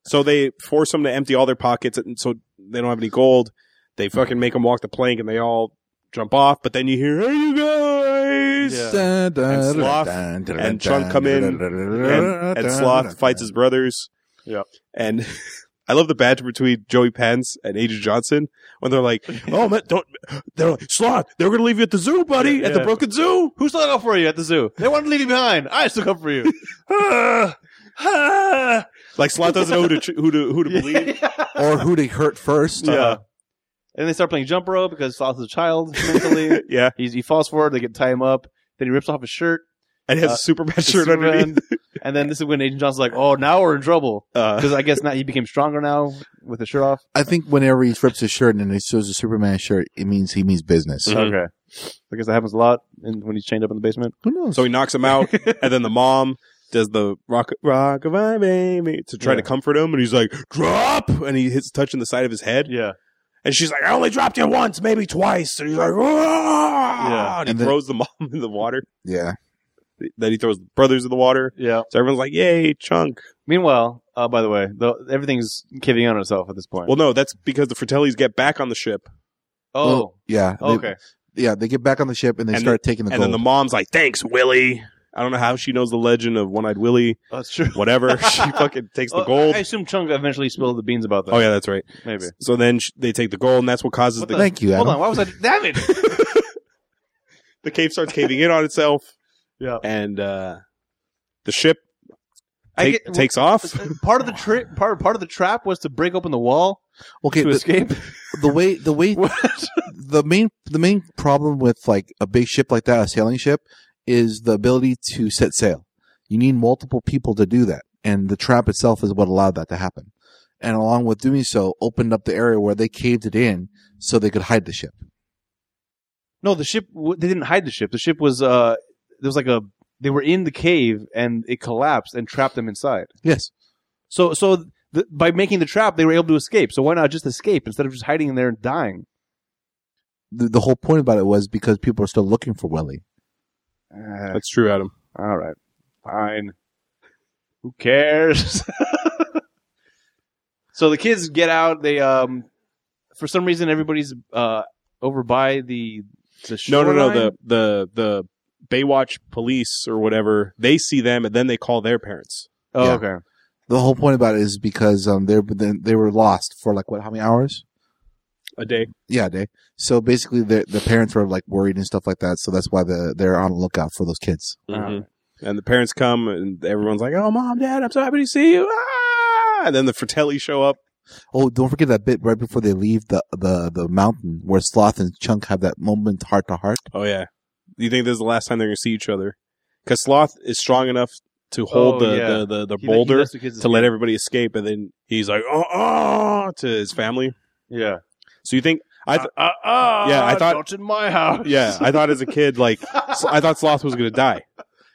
Speaker 1: So they force them to empty all their pockets, and so they don't have any gold. They fucking make them walk the plank, and they all jump off. But then you hear, "Hey, you guys!"
Speaker 3: Yeah.
Speaker 2: Dun, dun,
Speaker 1: And Sloth
Speaker 2: dun, dun,
Speaker 1: and
Speaker 2: dun,
Speaker 1: Chunk come
Speaker 2: dun,
Speaker 1: in,
Speaker 2: dun, dun,
Speaker 1: And, and
Speaker 2: dun,
Speaker 1: Sloth
Speaker 2: dun,
Speaker 1: fights his brothers.
Speaker 3: Yeah.
Speaker 1: and I love the battle between Joey Pence and Agent Johnson when they're like, "Oh man, don't!" They're like, "Sloth, they're gonna leave you at the zoo, buddy,
Speaker 3: Yeah,
Speaker 1: at the
Speaker 3: yeah.
Speaker 1: Broken Zoo."
Speaker 3: Who still up for you at the zoo? They wanted to leave you behind. I still come for you.
Speaker 1: Like Sloth doesn't know who to tr- who to who to believe.
Speaker 2: dun. Or who they hurt first?
Speaker 1: Uh-huh.
Speaker 3: And they start playing jump rope because Sloth is a child mentally.
Speaker 1: yeah,
Speaker 3: He's, he falls forward. They get tie him up. Then he rips off his shirt.
Speaker 1: and he has
Speaker 3: Uh,
Speaker 1: a Superman
Speaker 3: his
Speaker 1: shirt
Speaker 3: Superman,
Speaker 1: underneath.
Speaker 3: And then this is when Agent Johnson's like, "Oh, now we're in trouble."
Speaker 1: Uh,
Speaker 3: Because I guess now he became stronger now with the shirt off.
Speaker 2: I think whenever he rips his shirt and he shows a Superman shirt, it means he means business.
Speaker 1: Mhm.
Speaker 3: Okay. I guess that happens a lot in, when he's chained up in the basement.
Speaker 2: Who knows?
Speaker 1: So he knocks him out, and then the mom does the rock, rock of my baby to try
Speaker 3: Yeah.
Speaker 1: to comfort him, and he's like, "Drop!" and he hits touching the side of his head,
Speaker 3: Yeah.
Speaker 1: and she's like, "I only dropped you once, maybe twice," and he's like, "Ah!"
Speaker 3: Yeah.
Speaker 1: and he
Speaker 2: And then-
Speaker 1: throws the mom in the water.
Speaker 2: yeah.
Speaker 1: Then he throws the brothers in the water,
Speaker 3: Yeah.
Speaker 1: so everyone's like, "Yay, chunk!"
Speaker 3: Meanwhile, uh, by the way, the, everything's caving on itself at this point.
Speaker 1: Well, no, that's because the Fratellis get back on the ship,
Speaker 3: oh,
Speaker 2: Yeah. They-
Speaker 3: okay.
Speaker 2: yeah. They get back on the ship and they
Speaker 1: And
Speaker 2: start taking the
Speaker 1: and
Speaker 2: gold.
Speaker 1: then the mom's like, "Thanks, Willie." I don't know how she knows the legend of One Eyed Willie.
Speaker 3: That's true.
Speaker 1: Whatever, she fucking takes the
Speaker 3: Well,
Speaker 1: gold.
Speaker 3: I assume Chunk eventually spilled the beans about that.
Speaker 1: Oh yeah, that's right.
Speaker 3: Maybe.
Speaker 1: So then sh- they take the gold, and that's what causes
Speaker 3: What
Speaker 1: the
Speaker 2: Thank you, Adam.
Speaker 3: Hold on. Why was I. Damn it!
Speaker 1: the cave starts caving in on itself.
Speaker 3: Yeah.
Speaker 1: And uh, the ship
Speaker 3: I
Speaker 1: take-
Speaker 3: get-
Speaker 1: takes off.
Speaker 3: part of the trip, part, part of the trap was to break open the wall
Speaker 2: Okay,
Speaker 3: to
Speaker 2: the,
Speaker 3: escape.
Speaker 2: the way the way
Speaker 3: What?
Speaker 2: the main the main problem with like a big ship like that, a sailing ship, is the ability to set sail. You need multiple people to do that, and the trap itself is what allowed that to happen. And along with doing so, opened up the area where they caved it in so they could hide the ship.
Speaker 3: No, the ship. w- They didn't hide the ship. The ship was. uh There was like a. They were in the cave and it collapsed and trapped them inside.
Speaker 2: Yes,
Speaker 3: So so th- by making the trap, they were able to escape. So why not just escape instead of just hiding in there and dying?
Speaker 2: the, the whole point about it was because people are still looking for Willie.
Speaker 3: Uh,
Speaker 1: That's true, Adam.
Speaker 3: all right, fine. Who cares? so the kids get out. They um, for some reason everybody's uh over by the the
Speaker 1: No, no, no.
Speaker 3: shoreline?
Speaker 1: The the the Baywatch police or whatever, they see them and then they call their parents.
Speaker 3: Oh,
Speaker 2: Yeah.
Speaker 3: okay.
Speaker 2: The whole point about it is because um, they they were lost for like what? How many hours?
Speaker 1: A day.
Speaker 2: Yeah, day. So basically, the the parents were like worried and stuff like that. So that's why the they're on the lookout for those kids.
Speaker 3: Uh,
Speaker 1: Mhm. And the parents come and everyone's like, "Oh, mom, dad, I'm so happy to see you!" Ah! And then the Fratelli show up.
Speaker 2: Oh, don't forget that bit right before they leave the the the mountain where Sloth and Chunk have that moment heart to heart.
Speaker 1: Oh yeah, you think this is the last time they're gonna see each other? Because Sloth is strong enough to hold
Speaker 3: Oh,
Speaker 1: the,
Speaker 3: yeah.
Speaker 1: the the the
Speaker 3: He- he
Speaker 1: boulder
Speaker 3: lets the kids
Speaker 1: to let everybody escape, and then he's like, "Oh, oh," to his family.
Speaker 3: Yeah.
Speaker 1: So you think? I th-
Speaker 3: Uh, uh,
Speaker 1: Yeah, I thought-
Speaker 3: Not in my house.
Speaker 1: yeah, I thought as a kid, like I thought Sloth was gonna die.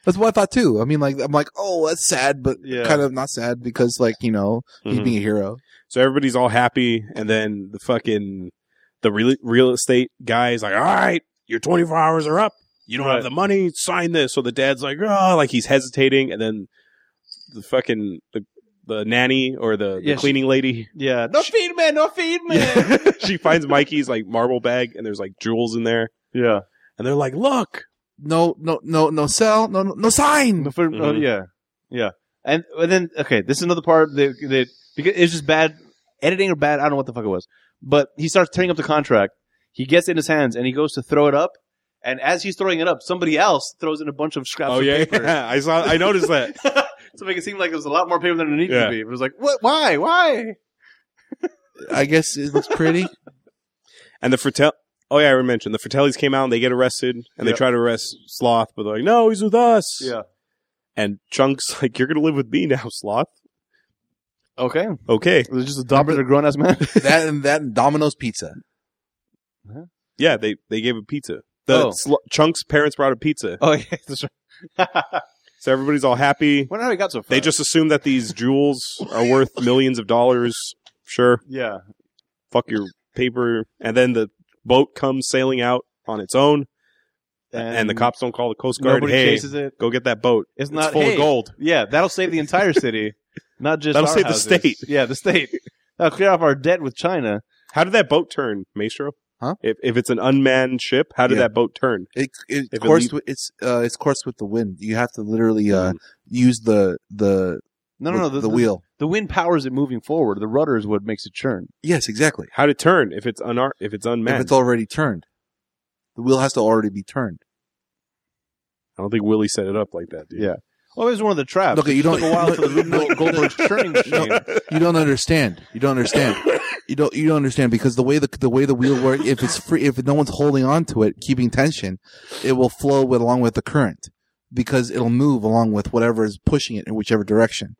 Speaker 2: That's what I thought too. I mean, like I'm like, oh, that's sad, but
Speaker 3: yeah. Mm-hmm.
Speaker 2: kind of not sad because like you know he's
Speaker 1: Mhm.
Speaker 2: being a hero.
Speaker 1: So everybody's all happy, and then the fucking the real real estate guy's like, "All right, your 24 hours are up. You don't
Speaker 3: Right.
Speaker 1: have the money. Sign this." So the dad's like, "Oh," like he's hesitating, and then the fucking the, the nanny or the, the
Speaker 3: Yeah, she-
Speaker 1: cleaning lady,
Speaker 3: yeah. No feed me. No feed me.
Speaker 1: Yeah. she finds Mikey's like marble bag, and there's like jewels in there,
Speaker 3: yeah.
Speaker 1: and they're like, "Look."
Speaker 2: No, no, no, no cell, no, no, no sign.
Speaker 3: No, for- oh,
Speaker 1: Mhm.
Speaker 3: yeah, yeah, and, and then okay, this is another part that, that because it's just bad editing or bad. I don't know what the fuck it was, but he starts tearing up the contract. He gets it in his hands and he goes to throw it up, and as he's throwing it up, somebody else throws in a bunch of scraps
Speaker 1: Oh
Speaker 3: of
Speaker 1: yeah,
Speaker 3: paper
Speaker 1: yeah, I saw. I noticed that.
Speaker 3: to make it seem like there was a lot more paper than it needed
Speaker 1: Yeah.
Speaker 3: to be. It was like, what? Why? Why?
Speaker 2: I guess it looks pretty.
Speaker 1: And the Fratel. Oh yeah, I already mentioned the Fratellis came out and they get arrested, and they
Speaker 3: Yeah.
Speaker 1: try to arrest Sloth, but they're like, "No, he's with us."
Speaker 3: Yeah.
Speaker 1: And Chunk's like, "You're gonna live with me now, Sloth."
Speaker 3: Okay.
Speaker 1: Okay.
Speaker 3: It was just adopted a grown ass man.
Speaker 2: that and that and Domino's pizza.
Speaker 1: Yeah, they they gave him pizza. The
Speaker 3: Oh.
Speaker 1: Slo- Chunk's parents brought a pizza,
Speaker 3: oh yeah. That's right.
Speaker 1: so everybody's all happy.
Speaker 3: Wonder how he got so far.
Speaker 1: They just assume that these jewels are worth millions of dollars. Sure,
Speaker 3: yeah.
Speaker 1: fuck your paper. And then the boat comes sailing out on its own, and, the cops don't call the Coast Guard.
Speaker 3: Nobody
Speaker 1: Hey,
Speaker 3: chases it.
Speaker 1: go get that boat.
Speaker 3: It's
Speaker 1: It's
Speaker 3: not
Speaker 1: full
Speaker 3: hey,
Speaker 1: of gold.
Speaker 3: Yeah, that'll save the entire city, not just
Speaker 1: That'll
Speaker 3: our
Speaker 1: save the
Speaker 3: houses.
Speaker 1: state.
Speaker 3: Yeah, the state. That'll clear off our debt with China.
Speaker 1: How did that boat turn, Maestro?
Speaker 2: Huh?
Speaker 1: If if it's an unmanned ship, how did
Speaker 2: Yeah.
Speaker 1: that boat turn?
Speaker 2: It, it
Speaker 1: If it
Speaker 2: course
Speaker 1: leave-
Speaker 2: with- it's uh, it's course with the wind. You have to literally
Speaker 1: Um,
Speaker 2: uh, use the the
Speaker 3: Mm. No, no, no.
Speaker 2: the, wheel.
Speaker 3: The wind powers it moving forward. The rudder is what makes it churn.
Speaker 2: Yes, exactly.
Speaker 1: How did it turn if it's unar- if it's unmanned?
Speaker 2: If it's already turned, the wheel has to already be turned.
Speaker 1: I don't think Willie set it up like that, dude.
Speaker 3: Yeah. Well, it was one of the traps.
Speaker 2: Okay, you
Speaker 3: It took
Speaker 2: don't-
Speaker 3: a while for the
Speaker 2: no, no.
Speaker 3: Rube Goldberg's churning machine.
Speaker 2: You don't understand. You don't understand. You don't. You don't understand because the way the the way the wheel works, if it's free, if no one's holding on to it, keeping tension, it will flow with along with the current because it'll move along with whatever is pushing it in whichever direction.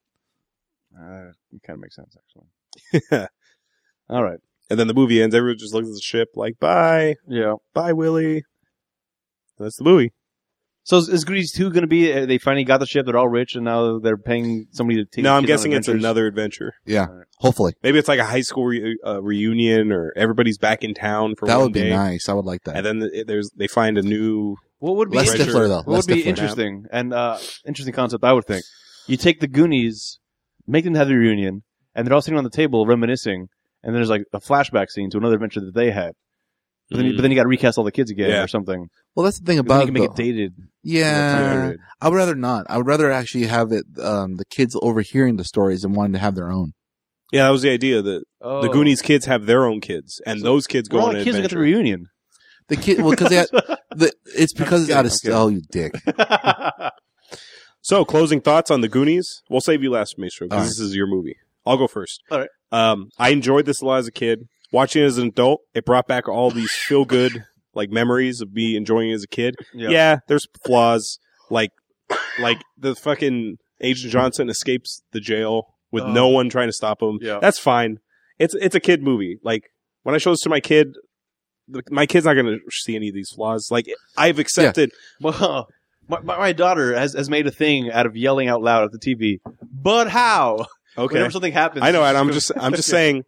Speaker 3: Uh, it kind of makes sense, actually. All right.
Speaker 1: And then the movie ends. Everyone just looks at the ship like, "Bye,
Speaker 3: Yeah.
Speaker 1: bye, Willie." That's the movie.
Speaker 3: So is, is Grease 2 going to be? uh, They finally got the ship. They're all rich, and now they're paying somebody to take
Speaker 1: no,
Speaker 3: the
Speaker 1: I'm
Speaker 3: kids on
Speaker 1: guessing it's
Speaker 3: adventures.
Speaker 1: another adventure.
Speaker 2: Hopefully,
Speaker 1: Maybe it's like a high school re- uh, reunion, or everybody's back in town for
Speaker 2: that
Speaker 1: one
Speaker 2: would be
Speaker 1: day.
Speaker 2: nice. I would like that.
Speaker 1: And then the, it- there's they find a new.
Speaker 3: What would be
Speaker 2: Less
Speaker 1: Right,
Speaker 3: interesting?
Speaker 2: Stifler though.
Speaker 3: What
Speaker 2: Less
Speaker 3: would be
Speaker 2: Stifler.
Speaker 3: interesting and uh, interesting concept, I would think. You take the Goonies, make them have their reunion, and they're all sitting on the table reminiscing, and there's like a flashback scene to another adventure that they had. But then, but then you got to recast all the kids again
Speaker 1: Yeah.
Speaker 3: or something.
Speaker 2: Well, that's the thing
Speaker 3: And Then
Speaker 2: about
Speaker 3: you can make
Speaker 2: though.
Speaker 3: it dated.
Speaker 2: Yeah, I would rather not. I would rather actually have it um, the kids overhearing the stories and wanting to have their own.
Speaker 1: Yeah, that was the idea that
Speaker 3: Oh.
Speaker 1: the Goonies kids have their own kids, and
Speaker 3: So
Speaker 1: those kids go
Speaker 3: Well,
Speaker 1: on an
Speaker 3: the kids got the
Speaker 1: adventure.
Speaker 3: reunion.
Speaker 2: The kid, well, because the, it's because it's out of
Speaker 1: I'm
Speaker 2: st- oh, you dick.
Speaker 1: So, closing thoughts on the Goonies. We'll save you last, Maestro, because
Speaker 2: All right.
Speaker 1: this is your movie. I'll go first.
Speaker 3: All right.
Speaker 1: Um, I enjoyed this a lot as a kid. Watching it as an adult, it brought back all these feel good like memories of me enjoying it as a kid. Yeah. there's flaws like like the fucking Agent Johnson escapes the jail with
Speaker 3: Oh.
Speaker 1: no one trying to stop him.
Speaker 3: Yeah.
Speaker 1: That's fine. It's it's a kid movie. Like when I show this to my kid, the, my kid's not going to see any of these flaws. Like I've accepted
Speaker 3: Well, my, my, my daughter has, has made a thing out of yelling out loud at the TV. But how?
Speaker 1: okay.
Speaker 3: Whenever something happens,
Speaker 1: I know, and
Speaker 3: she
Speaker 1: I'm
Speaker 3: goes,
Speaker 1: just I'm just saying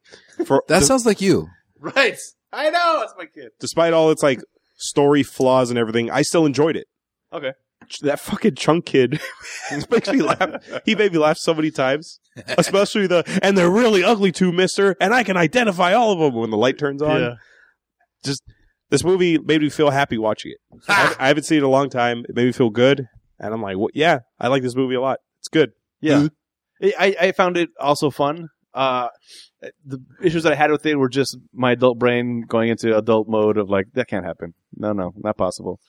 Speaker 1: for
Speaker 2: That sounds like you.
Speaker 3: right. I know that's my kid.
Speaker 1: despite all its like story flaws and everything, I still enjoyed it.
Speaker 3: Okay.
Speaker 1: Ch- That fucking chunk kid makes me laugh. He made me laugh so many times, especially the and they're really ugly too, Mister. And I can identify all of them when the light turns on. This movie made me feel happy watching it. I, I haven't seen it in a long time. It made me feel good, and I'm like, what? Yeah, I like this movie a lot. It's good.
Speaker 3: Yeah, I, I found it also fun. Uh, the issues that I had with it were just my adult brain going into adult mode of like that can't happen. No, no, not possible.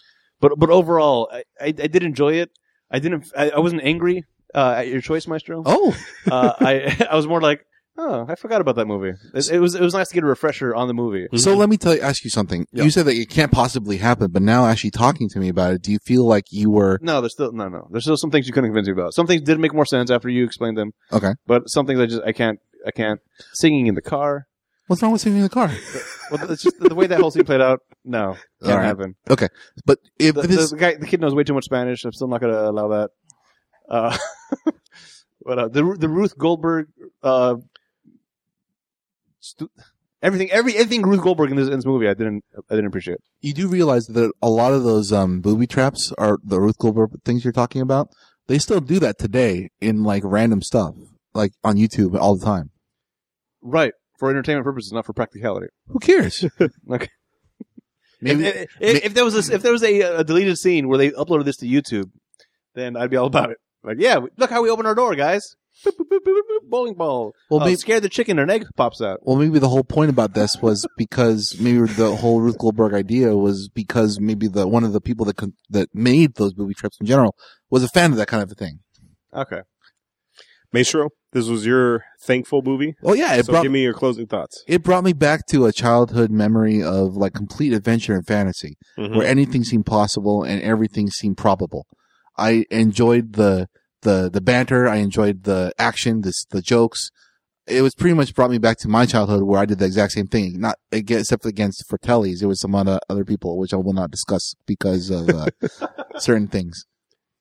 Speaker 3: But but overall, I, I, I did enjoy it. I didn't. I, I wasn't angry uh, at your choice, Maestro.
Speaker 2: Oh,
Speaker 3: Uh, I I was more like, oh, I forgot about that movie. It, it was it was nice to get a refresher on the movie.
Speaker 2: so let me tell you, ask you something.
Speaker 3: Yeah.
Speaker 2: You said that it can't possibly happen, but now actually talking to me about it, do you feel like you were
Speaker 3: No, there's still no, no. There's still some things you couldn't convince me about. Some things did make more sense after you explained them.
Speaker 2: Okay.
Speaker 3: but some things I just I can't I can't. Singing in the car.
Speaker 2: What's wrong with sitting in the car?
Speaker 3: Well, it's just the way that whole scene played out. No, can't
Speaker 2: All right.
Speaker 3: happen.
Speaker 2: But if
Speaker 3: The,
Speaker 2: this,
Speaker 3: the guy, the kid knows way too much Spanish. I'm still not going to allow that. Uh, but uh, the the Ruth Goldberg, uh, stu- everything, every everything Ruth Goldberg in this, in this movie, I didn't I didn't appreciate.
Speaker 2: you do realize that a lot of those um, booby traps are the Ruth Goldberg things you're talking about. They still do that today in like random stuff, like on YouTube all the time.
Speaker 3: Right for entertainment purposes, not for practicality.
Speaker 2: Who cares?
Speaker 3: Okay.
Speaker 2: Maybe,
Speaker 3: if, if, if there was a, if there was a, a deleted scene where they uploaded this to YouTube, then I'd be all about it. Like, yeah, look how we open our door, guys. Boop, boop, boop, boop, boop, bowling ball.
Speaker 2: well,
Speaker 3: uh,
Speaker 2: maybe,
Speaker 3: scared the chicken, an egg pops out.
Speaker 2: well, maybe the whole point about this was because maybe the whole Ruth Goldberg idea was because maybe the one of the people that con- that made those booby traps in general was a fan of that kind of a thing.
Speaker 3: Okay.
Speaker 1: Maestro, this was your thankful movie.
Speaker 2: Oh yeah, it
Speaker 1: so
Speaker 2: brought
Speaker 1: give me your closing thoughts.
Speaker 2: it brought me back to a childhood memory of like complete adventure and fantasy.
Speaker 3: Mm-hmm.
Speaker 2: where anything seemed possible and everything seemed probable. I enjoyed the the the banter. I enjoyed the action, the the jokes. It was pretty much brought me back to my childhood where I did the exact same thing, not again, except against Fratellis. It was some other other people, which I will not discuss because of uh, certain things.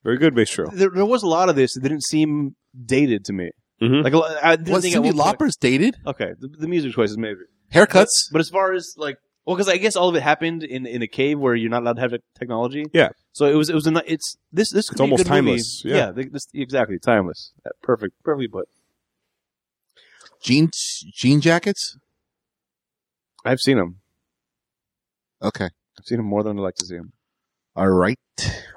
Speaker 1: Very good, Maestro.
Speaker 3: There, there was a lot of this that didn't seem dated to me.
Speaker 1: Mhm.
Speaker 3: Like a lo- I didn't
Speaker 2: Was
Speaker 3: think at
Speaker 2: Cindy
Speaker 3: one point-
Speaker 2: Lauper's dated?
Speaker 3: Okay, the, the music choices maybe,
Speaker 2: Haircuts?
Speaker 3: but as far as like, well, because I guess all of it happened in in a cave where you're not allowed to have te- technology.
Speaker 1: Yeah.
Speaker 3: So it was it was a ni- it's this this could
Speaker 1: It's
Speaker 3: be a
Speaker 1: almost
Speaker 3: good movie.
Speaker 1: timeless, yeah.
Speaker 3: th- this, exactly timeless. Uh, Perfect, perfectly put.
Speaker 2: Jeans? Jean jackets?
Speaker 3: I've seen him.
Speaker 2: Okay.
Speaker 3: I've seen him more than I like to see him.
Speaker 2: All right.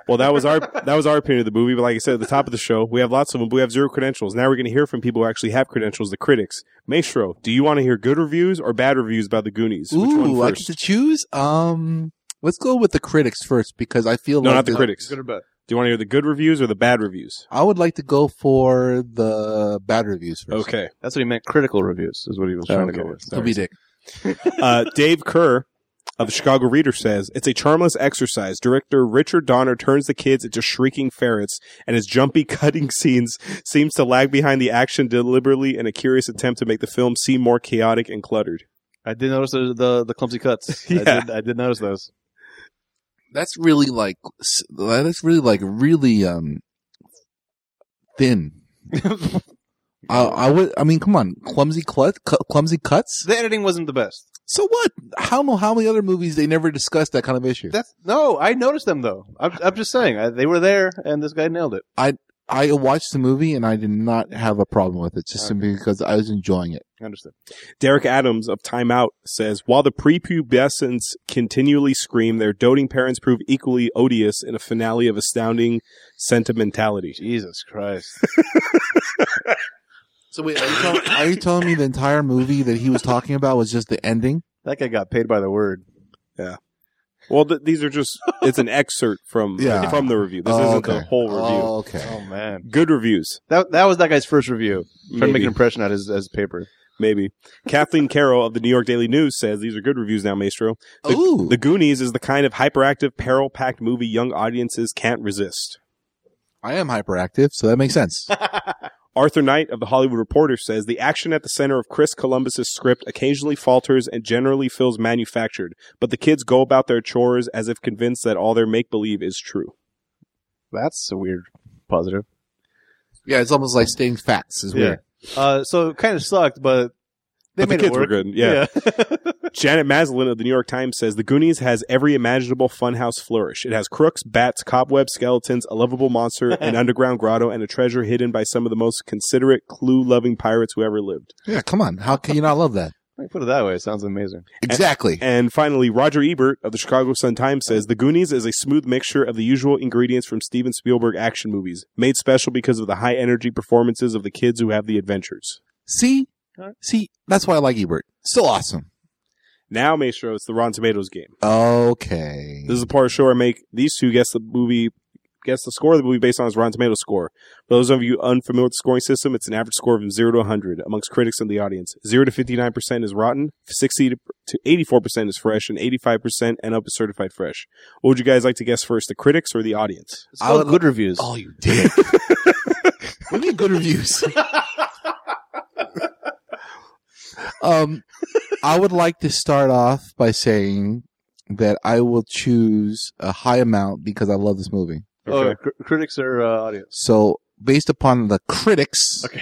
Speaker 1: Well, that was our that was our opinion of the movie. But like I said at the top of the show, we have lots of them. But we have zero credentials. Now we're going to hear from people who actually have credentials. The critics, Maestro. Do you want to hear good reviews or bad reviews about the Goonies? Which
Speaker 2: Ooh,
Speaker 1: one
Speaker 2: I
Speaker 1: first?
Speaker 2: get to choose. Um, let's go with the critics first because I feel
Speaker 1: No,
Speaker 2: like
Speaker 1: not the
Speaker 2: this-
Speaker 1: critics.
Speaker 3: Good or bad?
Speaker 1: Do you want to hear the good reviews or the bad reviews?
Speaker 2: I would like to go for the bad reviews first.
Speaker 1: Okay.
Speaker 3: That's what he meant. Critical reviews is what he was trying to go with.
Speaker 2: Don't be a dick.
Speaker 1: Uh, Dave Kerr of the Chicago Reader says it's a charmless exercise. Director Richard Donner turns the kids into shrieking ferrets, and his jumpy cutting scenes seems to lag behind the action deliberately in a curious attempt to make the film seem more chaotic and cluttered.
Speaker 3: I did notice the the, the clumsy cuts. I,
Speaker 1: Yeah.
Speaker 3: did, I did notice those.
Speaker 2: That's really like s- that's really like really um thin. I, I would. I mean, come on, clumsy clut, cu- clumsy cuts.
Speaker 3: The editing wasn't the best.
Speaker 2: So what? I don't know how many other movies they never discussed that kind of issue.
Speaker 3: That's no, I noticed them though. I'm, I'm just saying I, they were there, and this guy nailed it.
Speaker 2: I watched the movie and I did not have a problem with it, just simply because I was enjoying it.
Speaker 3: I understand.
Speaker 1: Derek Adams of Time Out says, while the prepubescents continually scream, their doting parents prove equally odious in a finale of astounding sentimentality.
Speaker 3: Jesus Christ!
Speaker 2: So wait, are you, tell- are you telling me the entire movie that he was talking about was just the ending?
Speaker 3: that guy got paid by the word.
Speaker 1: Well, th- these are just, it's an excerpt from,
Speaker 2: Yeah.
Speaker 1: from the review. This
Speaker 2: Oh,
Speaker 1: isn't the
Speaker 2: okay.
Speaker 1: whole review.
Speaker 2: Oh, okay.
Speaker 3: Oh man,
Speaker 1: Good reviews.
Speaker 3: that that was that guy's first review. Trying to make
Speaker 1: Maybe.
Speaker 3: an impression at his, his paper.
Speaker 1: Maybe. Kathleen Carroll of the New York Daily News says these are good reviews now, Maestro. The-
Speaker 2: Oh. Ooh.
Speaker 1: The Goonies is the kind of hyperactive, peril packed movie young audiences can't resist.
Speaker 2: I am hyperactive, so that makes sense.
Speaker 1: Arthur Knight of the Hollywood Reporter says the action at the center of Chris Columbus's script occasionally falters and generally feels manufactured, but the kids go about their chores as if convinced that all their make believe is true.
Speaker 3: That's a weird positive.
Speaker 2: yeah, it's almost like stating facts is weird.
Speaker 3: Uh, so kind of sucked, but they
Speaker 1: but
Speaker 3: made
Speaker 1: the kids
Speaker 3: it
Speaker 1: were
Speaker 3: work.
Speaker 1: good. yeah. Janet Maslin of the New York Times says The Goonies has every imaginable funhouse flourish. It has crooks, bats, cobwebs, skeletons, a lovable monster, an underground grotto, and a treasure hidden by some of the most considerate, clue loving pirates who ever lived.
Speaker 2: Yeah, come on. How can you not love that?
Speaker 3: When you put it that way, it sounds amazing.
Speaker 2: Exactly.
Speaker 1: And finally, Roger Ebert of the Chicago Sun Times says The Goonies is a smooth mixture of the usual ingredients from Steven Spielberg action movies, made special because of the high energy performances of the kids who have the adventures.
Speaker 2: See,
Speaker 3: Alright.
Speaker 2: see, that's why I like Ebert. Still awesome.
Speaker 1: Now, Maestro, it's the Rotten Tomatoes game.
Speaker 2: Okay.
Speaker 1: This is the part of the show where I make these two guess the movie, guess the score of the movie based on its Rotten Tomatoes score. For those of you unfamiliar with the scoring system, it's an average score from zero to 100 amongst critics and the audience. Zero to 59 percent is rotten, 60 to- to 84 percent is fresh, and 85 percent and up is certified fresh. What would you guys like to guess first, the critics or the audience?
Speaker 3: It's
Speaker 2: I
Speaker 3: called
Speaker 2: would-
Speaker 3: good reviews.
Speaker 2: oh, you did. we need good reviews. um, I would like to start off by saying that I will choose a high amount because I love this movie.
Speaker 3: Oh, cr- critics are uh, audience.
Speaker 2: So, based upon the critics,
Speaker 3: Okay.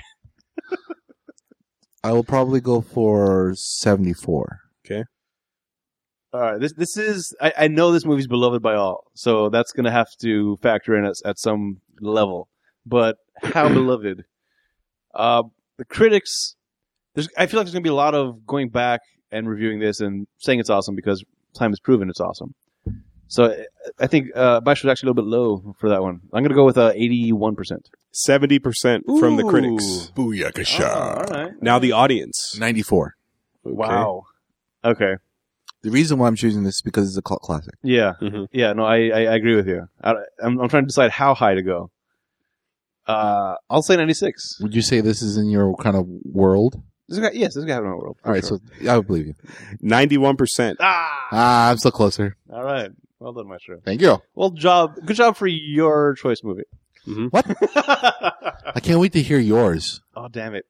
Speaker 2: I will probably go for 74.
Speaker 3: All right, this this is. I, I know this movie's beloved by all, so that's gonna have to factor in at, at some level. But how beloved? Uh, the critics. There's. I feel like there's gonna be a lot of going back and reviewing this and saying it's awesome because time has proven it's awesome. So I- I think uh, Bash was actually a little bit low for that one. I'm gonna go with uh, 81 percent
Speaker 1: 70 percent from the critics.
Speaker 2: Oh, Booyakasha.
Speaker 3: Oh, all right.
Speaker 1: Now the audience.
Speaker 2: 94.
Speaker 3: Wow. Okay.
Speaker 2: The reason why I'm choosing this is because it's a cult classic.
Speaker 3: Yeah,
Speaker 1: Mhm.
Speaker 3: yeah. No, I, I, I agree with you. I, I'm I'm trying to decide how high to go. Uh, I'll say 96.
Speaker 2: Would you say this is in your kind of world?
Speaker 3: This guy, yes, this guy happened in my world.
Speaker 2: All right, so I would believe you.
Speaker 1: 91 percent.
Speaker 3: ah,
Speaker 2: Ah, I'm still closer.
Speaker 3: all right. Well done, Maestro.
Speaker 2: Thank you.
Speaker 3: Well, job. Good job for your choice movie.
Speaker 1: Mm-hmm.
Speaker 2: What?
Speaker 3: oh
Speaker 2: I can't wait to hear yours.
Speaker 3: damn it!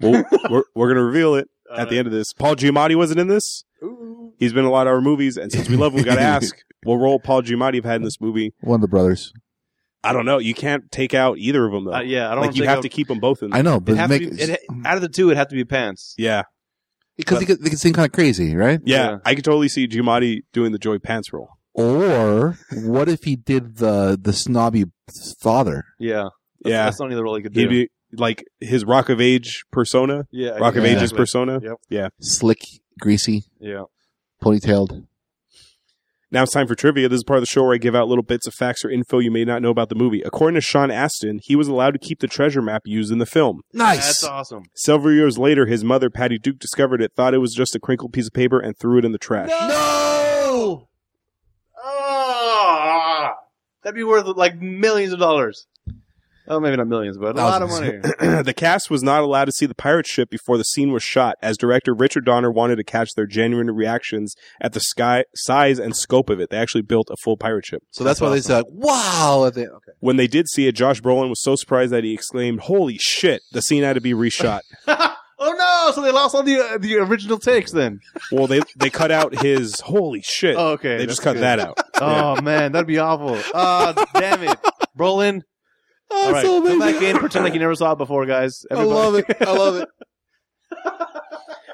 Speaker 1: Well, we're we're gonna reveal it at the end of this. Paul Giamatti wasn't in this.
Speaker 3: Uh, Ooh.
Speaker 1: He's been in a lot of our movies, and since we love him, we gotta ask what role Paul Giamatti have had in this movie.
Speaker 2: One of the brothers.
Speaker 1: I don't know. You can't take out either of them though.
Speaker 3: Uh, yeah, I don't
Speaker 1: like you have to keep them both in.
Speaker 2: I know, but
Speaker 3: It have
Speaker 2: make,
Speaker 3: to be, it, out of the two, it had to be pants.
Speaker 1: yeah,
Speaker 2: because they, could, they could seem kind of crazy, right?
Speaker 1: yeah,
Speaker 3: Yeah.
Speaker 1: I could totally see Giamatti doing the Joy Pants role.
Speaker 2: Or what if he did the the snobby father?
Speaker 3: Yeah, that's,
Speaker 1: Yeah.
Speaker 3: That's the only other role he could do.
Speaker 1: He'd be like his Rock of Age persona,
Speaker 3: yeah,
Speaker 1: Rock of
Speaker 2: Yeah.
Speaker 1: Ages persona.
Speaker 3: Yep.
Speaker 2: Slick, greasy,
Speaker 3: Yeah.
Speaker 2: ponytailed.
Speaker 1: Now it's time for trivia. This is part of the show where I give out little bits of facts or info you may not know about the movie. According to Sean Astin, he was allowed to keep the treasure map used in the film.
Speaker 2: Nice.
Speaker 3: That's awesome.
Speaker 1: Several years later, his mother, Patty Duke, discovered it, thought it was just a crinkled piece of paper, and threw it in the trash.
Speaker 2: No.
Speaker 3: Ah, that'd be worth like millions of dollars. Oh, maybe not millions, but a lot of money.
Speaker 2: Thousands.
Speaker 1: the cast was not allowed to see the pirate ship before the scene was shot, as director Richard Donner wanted to catch their genuine reactions at the sky, size and scope of it. They actually built a full pirate ship.
Speaker 2: So that's, why they said, "Wow." at the- okay.
Speaker 1: When they did see it, Josh Brolin was so surprised that he exclaimed, "Holy shit!" The scene had to be reshot.
Speaker 3: oh no! So they lost all the uh, the original takes then.
Speaker 1: well, they they cut out his "Holy shit."
Speaker 3: Oh, okay,
Speaker 1: they
Speaker 3: that's
Speaker 1: just cut
Speaker 3: good.
Speaker 1: that out.
Speaker 3: Oh man, that'd be awful. Oh damn it, Brolin.
Speaker 2: Oh,
Speaker 3: All right,
Speaker 2: so
Speaker 3: come
Speaker 2: amazing.
Speaker 3: back in, pretend like you never saw it before, guys.
Speaker 2: I love it. I love it.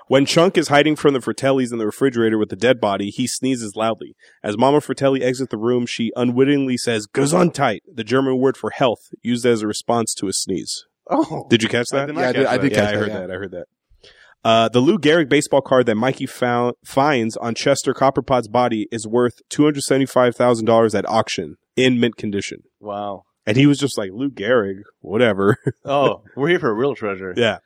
Speaker 1: When Chunk is hiding from the Fratellis in the refrigerator with the dead body, he sneezes loudly. As Mama Fratelli exits the room, she unwittingly says "Gesundheit," the German word for health, used as a response to a sneeze.
Speaker 3: Oh,
Speaker 1: Did you catch that?
Speaker 3: I did not
Speaker 2: Yeah, I did, I
Speaker 3: catch
Speaker 2: did
Speaker 1: yeah,
Speaker 2: catch
Speaker 1: I heard
Speaker 2: that.
Speaker 1: that. I heard that. Uh, the Lou Gehrig baseball card that Mikey found finds on Chester Copperpot's body is worth two hundred seventy-five thousand dollars at auction in mint condition,
Speaker 3: wow.
Speaker 1: and he was just like Lou Gehrig, whatever.
Speaker 3: Oh, we're here for a real treasure.
Speaker 1: yeah.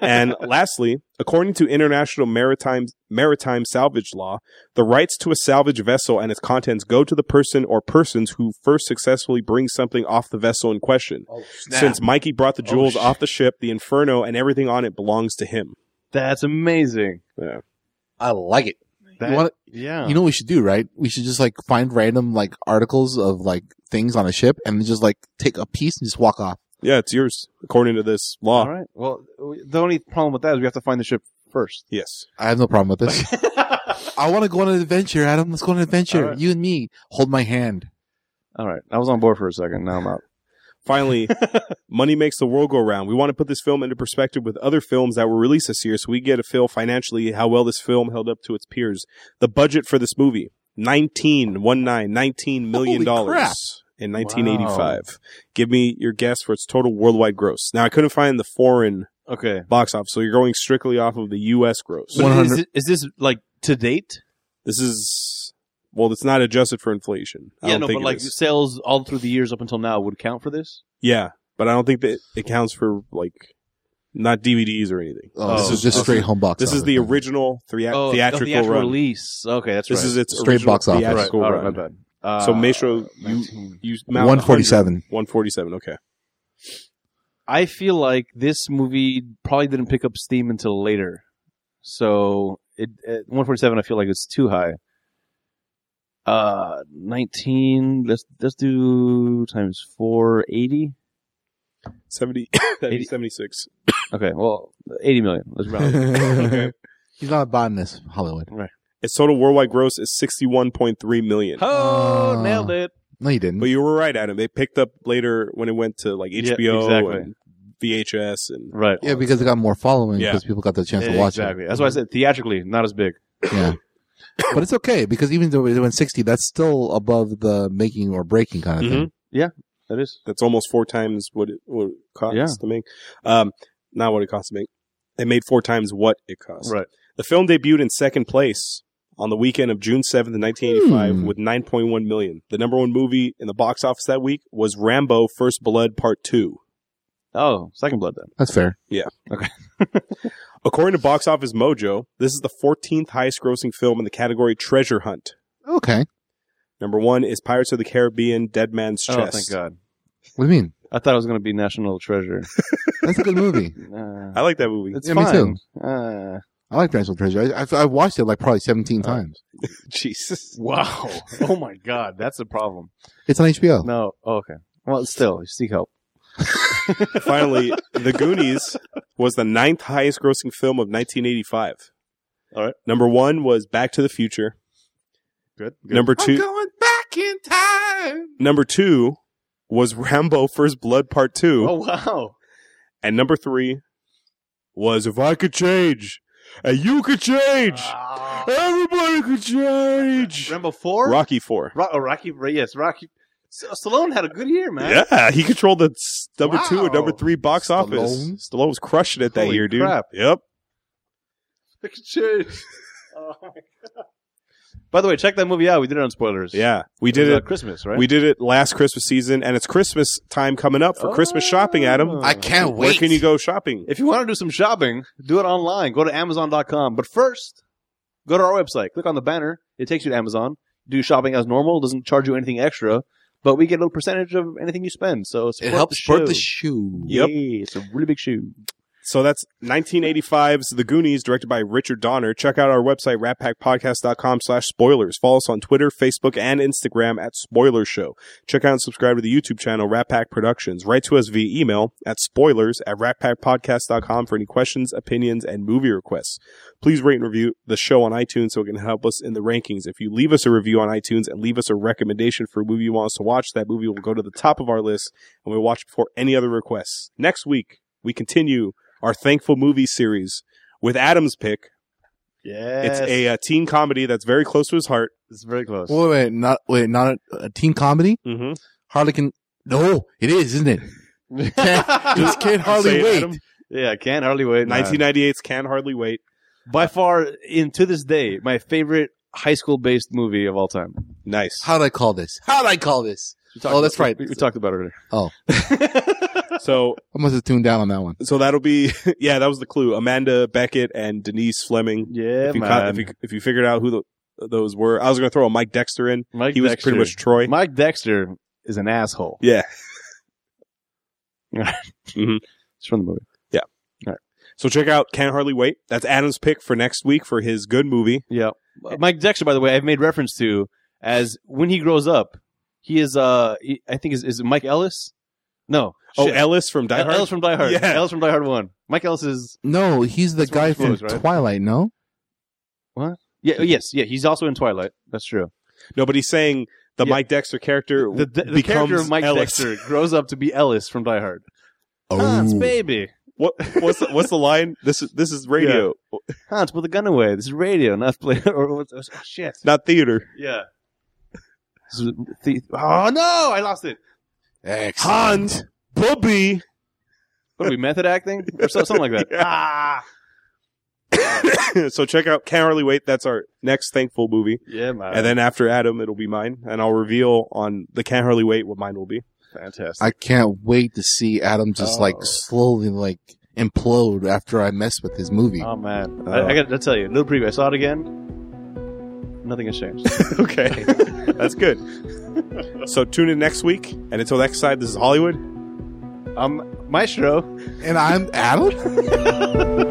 Speaker 1: and lastly, according to international maritime maritime salvage law, the rights to a salvage vessel and its contents go to the person or persons who first successfully bring something off the vessel in question.
Speaker 2: Oh,
Speaker 1: Since Mikey brought the
Speaker 3: Oh,
Speaker 1: jewels
Speaker 3: shit.
Speaker 1: off the ship, the Inferno and everything on it belongs to him.
Speaker 3: That's amazing.
Speaker 2: I like it.
Speaker 3: That,
Speaker 2: you want
Speaker 3: yeah.
Speaker 2: You know what we should do, right? We should just like find random like articles of like things on a ship and just like take a piece and just walk off.
Speaker 1: Yeah, it's yours according to this law.
Speaker 3: all right. Well, the only problem with that is we have to find the ship first.
Speaker 1: Yes.
Speaker 2: I have no problem with this. I want to go on an adventure, Adam. Let's go on an adventure.
Speaker 3: All right.
Speaker 2: You and me. Hold my hand.
Speaker 3: All right. I was on board for a second. Now I'm out.
Speaker 1: Finally, money makes the world go round. We want to put this film into perspective with other films that were released this year so we get a feel financially how well this film held up to its peers. The budget for this movie, 19, one nine, 19 million
Speaker 2: Holy crap.
Speaker 1: dollars in 1985. Give me your guess for its total worldwide gross. Now I couldn't find the foreign
Speaker 3: Okay.
Speaker 1: box office. So you're going strictly off of the U.S. gross.
Speaker 2: What- 100
Speaker 3: Is, it, is this like to date?
Speaker 1: This is well, it's not adjusted for inflation. I
Speaker 3: yeah,
Speaker 1: don't
Speaker 3: no,
Speaker 1: think
Speaker 3: but
Speaker 1: it
Speaker 3: like
Speaker 1: is.
Speaker 3: sales all through the years up until now would count for this.
Speaker 1: yeah, but I don't think that it counts for like not DVDs or anything.
Speaker 2: Oh, this
Speaker 3: Oh,
Speaker 2: is just
Speaker 1: okay.
Speaker 2: straight home box.
Speaker 1: This is
Speaker 2: office.
Speaker 1: the original thea-
Speaker 3: oh,
Speaker 1: theatrical,
Speaker 3: the actual
Speaker 1: run.
Speaker 3: release. Okay, that's
Speaker 1: This
Speaker 3: right.
Speaker 1: is its
Speaker 2: Straight
Speaker 1: original
Speaker 2: box office.
Speaker 1: theatrical
Speaker 3: All right,
Speaker 1: run.
Speaker 3: my bad. Uh,
Speaker 1: So make sure you-
Speaker 3: 19.
Speaker 1: You mount
Speaker 2: one forty seven.
Speaker 1: 147. Okay.
Speaker 3: I feel like this movie probably didn't pick up steam until later. So it at 147 I feel like it's too high. Uh 19 let's let's do times 480.
Speaker 1: 70, that'd be 76.
Speaker 3: Okay, well 80 million. Let's round. it.
Speaker 1: Okay.
Speaker 2: He's not a botanist, Hollywood.
Speaker 1: Its total worldwide gross is 61.3 million.
Speaker 3: oh,
Speaker 2: Uh,
Speaker 3: nailed it.
Speaker 2: No, you didn't.
Speaker 1: But you were right, Adam. They picked up later when it went to like
Speaker 3: Yeah,
Speaker 1: HBO
Speaker 3: exactly.
Speaker 1: and VHS and
Speaker 3: Right.
Speaker 2: yeah, because it got more following
Speaker 1: Yeah.
Speaker 2: because people got the chance to watch
Speaker 3: Eh, exactly.
Speaker 2: it.
Speaker 3: That's why I said theatrically not as big.
Speaker 2: Yeah. But it's okay because even though it went 60, that's still above the making or breaking kind of
Speaker 1: Mm-hmm.
Speaker 2: thing.
Speaker 3: That is.
Speaker 1: that's almost four times what it, what it costs
Speaker 3: Yeah.
Speaker 1: to make. Um, not what it costs to make. They made four times what it cost.
Speaker 3: Right.
Speaker 1: The film debuted in second place on the weekend of June 7th, 1985
Speaker 2: Hmm.
Speaker 1: with 9.1 million. The number one movie in the box office that week was Rambo First Blood Part 2.
Speaker 3: Oh, second blood then.
Speaker 2: That's fair.
Speaker 1: According to Box Office Mojo, this is the 14th highest grossing film in the category Treasure Hunt.
Speaker 2: Okay.
Speaker 1: Number one is Pirates of the Caribbean Dead Man's Chest.
Speaker 3: Oh, thank God.
Speaker 2: What do you mean?
Speaker 3: I thought it was going to be National Treasure.
Speaker 2: That's a good movie.
Speaker 3: Uh,
Speaker 1: I like that movie.
Speaker 3: it's
Speaker 2: Yeah, me
Speaker 3: fine. Uh,
Speaker 2: I like National Treasure. I, I, I watched it like probably 17 times.
Speaker 1: Jesus.
Speaker 3: Wow. Oh my God, that's a problem.
Speaker 2: It's on HBO.
Speaker 3: No. Oh, okay. Well, still, you seek help.
Speaker 1: Finally, The Goonies was the ninth highest grossing film of 1985.
Speaker 3: All right.
Speaker 1: Number one was Back to the Future.
Speaker 3: Good.
Speaker 1: Number two,
Speaker 2: going back in time.
Speaker 1: number two was Rambo: First Blood Part Two,
Speaker 3: Oh wow.
Speaker 1: and number three was If I Could Change, and You Could Change,
Speaker 3: Ah.
Speaker 1: Everybody Could Change.
Speaker 3: Rambo four.
Speaker 1: Rocky Four.
Speaker 3: Ro- oh, Rocky. Ra- Yes, Rocky. S- uh, Stallone had a good year, man.
Speaker 1: Yeah, he controlled the s- number two and
Speaker 3: Wow.
Speaker 1: number three box
Speaker 2: Stallone?
Speaker 1: office. Stallone was crushing it that
Speaker 3: Holy
Speaker 1: year, dude.
Speaker 3: crap.
Speaker 1: Yep.
Speaker 3: Look at you. Oh, my God. By the way, check that movie out. We did it on spoilers.
Speaker 1: Yeah, we
Speaker 3: we
Speaker 1: did
Speaker 3: did
Speaker 1: it.
Speaker 3: uh, Christmas, right?
Speaker 1: We did it last Christmas season, and it's Christmas time coming up for Christmas shopping, Adam.
Speaker 3: Oh.
Speaker 4: I can't
Speaker 1: Where
Speaker 4: wait.
Speaker 1: can you go shopping?
Speaker 3: If you want to do some shopping, do it online. Go to Amazon.com. But first, go to our website. Click on the banner. It takes you to Amazon. Do shopping as normal. Doesn't charge you anything extra, but we get a little percentage of anything you spend. So support
Speaker 2: It helps support the
Speaker 3: show.
Speaker 2: shoe.
Speaker 1: Yep.
Speaker 3: Yeah, it's a really big shoe.
Speaker 1: So that's 1985's The Goonies, directed by Richard Donner. Check out our website, ratpackpodcast.com slash spoilers. Follow us on Twitter, Facebook, and Instagram at Spoiler Show. Check out and subscribe to the YouTube channel, Rat Pack Productions. Write to us via email at spoilers at ratpackpodcast.com for any questions, opinions, and movie requests. Please rate and review the show on iTunes so it can help us in the rankings. If you leave us a review on iTunes and leave us a recommendation for a movie you want us to watch, that movie will go to the top of our list and we'll watch before any other requests. Next week, we continue our thankful movie series with Adam's pick.
Speaker 3: Yeah,
Speaker 1: It's a, uh teen comedy that's very close to his heart.
Speaker 3: it's very close.
Speaker 2: Wait, wait, not wait, not a, a teen comedy.
Speaker 1: Mm-hmm.
Speaker 2: Harlequin. No, it is, isn't it? This kid hardly
Speaker 1: Say it,
Speaker 2: wait.
Speaker 1: Adam.
Speaker 3: yeah, I can't hardly wait.
Speaker 1: 1998's Can Hardly Wait.
Speaker 3: by far, in to this day, my favorite high school based movie of all time.
Speaker 1: Nice.
Speaker 2: How'd I call this? How'd I call this?
Speaker 3: We talked
Speaker 2: Oh, that's
Speaker 3: about-
Speaker 2: right.
Speaker 3: We, we talked about it earlier.
Speaker 2: Oh.
Speaker 1: So,
Speaker 2: I must have tuned down on that one.
Speaker 1: so that'll be yeah. That was the clue. Amanda Beckett and Denise Fleming.
Speaker 3: yeah,
Speaker 1: if, you
Speaker 3: man.
Speaker 1: caught- if you if you figured out who the, those were, I was gonna throw a Mike Dexter in.
Speaker 3: Mike
Speaker 1: He was
Speaker 3: Dexter.
Speaker 1: pretty much Troy.
Speaker 3: Mike Dexter is an asshole.
Speaker 1: Yeah. Mm-hmm.
Speaker 3: It's from the movie.
Speaker 1: So check out Can Hardly Wait. That's Adam's pick for next week for his good movie.
Speaker 3: Yeah. Uh, Mike Dexter, by the way, I've made reference to as when he grows up, he is uh he- I think is is it Mike Ellis? No.
Speaker 1: Oh,
Speaker 3: Shit.
Speaker 1: Ellis from Die Hard.
Speaker 3: Ellis from Die Hard.
Speaker 1: Yeah.
Speaker 3: Ellis from Die Hard One. Mike Ellis is
Speaker 2: No, he's the
Speaker 3: That's one
Speaker 2: guy
Speaker 3: of
Speaker 2: from
Speaker 3: those, right?
Speaker 2: Twilight. No,
Speaker 3: yeah,
Speaker 1: Mm-hmm.
Speaker 3: oh, yes, yeah. He's also in Twilight. That's true.
Speaker 1: no, but he's saying the
Speaker 3: Yeah.
Speaker 1: Mike Dexter character
Speaker 3: The, the, the
Speaker 1: becomes
Speaker 3: character of Mike
Speaker 1: Ellis. Oh.
Speaker 3: Dexter grows up to be Ellis from Die Hard. Hans,
Speaker 2: Oh,
Speaker 3: baby,
Speaker 1: What what's the, what's the line? This is this is radio,
Speaker 3: Hans, put the gun away. This is radio, not play. Or what's oh, shit?
Speaker 1: not theater.
Speaker 3: Yeah. This is the- oh no, I lost it.
Speaker 2: Excellent.
Speaker 1: Hans, Bubby,
Speaker 3: What are we method acting or so- something like that?
Speaker 1: Ah. so check out Can't Hardly Wait. That's our next thankful movie.
Speaker 3: Yeah, man.
Speaker 1: and then after Adam, it'll be mine. And I'll reveal on the Can't Hardly Wait what mine will be.
Speaker 3: fantastic.
Speaker 2: I can't wait to see Adam just like
Speaker 3: Oh.
Speaker 2: slowly like implode after I mess with his movie.
Speaker 3: oh man,
Speaker 1: Oh.
Speaker 3: I, I got to tell you, little preview. I saw it again. Nothing has changed.
Speaker 1: okay. That's good. So tune in next week. And until next
Speaker 3: Um,
Speaker 1: time, this is Hollywood.
Speaker 3: I'm Maestro.
Speaker 2: and I'm Adam?